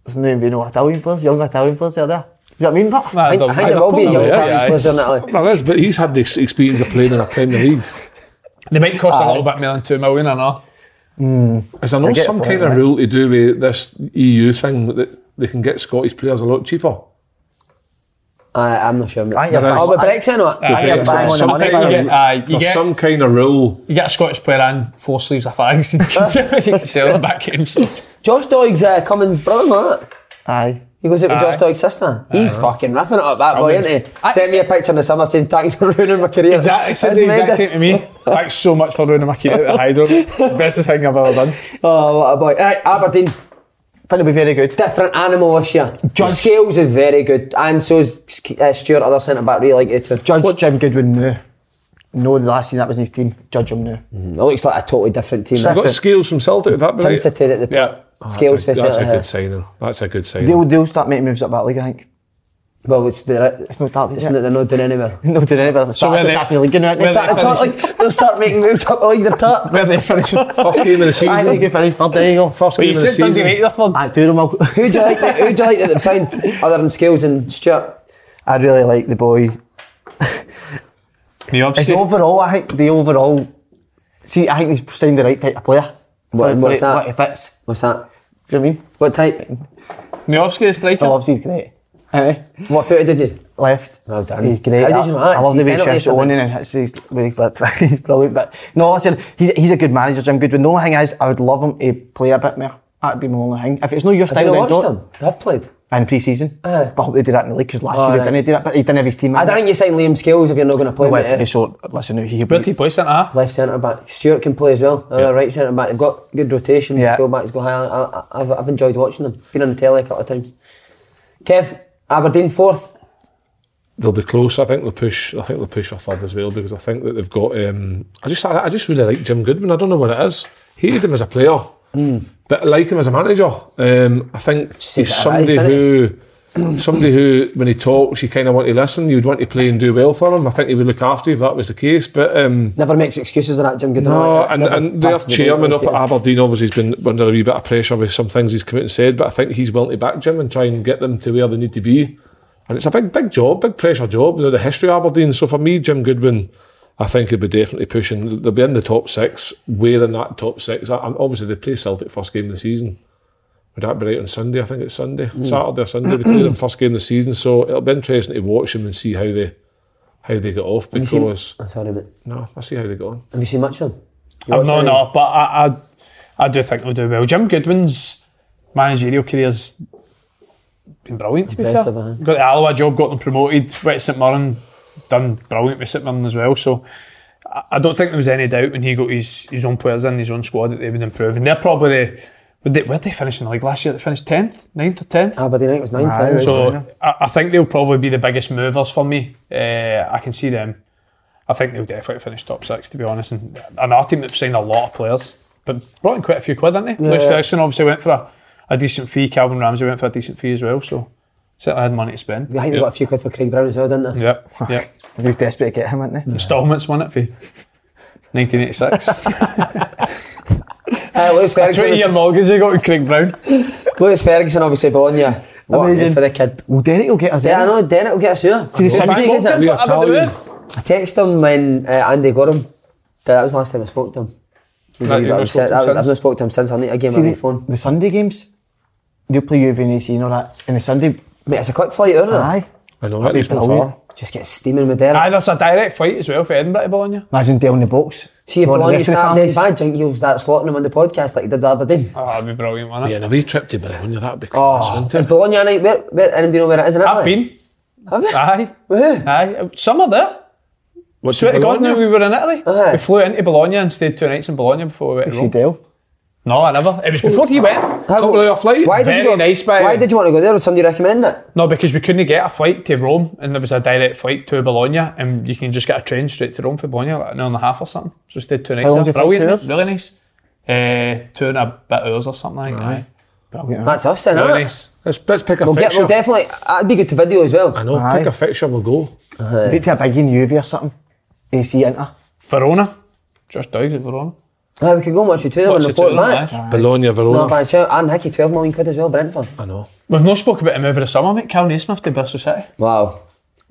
S5: there's no even no Italian players, young Italian players out there. Do you know what I mean? But
S4: Nah,
S3: I think, I think
S4: they're-
S3: there will be
S4: they're
S3: young
S4: probably-
S3: Italian
S4: aye.
S3: players in Italy.
S6: There is, but he's had the ex- experience of playing in a Premier League.
S4: They might cost a little bit more than two million, I know.
S6: Is there not
S5: get
S6: some
S5: what
S6: kind
S5: you
S6: of
S5: mean.
S6: rule to do with this EU thing that they can get Scottish players a lot cheaper?
S3: I, I'm not sure. mate.
S5: I think you're-
S3: Oh, but
S5: I-
S3: Brexit not.
S5: I think you're
S6: Brexit.
S5: bang on the
S6: Some
S5: money.
S6: people
S5: by the
S4: You get,
S5: way.
S4: aye, you,
S6: There's
S4: get,
S6: some kind of rule.
S4: you get a Scottish player in, four sleeves of fags, and you can sell them back to himself.
S3: Josh Doig's uh, Cummins' brother, man.
S5: Aye.
S3: He goes out with Josh
S4: Aye.
S3: Doig's sister. He's fucking ripping it up, that boy,
S4: mean,
S3: isn't he?
S4: I-
S3: Sent me a picture in the summer saying thanks for ruining my career.
S4: Exactly, said
S3: That's
S4: the exact same
S3: mental.
S4: to me. Thanks so much for ruining my career at Hydro. Best thing I've ever done.
S3: Oh, what a boy. Aye, Aberdeen,
S5: Think it'll be very good.
S3: different animal this year. Scales is very good, and so is uh, Stuart, other centre back, really like it too.
S5: Judge Jim Goodwin knew. No, the last season that was in his team. Judge him now.
S3: It looks like a totally different team.
S6: I got
S3: Different
S6: scales from Celtic, would that be right?
S3: Intensity at the
S4: Yeah.
S6: Oh,
S3: Scales
S6: that's a, that's a
S3: facility.
S6: good signing. That's a good signing.
S5: They'll, they'll start making moves up that league, I think.
S3: Well, it's the
S5: It's not that league.
S3: It's not, they're not doing anywhere.
S5: no, did anybody
S4: where
S5: start
S4: they-
S5: to tap the league? You know,
S4: where
S5: they start
S4: they
S5: to
S4: finish?
S5: top
S3: Like, they'll start making moves up the league. They're top.
S4: Where they finish.
S6: First game of the season.
S5: I think you finish third, there you go.
S6: First
S4: But
S6: game
S4: you
S6: of the
S4: said Dundee
S6: season. Ah,
S4: United are third.
S5: Aye, two of them will-
S3: Who do you like? That, who do you like that they've signed other than Scales and Stuart?
S5: I really like the boy.
S4: Me,
S5: It's
S4: obviously.
S5: overall, I think the overall. See, I think he's signed the right type of player.
S3: What-
S5: For- for
S3: what's
S5: it-
S3: that?
S5: What it fits.
S3: What's that?
S5: Do you know what I mean?
S3: What type?
S4: Miovsky is striker.
S5: Oh, obviously he's great. Aye.
S3: What footed is he?
S5: left.
S3: Well done.
S5: He's great.
S3: How did
S5: I,
S3: you know that?
S5: I love the way he
S3: Penalties
S5: shifts it on
S3: something.
S5: and hits his, when he's left. he's brilliant. But no, listen, he's, he's a good manager, Jim Goodwin. The only thing is, I would love him to play a bit more. That'd be my only thing. If it's not your
S3: Have
S5: style,
S3: you
S5: then
S3: not watched
S5: don't.
S3: them? I've played.
S5: In pre-season.
S3: Aye.
S5: But I hope they do that in the league, because last
S3: Oh,
S5: year
S3: aye.
S5: they didn't do that, but he didn't have his team in.
S3: I don't think you sign Liam Scales if you're not going to play.
S5: Well,
S3: mate, eh?
S5: so, listen, he'll
S4: Where did
S5: be...
S4: he play centre half?
S3: Left centre back. Stuart can play as well. Another right centre back. They've got good rotations.
S5: Yeah.
S3: Full backs go high. I, I, I've, I've enjoyed watching them. Been on the telly a couple of times. Kev, Aberdeen fourth.
S6: They'll be close. I think they'll push. I think they'll push for third as well because I think that they've got. Um, I just, I, I just really like Jim Goodwin. I don't know what it is. Hated him as a player, but I like him as a manager. Um, I think
S3: See
S6: he's
S3: that rise,
S6: somebody
S3: didn't
S6: who somebody who, when he talks, you kind of want to listen. You'd want to play and do well for him. I think he would look after you if that was the case. But um,
S3: Never makes excuses on that, Jim Goodall.
S6: no,
S3: Like,
S6: and,
S3: never
S6: and their
S3: passes the
S6: chairman
S3: ball.
S6: up at Aberdeen obviously has been under a wee bit of pressure with some things he's come out and said. But I think he's willing to back Jim and try and get them to where they need to be. And it's a big, big job, big pressure job. They're the history of Aberdeen. So for me, Jim Goodwin, I think he'll be definitely pushing. They'll be in the top six, wearing that top six. I- And obviously, they play Celtic first game of the season. Would that be right on Sunday? I think it's Sunday,
S3: Mm.
S6: Saturday or Sunday. They play them first game of the season, so it'll be interesting to watch them and see how they how they get off.
S3: Have you seen-
S6: Because
S3: I'm sorry, but
S6: no, I see how they got on.
S3: have you seen much of them? You
S4: I've
S3: watched
S4: not
S3: any?
S4: enough, but I, I, I do think they'll do well. Jim Goodwin's managerial career's been brilliant, to be
S3: Impressive,
S4: fair.
S3: eh?
S4: Got the Alloa job, got them promoted, went to St Mirren, done brilliant with St Mirren as well. So I, I don't think there was any doubt when he got his, his own players in, his own squad, that they would improve. And they're probably, the- would they, where did they finish in the league last year? They finished 10th, 9th or 10th?
S3: Aberdeen, I think it was ninth.
S5: Aye,
S3: anyway.
S5: so-
S4: So I, I think they'll probably be the biggest movers for me. Uh, I can see them. I think they'll definitely finish top six, to be honest. And another team that's signed a lot of players, but brought in quite a few quid, didn't they? Lewis Ferguson obviously went for a, a decent fee. Calvin Ramsey went for a decent fee as well. So certainly had money to spend.
S3: I think they got a few quid for Craig Brown as well, didn't they?
S4: Yep. Yep. Mm-hmm.
S5: They're desperate to get him, aren't they?
S4: Installments won it for 1986.
S3: Uh, Lewis Ferguson,
S4: 20 year
S3: was-
S4: mortgage you got with Craig Brown.
S3: Lewis Ferguson obviously Bologna. What a move
S5: Amazing.
S3: for the kid.
S5: Well, Derek will get us
S3: Yeah, I
S5: there.
S3: know, Dennett will get us here.
S5: Seriously,
S3: I,
S5: He
S4: Smoked
S5: says
S4: him
S6: we
S4: for
S6: are
S4: about the
S6: Italian.
S4: roof.
S3: texted him when uh, Andy got him. That was the last time I spoke to him. He was
S4: Right,
S3: a wee bit
S4: you've not
S3: upset.
S4: spoken
S3: That was, I've
S4: since.
S3: not spoke to him since. I need to give
S5: See
S3: him my
S5: the,
S3: phone.
S5: the Sunday games. They'll play you and you know that. And the Sunday,
S3: Mate, it's a quick flight, isn't it?
S5: aye.
S6: I know
S5: That'd
S6: that
S5: be
S6: is not
S5: brilliant.
S6: far.
S3: Just get steaming with Derek.
S4: Aye, that's a direct fight as well for Edinburgh to Bologna.
S5: Imagine Dale in the box.
S3: See if
S5: Well, the
S3: Bologna
S5: rest of the
S3: start dead
S5: families-
S3: bad, think you'll start slotting him on the podcast like you did with Aberdeen.
S4: Oh, that'd be brilliant, wouldn't it?
S6: Yeah, and a wee trip to Bologna, that'd be class,
S3: Oh,
S6: wouldn't
S3: is
S6: it?
S3: Bologna a night? Where, where, and do you know where it is in Italy?
S4: I've been.
S3: Have you?
S4: Aye.
S3: Where?
S4: Aye. Summer there.
S6: What's
S4: Swear to God, now we were in Italy.
S3: Aye.
S4: We flew into Bologna and stayed two nights in Bologna before we went to
S5: See
S4: Rome.
S5: Dale.
S4: No, I never. It was before he went.
S6: Couple of hour flight.
S3: Oh. Why did
S4: Very
S3: you go,
S4: nice, by
S3: Why
S4: him.
S3: did you want to go there? Would somebody recommend it?
S4: No, because we couldn't get a flight to Rome and there was a direct flight to Bologna and you can just get a train straight to Rome for Bologna, like an hour and a half or something. So we stayed two nights there.
S5: long's your flight,
S4: Brilliant.
S5: two
S4: Really nice. Uh, two and a bit hours or something like that. Aye.
S3: That's us then,
S4: Really
S3: isn't it?
S4: nice.
S6: Let's, let's pick a
S3: We'll, get,
S6: fixture.
S3: we'll definitely. That'd be good to video as well.
S6: I know,
S5: Aye.
S6: pick a fixture, we'll go.
S5: Get to a biggie in UV or something. AC Inter.
S4: Verona. Just dogs at Verona.
S3: Aye, we could go and watch the two of them and
S4: Watch the two
S3: report
S4: of them,
S3: back.
S4: aye.
S6: Bologna,
S3: Not a
S6: Verona.
S3: bad shout. And Hickey, 12 million quid as well, Brentford.
S6: I know.
S4: We've not spoke about him over the summer, mate. Cal Naismith to Bristol City.
S3: Wow.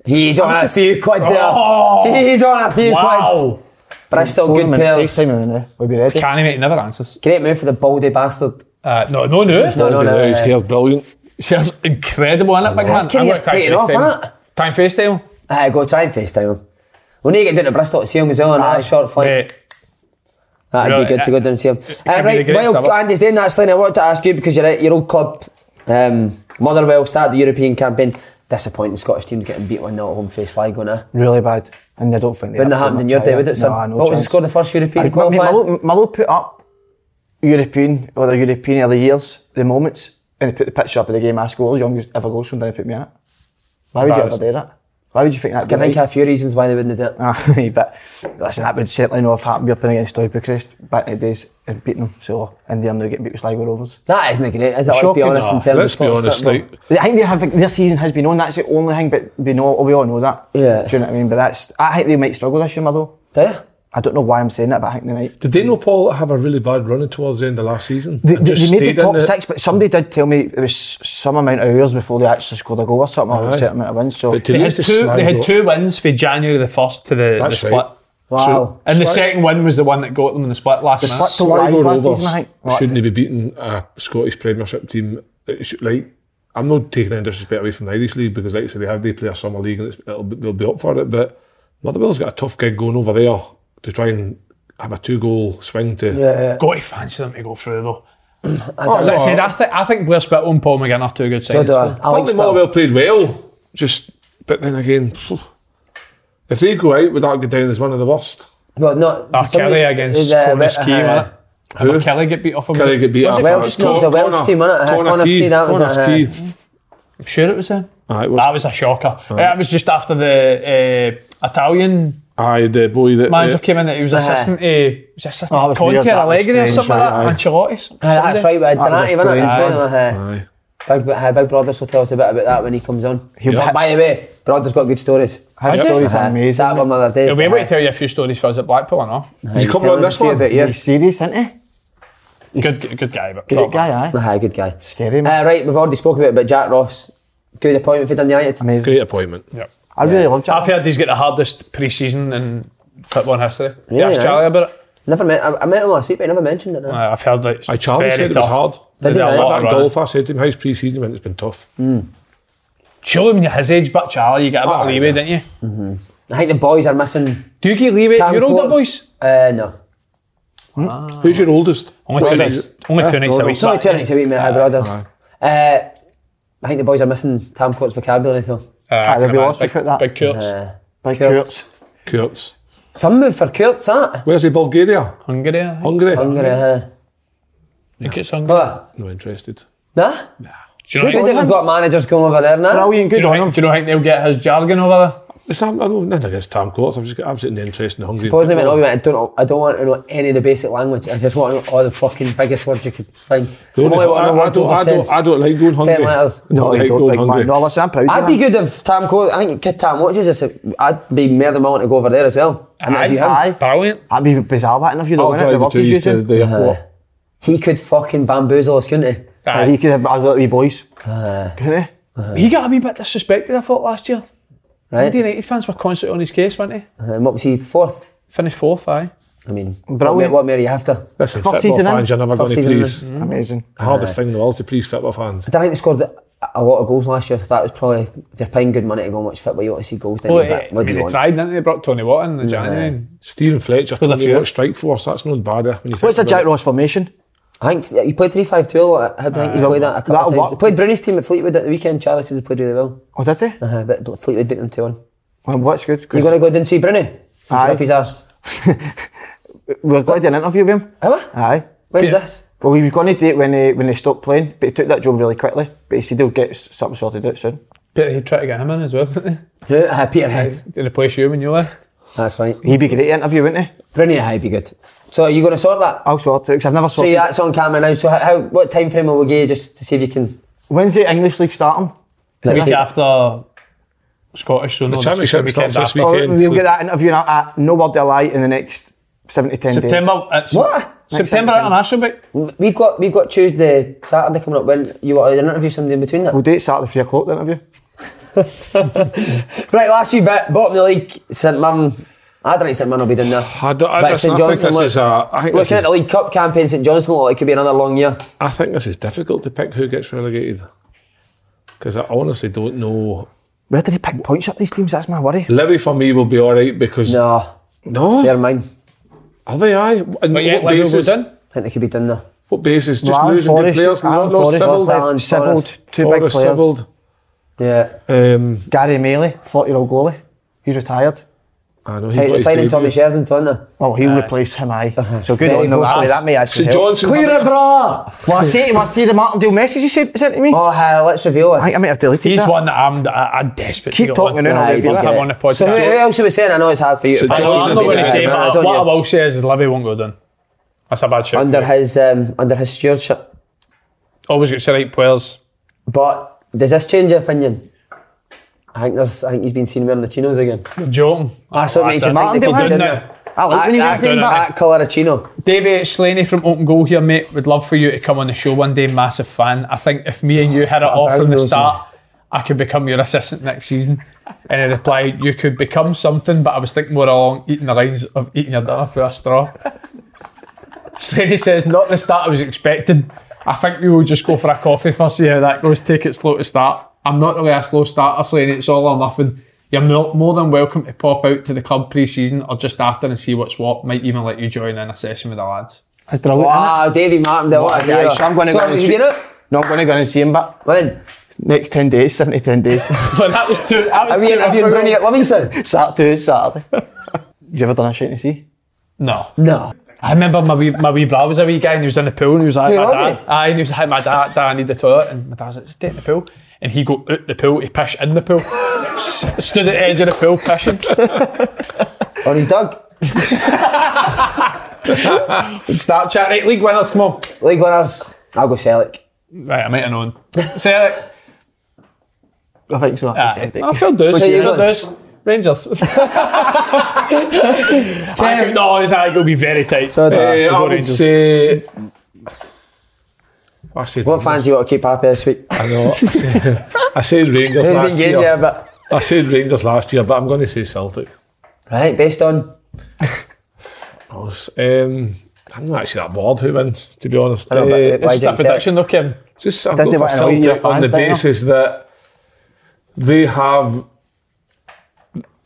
S3: He's on a few quid there.
S4: Oh.
S3: He's on a few quid.
S4: Wow.
S3: Bristol,
S5: Phone
S3: good
S5: him and
S3: pairs.
S5: FaceTime him now. We'll be ready.
S4: Canny, mate, he never answers.
S3: Great move for the baldy bastard.
S4: Uh, no, no, no.
S3: No, no, uh, no. no,
S5: uh,
S6: His hair's brilliant.
S4: Sounds incredible, innit, big man?
S3: His career's taking off, innit?
S4: Time FaceTime. Uh,
S3: Aye, go try and FaceTime him. We need to get down to Bristol to see him as well on that short flight.
S4: Mate,
S3: That'd
S4: Really,
S3: be good to Ah, go down and see him. Uh,
S4: could be the
S3: right,
S4: greatest
S3: well,
S4: ever.
S3: Andy's doing that, Slane. I wanted to ask you because you're at your old club, um, Motherwell, start the European campaign. Disappointing Scottish teams getting beat 1 0 at home face Sligo now.
S5: Really bad. And I don't think they
S3: Wouldn't
S5: have
S3: have happened
S5: too
S3: in your
S5: much
S3: day,
S5: either.
S3: would it, son?
S5: Nah, no
S3: what was the
S5: chance.
S3: score of the first European
S5: I'd- well, mate,
S3: qualifier?
S5: Mallow, Mallow put up European or the European of the years, the moments, and he put the picture up of the game I scored, youngest ever goal, so then he put me in it. Why would you ever do that? Why would you think that'd be
S3: I think
S5: right?
S3: I have a few reasons why they wouldn't have done it.
S5: Aye, but listen, that would certainly not have happened. Be up against Stoy Bucharest back in the days and beating them. So, and they're now getting beat with Sligo Rovers.
S3: That isn't great, is it? Let's be
S5: Shocking.
S3: honest in
S5: Nah,
S3: terms
S6: Let's
S3: of
S6: be
S3: Scottish
S6: honest,
S3: football.
S6: like,
S5: I think they have their season has been on. That's the only thing, but we know we all know that.
S3: Yeah.
S5: Do you know what I mean? But that's I think they might struggle this year, though.
S3: Do you?
S5: I don't know why I'm saying that, but I think they might.
S6: did they know Paul have a really bad running towards the end of last season?
S5: They,
S6: And
S5: they,
S6: just
S5: they made
S6: stayed
S5: the top
S6: in it?
S5: six, but somebody did tell me it was some amount of hours before they actually scored a goal or something, or a
S6: Aye.
S5: certain amount of wins. So
S6: But to
S4: they had,
S6: lose to
S4: two, they
S6: Sligo-
S4: had two wins for January the 1st to the, the
S6: That's
S4: split.
S6: right.
S3: Wow.
S4: And the
S6: Sligo-
S4: second win was the one that got them in the split last
S5: The
S4: minute.
S5: split- to
S6: Sligo
S5: live last
S6: Rovers
S5: season, I think. What?
S6: shouldn't be beating a Scottish Premiership team. It should, like, I'm not taking any disrespect away from the Irish League because, like I said, they have they play a summer league and it's, it'll, be- they'll be up for it. But Motherwell's got a tough gig going over there to try and have a two-goal swing to.
S3: Yeah.
S4: Got to fancy them to go through, though.
S3: I
S4: As
S3: don't
S4: I
S3: know.
S4: said, I, th- I think Blair Spittle and Paul McGinn are two good
S3: So
S4: sides.
S3: do I. I
S6: I
S3: like
S6: think
S3: Spittle.
S6: Motherwell played well, just but then again, phew, if they go out, would that go down as one of the worst?
S3: Well, not uh,
S4: Ah, Kelly against Cornish Key, wasn't it?
S6: Who?
S4: Or Kelly get beat off him?
S6: Kelly get beat
S4: Was
S6: up.
S4: it
S3: Welsh? No, it was a Welsh team, wasn't it? Uh, Connor Key, that was
S6: Connor
S3: it, uh,
S6: Key.
S4: I'm sure it was him.
S6: Aye, it was.
S4: That was a shocker. That was just after the uh, Italian
S6: Aye, the boy that
S4: manager
S6: uh,
S4: came in that he was assistant to was he assistant
S5: Oh, that
S4: oh,
S5: was
S4: Conte
S5: weird.
S4: or
S5: That was
S4: Allegri or
S5: strange,
S4: something like
S5: aye,
S4: that. Ancelotti's.
S3: Aye, that's right, but
S5: That was
S3: Donati, wasn't it?
S5: strange,
S3: Aye.
S6: Aye.
S3: Big, uh, Big Brothers will tell us a bit about that when he comes on.
S5: Here's
S3: So,
S5: a-
S3: by the way, Brothers got good stories.
S5: His stories are
S3: Uh,
S5: amazing,
S3: Sat with him the other day.
S4: He'll be able to
S3: Uh,
S4: tell you a few stories for us at Blackpool, I know.
S3: aye,
S6: Does he
S3: he's
S6: come
S3: telling
S6: on
S3: us
S6: this
S3: a few
S6: one?
S3: About you.
S5: He's serious, isn't he?
S4: Good, good, good guy, but
S5: Good guy, aye.
S3: Aye, good guy.
S5: Scary, man.
S3: Uh, right, we've already spoken about it, but Jack Ross, good appointment for Dundee United.
S5: Amazing.
S6: Great appointment.
S4: Yep.
S5: I really love
S4: I've
S5: Jack.
S4: heard he's got the hardest pre-season in football in history.
S3: Really,
S4: Yeah, asked
S3: aye?
S4: Charlie about it.
S3: Never met. I, I met him last week, but he never mentioned it. No.
S4: Aye, I've heard that. it's
S6: I Charlie
S4: very
S6: said it
S4: tough.
S6: was hard.
S3: Did he,
S6: Did
S3: right?
S6: that
S4: Right.
S6: golf, I said to him, how's pre-season? He went, it's been tough.
S3: Mm.
S4: Surely when you're his age, but Charlie, you get a bit of
S6: Aye,
S4: leeway,
S6: yeah.
S4: don't you?
S3: I think the boys are missing.
S4: Do you get leeway?
S3: Cam
S4: You're older
S3: Courts.
S4: boys.
S3: Uh, no.
S6: Who's your oldest?
S4: Only two
S6: Well,
S4: nights.
S6: he's-
S4: Only two
S6: Eh,
S4: nights a
S6: well,
S4: week.
S3: It's only
S4: but-
S3: two nights a week, mate. Aye, Brothers. Uh, I think the boys are missing Tam Court's vocabulary though.
S4: I can
S5: they'll be
S4: imagine.
S5: lost
S4: Big-
S5: without that.
S4: Big Kurtz.
S5: Big
S3: Kurtz.
S5: Kurtz.
S6: Kurtz.
S3: Some move for Kurtz, that.
S6: Where's he? Bulgaria?
S4: Hungary, I think.
S6: Hungary?
S3: Hungary, huh?
S4: I think it's Hungary.
S3: What?
S6: No interested.
S3: Nah?
S4: Do you know
S3: Good
S4: think-
S3: that we've got managers going over there now.
S5: Brilliant,
S4: do you
S5: good
S4: know
S5: on
S4: think-
S5: him.
S4: do you know think they'll get his jargon over there?
S6: It's Tam, I know nothing against Tam Courts. I've just got absolutely no interest in the Hungary.
S3: Supposedly, mate,
S6: football.
S3: oh, mate, I don't, know- I don't want to know any of the basic language. I just want to know all the fucking biggest words you could find.
S6: The only-
S3: I only want to
S6: I,
S3: know
S6: I
S3: words
S6: don't,
S3: over
S6: I, don't,
S3: 10.
S6: I don't like going hungry.
S3: letters.
S6: I don't
S5: No, you don't
S6: going
S5: like man. No, listen, I'm proud
S3: I'd
S5: of
S3: be
S5: you.
S3: good if Tam Court, I think Kid Tam watches this. I'd be more than willing to go over there as well. And interview him.
S5: aye.
S4: Brilliant.
S5: That'd be bizarre, that interview, though,
S6: I'll
S5: wouldn't it?
S6: drive
S5: The
S6: you
S5: words
S6: two
S5: he's
S6: used to
S5: using.
S6: the
S3: Uh,
S6: airport.
S3: He could fucking bamboozle us, couldn't he?
S5: Aye, He could have a little wee boys. Couldn't he?
S4: He got a wee bit disrespected, I thought, last year.
S3: Right?
S4: The United fans were constantly on his case, weren't they?
S3: And what was he, fourth?
S4: Finished fourth, aye.
S3: I mean, what,
S5: Brilliant.
S3: ma- what made you after?
S5: First
S6: Listen, football
S5: season in.
S6: fans, you're never going
S3: First
S6: to
S3: eh? season in.
S6: please. The
S5: Amazing.
S6: hardest thing in the world is to please football fans.
S3: I think they scored a lot of goals last year, so that was probably, if you're paying good money to go and watch football, you want to see goals, don't
S4: Well, eh,
S3: you? But
S4: I
S3: what
S4: mean,
S3: do
S4: they
S3: you want?
S4: tried, didn't they? They Brought Tony Watt in January. and-
S6: Stephen Fletcher,
S4: Good
S6: Tony
S4: affair.
S6: Watt, strike force, that's no bad. eh, when you
S5: What's a
S6: think
S5: Jack
S6: about
S5: Ross formation?
S3: I think yeah, you played 3 5 2 a lot. I had- I think you played that a couple
S5: that'll
S3: of times.
S5: work.
S3: He played Bruni's team at Fleetwood at the weekend. Charlie says he played really well.
S5: Oh, did he?
S3: Uh-huh, but Bl- Fleetwood beat them 2 1.
S5: Well, what's good?
S3: You're going to go down and see Bruni? Some
S5: Aye.
S3: trip his arse.
S5: We've got to do an interview with him.
S3: Have I?
S5: Aye.
S3: When's this?
S5: Well, he was going to do it when he, when he stopped playing, but he took that job really quickly. But he said he'll get s- something sorted out soon.
S4: Peter, he tried to get him in as well, didn't
S3: Who? Uh, Peterhead.
S4: he? To replace you when you left.
S3: That's right.
S5: He'd be great to interview, wouldn't he?
S3: Bruni at High be good. So you're going to sort that?
S5: I'll sort it, because I've never
S3: So
S5: sorted it.
S3: that's on camera now. So how, how what time frame will we give you just to see if you can?
S5: When's the English League starting?
S4: The week
S3: Next-
S4: after Scottish, so no,
S6: The
S4: this
S6: championship
S4: weekend
S6: starts this
S4: after.
S5: Oh,
S6: weekend.
S5: we'll
S6: so-
S5: get that interview, and I, I, no word of a lie, in the next 7
S3: Oh,
S5: to 10 days.
S4: September. It's
S3: What?
S4: September International break.
S3: We've got we've got Tuesday, Saturday coming up. When you want to interview somebody in between that?
S5: We'll do it Saturday, 3 o'clock, the interview.
S3: Right, last few bit bottom of the league, St Mirren. I don't think St Mirren will be doing there.
S6: I don't- I-
S3: But
S6: listen,
S3: St
S6: I think
S3: Johnstone
S6: this
S3: look-
S6: is a- I think this
S3: looking
S6: is-
S3: at the League Cup campaign, St Johnston look like it could be another long year.
S6: I think this is difficult to pick who gets relegated. Because I honestly don't know.
S5: Where did he pick points up these teams? That's my worry.
S6: Levy for me will be all right because.
S3: No,
S6: No?
S3: they're mine.
S6: Are they? Aye. And
S4: But yet,
S6: what,
S4: Levy will go
S6: basis,
S4: down.
S3: I think they could be done there.
S6: what basis? Just
S5: Ryan
S6: losing
S5: Forrest,
S6: good players.
S5: Ryan
S6: no,
S5: Forrest,
S6: Sybil,
S3: Alan
S5: left, Sybil,
S3: Forrest.
S5: two big
S6: Forrest,
S5: players.
S6: Sybil,
S3: Yeah,
S6: Um,
S5: Gary Maley, 40 year old goalie. He's retired.
S6: I know, he
S3: Right,
S6: got
S3: they're
S6: his
S3: signing
S6: debut.
S3: Tommy Sheridan, to not
S5: Well, he'll replace him, aye. So good
S3: Very
S5: on him,
S3: good.
S5: that way. That may actually
S6: Uh-huh.
S5: help.
S6: St Johnson.
S3: Clear it, bro.
S5: Well, I see, well, I see the Martindale message you sent, sent to me.
S3: Oh, hell, let's reveal it.
S5: I think I might have deleted
S4: He's
S5: that.
S4: one that I'm, I, I'm desperate
S5: Keep
S4: to get
S5: talking
S4: on.
S5: now, I'll
S4: I
S5: give you
S4: want
S5: that.
S4: him on the podcast.
S3: So who, who else are we saying? I know it's hard for you.
S6: So
S3: to pick.
S6: Johnson-
S4: I'm not going to say,
S3: Yeah,
S4: but
S3: don't
S4: what I
S3: you?
S4: will say is, is Levy won't go down. That's a bad shout.
S3: under his um, under his stewardship.
S4: Always gets the right players.
S3: But does this change your opinion? I think there's. I think he's been seen wearing the chinos again.
S4: Joking.
S3: That's what Ah, makes you think
S4: it.
S3: they
S5: Martindale
S3: could
S5: has
S3: do
S5: it.
S3: now.
S5: I like when he wears
S3: That,
S5: his
S4: don't
S5: back.
S4: know.
S3: that colour of chino.
S4: Davey Slaney from Open Goal here, mate. Would love for you to come on the show one day. Massive fan. I think if me and you hit it off from the
S3: knows
S4: start, I could become your assistant next season. And he replied, "You could become something, but I was thinking more along eating the lines of eating your dinner through a straw." Slaney says, "Not the start I was expecting. I think we will just go for a coffee first. See how that goes. Take it slow to start. I'm not really a slow starter, Slaney. It's all or nothing." You're mo- more than welcome to pop out to the club pre-season or just after and see what's what. Might even let you join in a session with the lads.
S5: That's brilliant, innit?
S3: Wow, Davy Martindale, what a
S5: Yeah,
S3: hero.
S5: so I'm going to
S3: So,
S5: go and
S3: you
S5: speak-
S3: know,
S5: No, I'm going to go and see him, but
S3: when?
S5: next 10 days, 7 to 10 days.
S4: But that was two. That was
S3: Have you,
S4: two.
S3: have you and Bruni at Livingston?
S5: Saturday is Saturday. you ever done a shite to see?
S4: no.
S3: No.
S4: I remember my wee, my wee brother was a wee guy and he was in the pool and he was like,
S3: You
S4: my
S3: love
S4: dad, aye, and he was like, my dad, dad, I need the toilet. And my dad's like, just stay in the pool. And he go out the pool, he pish in the pool, S- stood at the edge of the pool pishing.
S3: On his dog?
S4: Snapchat, right, league winners, come on.
S3: League winners? I'll go Celtic.
S4: Right, I might have known. Say it.
S5: I think so.
S4: Ah.
S5: I said it.
S6: I feel this.
S3: Which
S6: I
S3: you
S6: feel
S3: want?
S6: this. Rangers.
S4: I could- no, it's going to be very tight.
S3: So do I.
S4: Eh,
S6: Eh, I
S4: I'll
S6: would
S4: just-
S6: say. I said.
S3: What fans you got to keep happy this week?
S6: I know. I said, I said Rangers
S3: Who's been
S6: last
S3: getting
S6: year.
S3: there, but
S6: I said Rangers last year, but I'm going to say Celtic.
S3: right, based on
S6: I was, um, I'm not actually that bored who wins, to be honest.
S3: I know, but
S6: Eh,
S3: why
S4: Just a
S3: didn't say
S4: prediction though, Kevin.
S6: Just I've
S5: Didn't
S6: got
S5: they
S6: for
S5: want to know you're
S6: Celtic
S5: a
S6: on the
S5: fan, didn't
S6: basis that they have.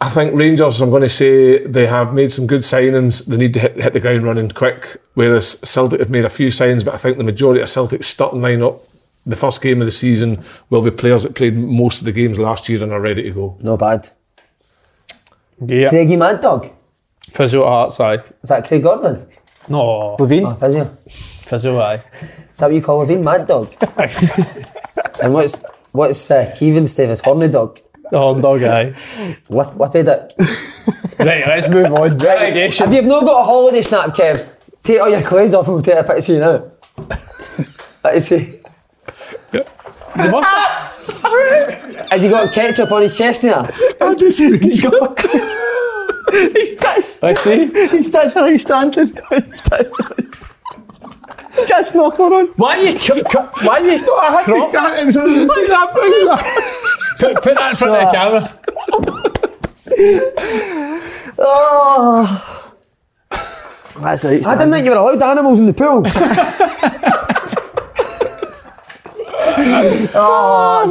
S6: I think Rangers. I'm going to say they have made some good signings. They need to hit, hit the ground running quick. Whereas Celtic have made a few signs, but I think the majority of Celtic's starting lineup, the first game of the season, will be players that played most of the games last year and are ready to go.
S3: no bad.
S4: Yeah.
S3: Craigie Mad Dog.
S7: Physio hearts, aye.
S3: Is that Craig Gordon?
S4: No.
S5: Levine?
S3: Oh, physio. Is
S7: Physio, aye.
S3: that what you call Levine? Mad Dog. and what's what's uh, Kevin Stavis? Horny Dog.
S7: The horn dog, aye.
S3: Lip, lippy Dick.
S4: Right, let's move on. Relegation.
S3: If you've not got a holiday snap, Kev, take all your clothes off and we'll take a picture of you now. Let's see. Has he got ketchup on his chest now?
S5: He's touched.
S4: I see.
S5: He's touched how he's standing. He's touched. Catch knocked on.
S4: Why are you? cu- cu- why are you?
S5: I had
S4: Crop.
S5: to cut him so he didn't see that thing.
S4: Put, put that in front of the camera.
S5: Oh. That's how he's
S3: I didn't
S5: standing.
S3: think you were allowed animals in the pool.
S5: Brilliant.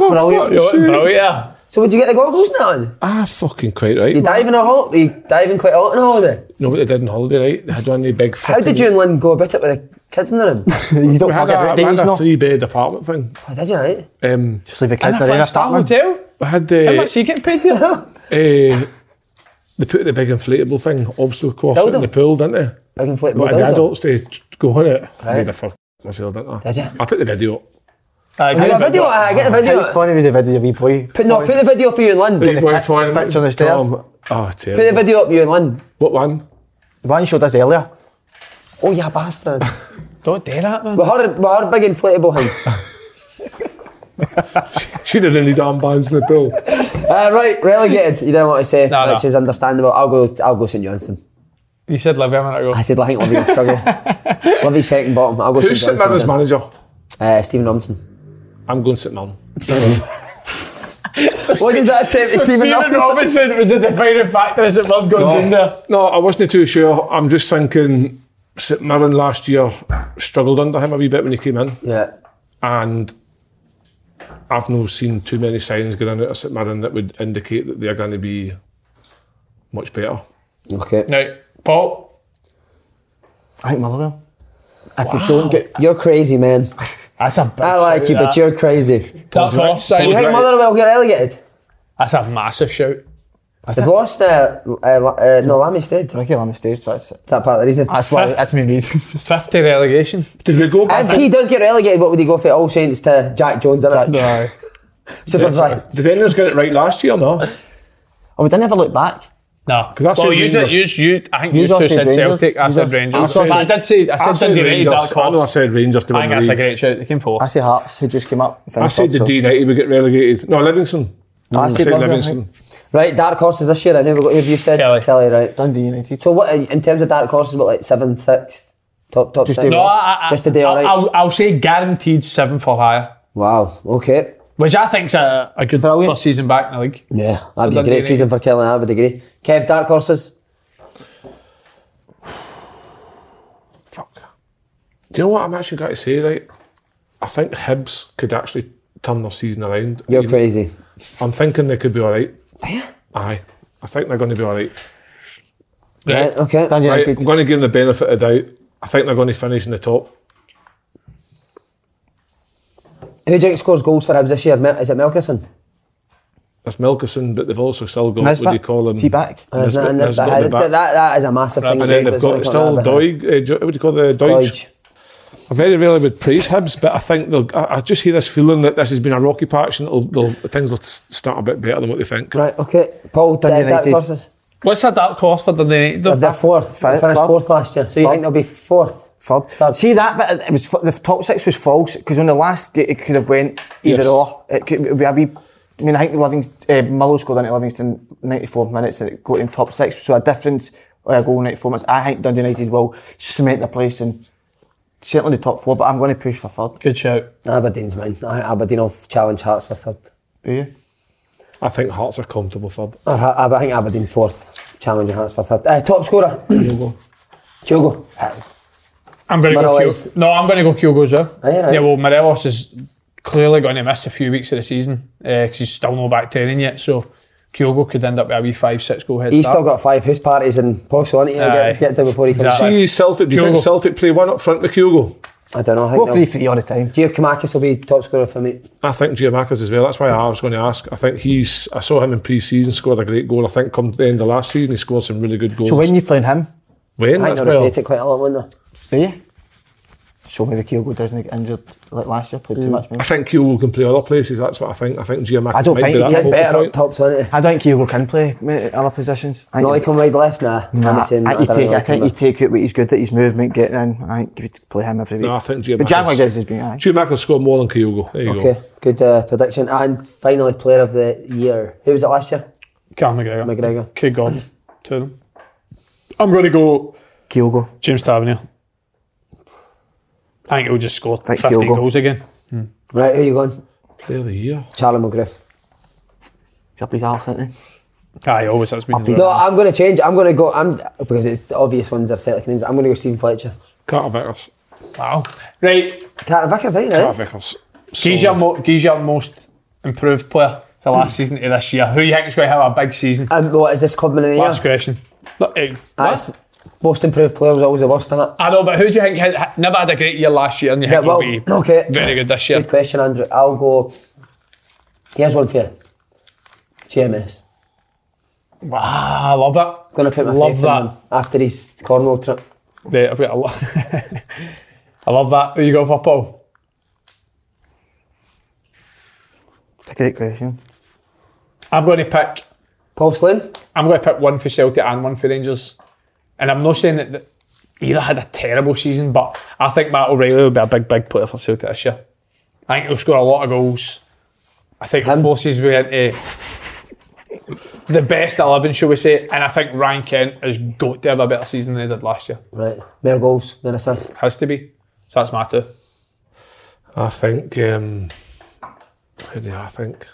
S4: You look brilliant.
S3: Oh, so would you get the goggles now on?
S6: Ah, fucking quite right.
S3: You diving a hol- you diving quite a lot on holiday.
S6: No, what they did on holiday, right? They had one of the big.
S3: How did you and Lynn go about it with the kids in the room?
S5: You don't
S6: We had
S5: fuck
S6: a,
S5: about
S6: we
S5: days,
S6: had a
S5: no.
S6: three-bed apartment thing.
S3: Oh, did you right?
S6: Um,
S5: Just leave the
S4: And
S5: kids
S4: a
S5: in their own
S4: five-star
S5: apartment.
S4: hotel.
S6: I had.
S4: How
S6: Uh,
S4: much are you getting paid here?
S6: Eh, they put the big inflatable thing, obstacle course, out in
S3: Dildo.
S6: the pool, didn't they?
S3: Like inflatable
S6: But the
S3: dildo.
S6: adults to go on it. I
S3: Right.
S6: made a fuck myself, didn't I?
S3: Did ya?
S6: I put the video up.
S4: I
S3: I got a video. I get the
S5: How
S3: video.
S5: funny was the video of wee boy?
S3: Put, no, put the video up of you and Lynn. Put
S6: Went for him,
S5: picture on the stairs.
S6: Tom. Oh, terrible.
S3: the video up of you and Lynn.
S6: What one?
S5: The one you showed us earlier.
S3: Oh, you bastard.
S4: Don't do that, man.
S3: with, her, with her big inflatable hand.
S6: She'd have any damn bands in the pool.
S3: uh, right, relegated. You didn't want to say,
S4: No, no.
S3: which is understandable. I'll go. I'll go St Johnston.
S4: You said Livy a minute ago.
S3: I said, I think Livy will struggle. Livy second bottom. I'll go St
S6: Who's sitting there as
S3: Johnston. then.
S6: manager?
S3: Uh, Stephen Robinson.
S6: I'm going St Mirren.
S3: What does that say to Stephen
S4: Stephen
S3: Robinson?
S4: Robinson was the defining factor as it love going down there.
S6: No, I wasn't too sure. I'm just thinking St Mirren last year struggled under him a wee bit when he came in.
S3: Yeah.
S6: and I've not seen too many signs going out of St Mirren that would indicate that they're going to be much better.
S3: Okay.
S4: Now, Paul,
S5: I think Motherwell. If they don't get
S3: You're crazy, man.
S4: that's a big
S3: I like you,
S4: shout,
S3: but
S4: that.
S3: you're crazy.
S4: That Paul's side,
S3: You think
S4: right?
S3: Motherwell get relegated?
S4: That's a massive shout.
S3: They've lost. Uh, uh, uh, no, Lammy stayed. Is
S5: Ricky Lamy stage, that's it.
S3: that part of the reason?
S5: That's why. That's the main reason.
S4: 50 relegation.
S6: Did we go
S3: If
S6: back?
S3: he does get relegated, what would he go for? All Saints to Jack Jones, innit?
S5: no.
S3: Super dry.
S6: Did Rangers get it right last year? No.
S5: Oh, we didn't ever look back.
S4: No, because
S6: I
S4: well,
S6: said
S4: you, said- you,
S6: Rangers.
S4: you, I think you,
S5: all
S4: two
S5: said
S4: said
S5: Rangers.
S4: Celtic. I
S5: You
S4: said
S5: all-
S4: Rangers.
S6: I said-
S4: but I did say I said
S6: I said
S4: Dundee United.
S6: Rangers.
S4: Dark
S6: I know I
S4: horse.
S6: said Rangers to
S4: I
S6: win
S4: think
S6: the
S4: that's a
S6: league.
S4: great shout. They came
S5: I
S4: forward.
S5: say Hearts, who just came up.
S6: I said the D United would get relegated. No, Livingston.
S5: I
S6: I
S5: said
S6: said
S5: Livingston.
S6: Livingston.
S3: Right, dark horses this year. I know we got who have you said
S4: Kelly.
S3: right?
S5: Dundee United.
S3: So what in terms of dark horses? What like seventh, sixth, top, top
S5: Just
S3: six?
S5: do
S4: No, I, I,
S3: just today,
S4: I'll,
S3: all right.
S4: I'll, I'll say guaranteed seven for higher,
S3: Wow. Okay.
S4: which I think's a, a good
S5: Brilliant.
S4: first season back in the league.
S3: Yeah, that'd be a
S4: Dundee
S3: great season for Kelly. I would agree. Kev, dark horses.
S6: Fuck. Do you know what I'm actually going to say? Right, I think Hibs could actually turn their season around.
S3: You're
S6: You-
S3: crazy.
S6: I'm thinking they could be all right. Aye, I think they're going to be all right.
S3: Right. Okay.
S5: Dundee
S6: Right,
S5: United.
S6: I'm going to give them the benefit of doubt. I think they're going to finish in the top.
S3: Who do you think scores goals for Hibs this year? Mel- Is it Melkison?
S6: That's Milkerson, but they've also still got
S5: Nisbet.
S6: what do you call him?
S5: See back.
S3: Uh, isn't that in this
S6: Nisbet
S3: bit?
S6: will be
S3: That-
S6: back.
S3: that- that is a massive thing.
S6: And
S3: Saints, but
S6: then they've
S3: it's
S6: got
S3: not
S6: still
S3: gonna
S6: Doig. Uh, Jo- what do you call the
S3: happen.
S6: Deutsch?
S3: Doig.
S6: I very rarely would praise Hibs, but I think they'll. I, I just hear this feeling that this has been a rocky patch, and it'll, they'll, things will s- start a bit better than what they think.
S3: Right. Okay. Paul, d-
S5: Dundee
S3: dark
S5: United.
S3: horses.
S4: What's a dark horse for Dundee United? though?
S3: They're fourth. They
S5: Third.
S3: finished fourth last year. So you
S5: Third.
S3: think they'll be fourth?
S5: third.
S3: Third.
S5: See that bit? It was f- the top six was false because on the last day it could have went either
S6: Yes.
S5: or. It could be a wee. I mean, I think Livingston, uh, Mullow scored into Livingston 94 minutes and it got in top six. So a difference, or a goal in 94 minutes. I think Dundee United will cement their place in certainly the top four, but I'm going to push for third.
S7: Good shout.
S3: Aberdeen's mine. I- Aberdeen will challenge Hearts for third.
S5: Do you?
S6: I think Hearts are comfortable third.
S3: Or, Ha- I think Aberdeen fourth, challenging Hearts for third. Uh, top scorer, Kyogo.
S4: I'm going to go
S3: Morelos.
S4: Kyogo. No, I'm going to go Kyogo as well.
S3: Aye, right.
S4: Yeah, well, Morelos is clearly going to miss a few weeks of the season because he's still no back training yet. So Kyogo could end up with a wee five, six goal head
S3: He's
S4: start.
S3: still got five house parties and Paul's on it.
S4: Aye.
S3: Get, get there before he comes
S4: Exactly.
S3: back.
S6: See Celtic, do you think
S4: Kyogo.
S6: Celtic play one up front with Kyogo?
S3: I don't know. I
S5: Go
S3: think
S5: 3 3 all the time.
S3: Giacomakis will be top scorer for me.
S6: I think Giamakis as well. That's why I was going to ask. I think he's. I saw him in pre-season, scored a great goal. I think come to the end of last season, he scored some really good goals.
S5: So when you're playing him,
S6: when
S3: I think
S6: that's
S3: they'll
S6: well,
S3: rotate it quite a lot, won't
S5: do you? So maybe Kyogo doesn't get injured like last year, played
S3: Mm.
S5: too much. Maybe.
S6: I think Kyogo can play other places. That's what I think. I think Giamakis.
S5: I don't
S6: might
S5: think
S6: be
S3: they?
S5: he
S6: that
S3: He's
S6: focal
S3: better up
S6: point.
S3: top, isn't he?
S5: I don't think Kyogo can play mate, other positions. I think
S3: Not like him wide left, nah. I'm
S5: Nah,
S3: not saying
S5: Ah, I,
S3: that,
S5: think
S3: don't
S5: you take,
S3: know
S5: I think
S3: him,
S5: you take it. What he's good at his movement, getting in. I think you'd play him every week.
S6: No, I think Giamakis.
S5: but Jack gives has been. aye.
S6: Giamakis scored more than Kyogo. There you
S3: but-
S6: go.
S3: Okay, good uh, prediction. And finally, player of the year. Who was it last year?
S4: Carl McGregor.
S3: McGregor. Mm.
S4: Kid Gordon. Two of them. I'm going to go
S5: Kyogo.
S4: James Tavernier. I think he'll just score
S5: Think
S4: 15
S5: Kyogo.
S4: goals again.
S3: Right, who you going?
S6: Player of the year.
S3: Charlie McGriff.
S5: He'll play Arsenal, isn't he?
S4: Aye, always has been.
S3: No, I'm going to change. I'm going to go. I'm because it's the obvious ones are Celtic names. I'm going to go Stephen Fletcher.
S6: Carter Vickers.
S4: Wow. Right,
S3: Carter Vickers, ain't
S6: Carter
S3: it?
S6: Vickers.
S4: he's
S6: Solid.
S4: your, mo- he's your most improved player for last season to this year. Who you think is going to have a big season?
S3: Um, what is this clubman of the
S4: Last
S3: year?
S4: question. Look, eh,
S3: That's most improved player was always the worst, isn't it?
S4: I know, but who do you think had, never had a great year last year and you think
S3: well,
S4: will be
S3: okay.
S4: very good this year?
S3: Good question, Andrew. I'll go. Here's one for you. GMS.
S4: Wow, Ah, I love it.
S3: Gonna put my
S4: Love
S3: faith
S4: that.
S3: in him after his Cornwall trip.
S4: Right, I've got a lot. I love that. Who you go for, Paul?
S5: It's a great question.
S4: I'm going to pick.
S3: Paul Slynn.
S4: I'm going to pick one for Celtic and one for Rangers. And I'm not saying that that either had a terrible season, but I think Matt O'Reilly will be a big, big player for Celtic this year. I think he'll score a lot of goals. I think he'll
S3: Him.
S4: force his way into the best 11, shall we say. And I think Ryan Kent has got to have a better season than he did last year.
S3: Right. More goals than assists.
S4: Has to be. So that's my two.
S6: I think. Um, who do I think?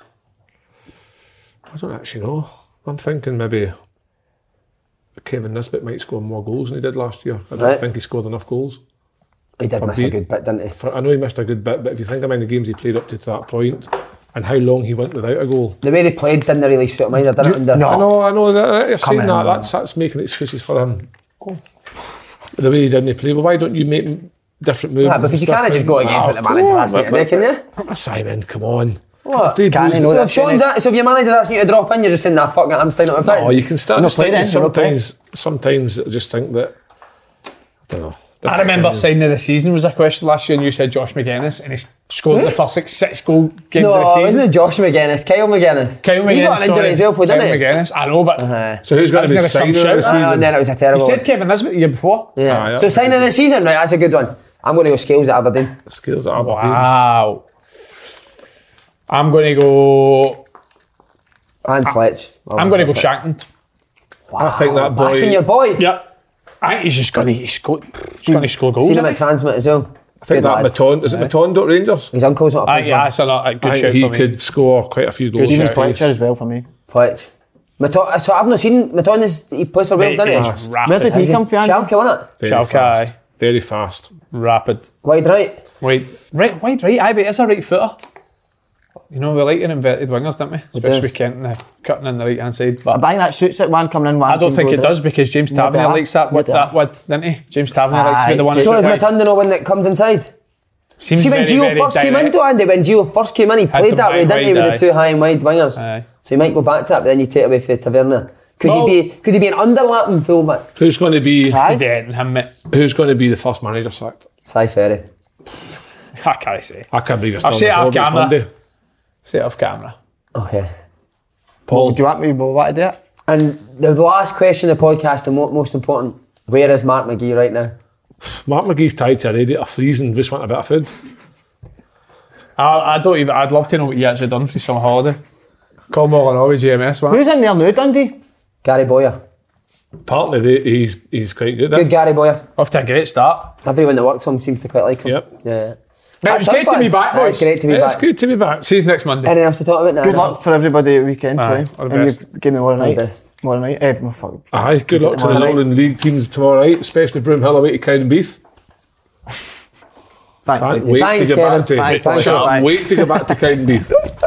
S6: I don't actually know. I'm thinking maybe Kevin Nisbet might score more goals than he did last year. I don't
S3: Right.
S6: think he scored enough goals.
S3: He did miss a
S6: beat.
S3: good bit, didn't he?
S6: For, I know he missed a good bit, but if you think how many games he played up to that point and how long he went without a goal.
S3: The way they played didn't really suit mine, did it? Under,
S5: No.
S6: I know, I know. That, that- you're saying
S5: on,
S6: that.
S5: man.
S6: That's, that's making excuses for him. The way he didn't play. Well, why don't you make m- different moves?
S3: Right, because you can't just go
S6: Ah,
S3: against what the manager has to do, can you?
S6: Simon, come on.
S3: What?
S6: If they
S5: Can't he
S6: lose-
S5: know
S3: So if, Sean's a- so if your manager's asking you to drop in, you're just saying, nah, fuck it, I'm staying up a
S6: Oh, you can start.
S5: We're not
S6: just thinking
S5: playing then, we're not playing.
S6: sometimes, sometimes I just think that. I don't know.
S4: I remember signing of the season was a question last year, and you said Josh McGuinness, and he scored the first six, six goal games of the
S3: Hmm? No,
S4: season.
S3: isn't it Josh McGuinness? Kyle McGuinness.
S4: Kyle McGuinness,
S3: He got an
S4: sorry.
S3: injury as well, for, didn't
S4: Kyle
S3: he?
S4: McGuinness, I know, but
S3: Aye.
S6: So who's going
S4: That's
S6: to be
S4: never some
S6: signing of
S4: shout.
S6: the season?
S3: Oh, and then it was a
S4: he
S3: terrible
S4: said Ah,
S3: one.
S4: Kevin Nisbet the year before.
S6: Aye,
S3: Yeah.
S6: that
S3: so
S6: was
S3: sign of the season, right? That's a good one. I'm going to go Scales at Aberdeen.
S6: Skills at Aberdeen.
S4: Wow. I'm going to go.
S3: And Fletch.
S4: Ah,
S3: Oh,
S4: I'm going to go Shankland.
S6: I think that boy.
S3: Back in your boy.
S4: Yep. I think he's just going to he's go- he's going to score goals.
S3: Seen Hmm. him
S4: isn't
S3: at Transmit as well.
S6: I think that Matondo is it Matondo at Rangers.
S3: His uncle's not a
S4: he? Aye,
S3: pig
S4: yeah,
S3: man.
S4: that's a, lot- a
S6: I
S4: good
S6: think
S4: shout
S6: he
S4: for me.
S6: could score quite a few goals.
S5: Stephen
S6: for
S5: Fletcher
S6: us.
S5: as well for me.
S3: Fletch. Mato- so I've not seen Matonis. He plays for Wales,
S4: Mate,
S3: doesn't he?
S4: he's
S5: Where did
S4: Rapid.
S5: he come from? Andrew?
S3: Schalke, wasn't it?
S6: Very
S4: Schalke,
S6: fast.
S4: aye.
S6: Very fast.
S4: Rapid.
S3: Wide right.
S4: Wait, right, wide right. Aye, but he is a right footer. You know, we like an inverted wingers, don't we? Especially with Kent and the cutting in the right hand side. But
S5: I think that suits it. One coming in, one.
S4: I don't
S5: can
S4: think
S5: go
S4: it
S5: there.
S4: does because James
S5: No,
S4: Tavernier
S5: that-
S4: likes that width,
S5: no,
S4: that
S5: that-
S4: width, doesn't he? James Tavernier likes to be the one
S5: Aye,
S3: So is
S4: that's wide.
S3: Matondo the one that comes inside?
S4: Seems
S3: See, when
S4: very,
S3: Gio
S4: very
S3: first came
S4: direct.
S3: into Andy, when Gio first came in, he
S4: them
S3: played that way,
S4: wide,
S3: didn't he,
S4: wide,
S3: with
S4: aye.
S3: the two high and wide wingers?
S4: Aye.
S3: So he might go back to that, but then you take away for Tavernier. Could
S4: Well-
S3: he be? Could he be an underlapping fullback?
S6: Who's going to be?
S5: Aye.
S4: Yeah, and him, mate.
S6: Who's going to be the first manager sacked?
S3: Cy Ferry.
S4: I can't say.
S6: I can't believe it's
S4: I've
S6: done
S4: seen
S6: the
S4: it off
S6: job, it's
S4: camera.
S6: Monday.
S4: Say it off camera.
S3: Okay.
S5: Paul, do you want me? Well, what to do? it?
S3: And the last question of the podcast, and mo- most important, where is Mark McGee right now?
S6: Mark McGee's tied to a radiator freezing, just want a bit of food.
S4: I, I don't even. I'd love to know what you actually done for some holiday. Cornwall and always GMS, man.
S5: Who's in there now, Dundee?
S3: Gary Boyer.
S6: Apparently, they, he's, he's quite good. eh?
S3: Good Gary Boyer.
S4: Off to a great start.
S3: Everyone that works on seems to quite like him.
S6: Yep.
S3: Yeah.
S4: Right, it's
S3: That's
S4: great
S3: us,
S4: to be
S3: lads.
S4: back,
S3: Right,
S4: boys.
S3: It's great to be
S6: Yeah, it's
S3: back.
S6: good to be back.
S4: See you next Monday.
S3: Anything else to talk about now?
S5: Good
S3: No.
S5: luck for everybody at the weekend,
S4: Aye,
S5: right?
S4: all the
S5: And
S4: best.
S5: you've given me one
S3: All the
S5: night.
S3: best.
S5: One night. Eh, my fuck.
S6: Aye, good luck to the
S5: tomorrow night?
S6: Northern League teams tomorrow night, especially Broomhill away to Cowden Beef.
S5: Thank
S6: Can't
S5: you.
S6: wait
S3: Thanks,
S6: to get
S3: Kevin.
S6: back to
S5: Thanks,
S6: Can't
S5: thanks.
S6: wait to get back to Cowden Beef.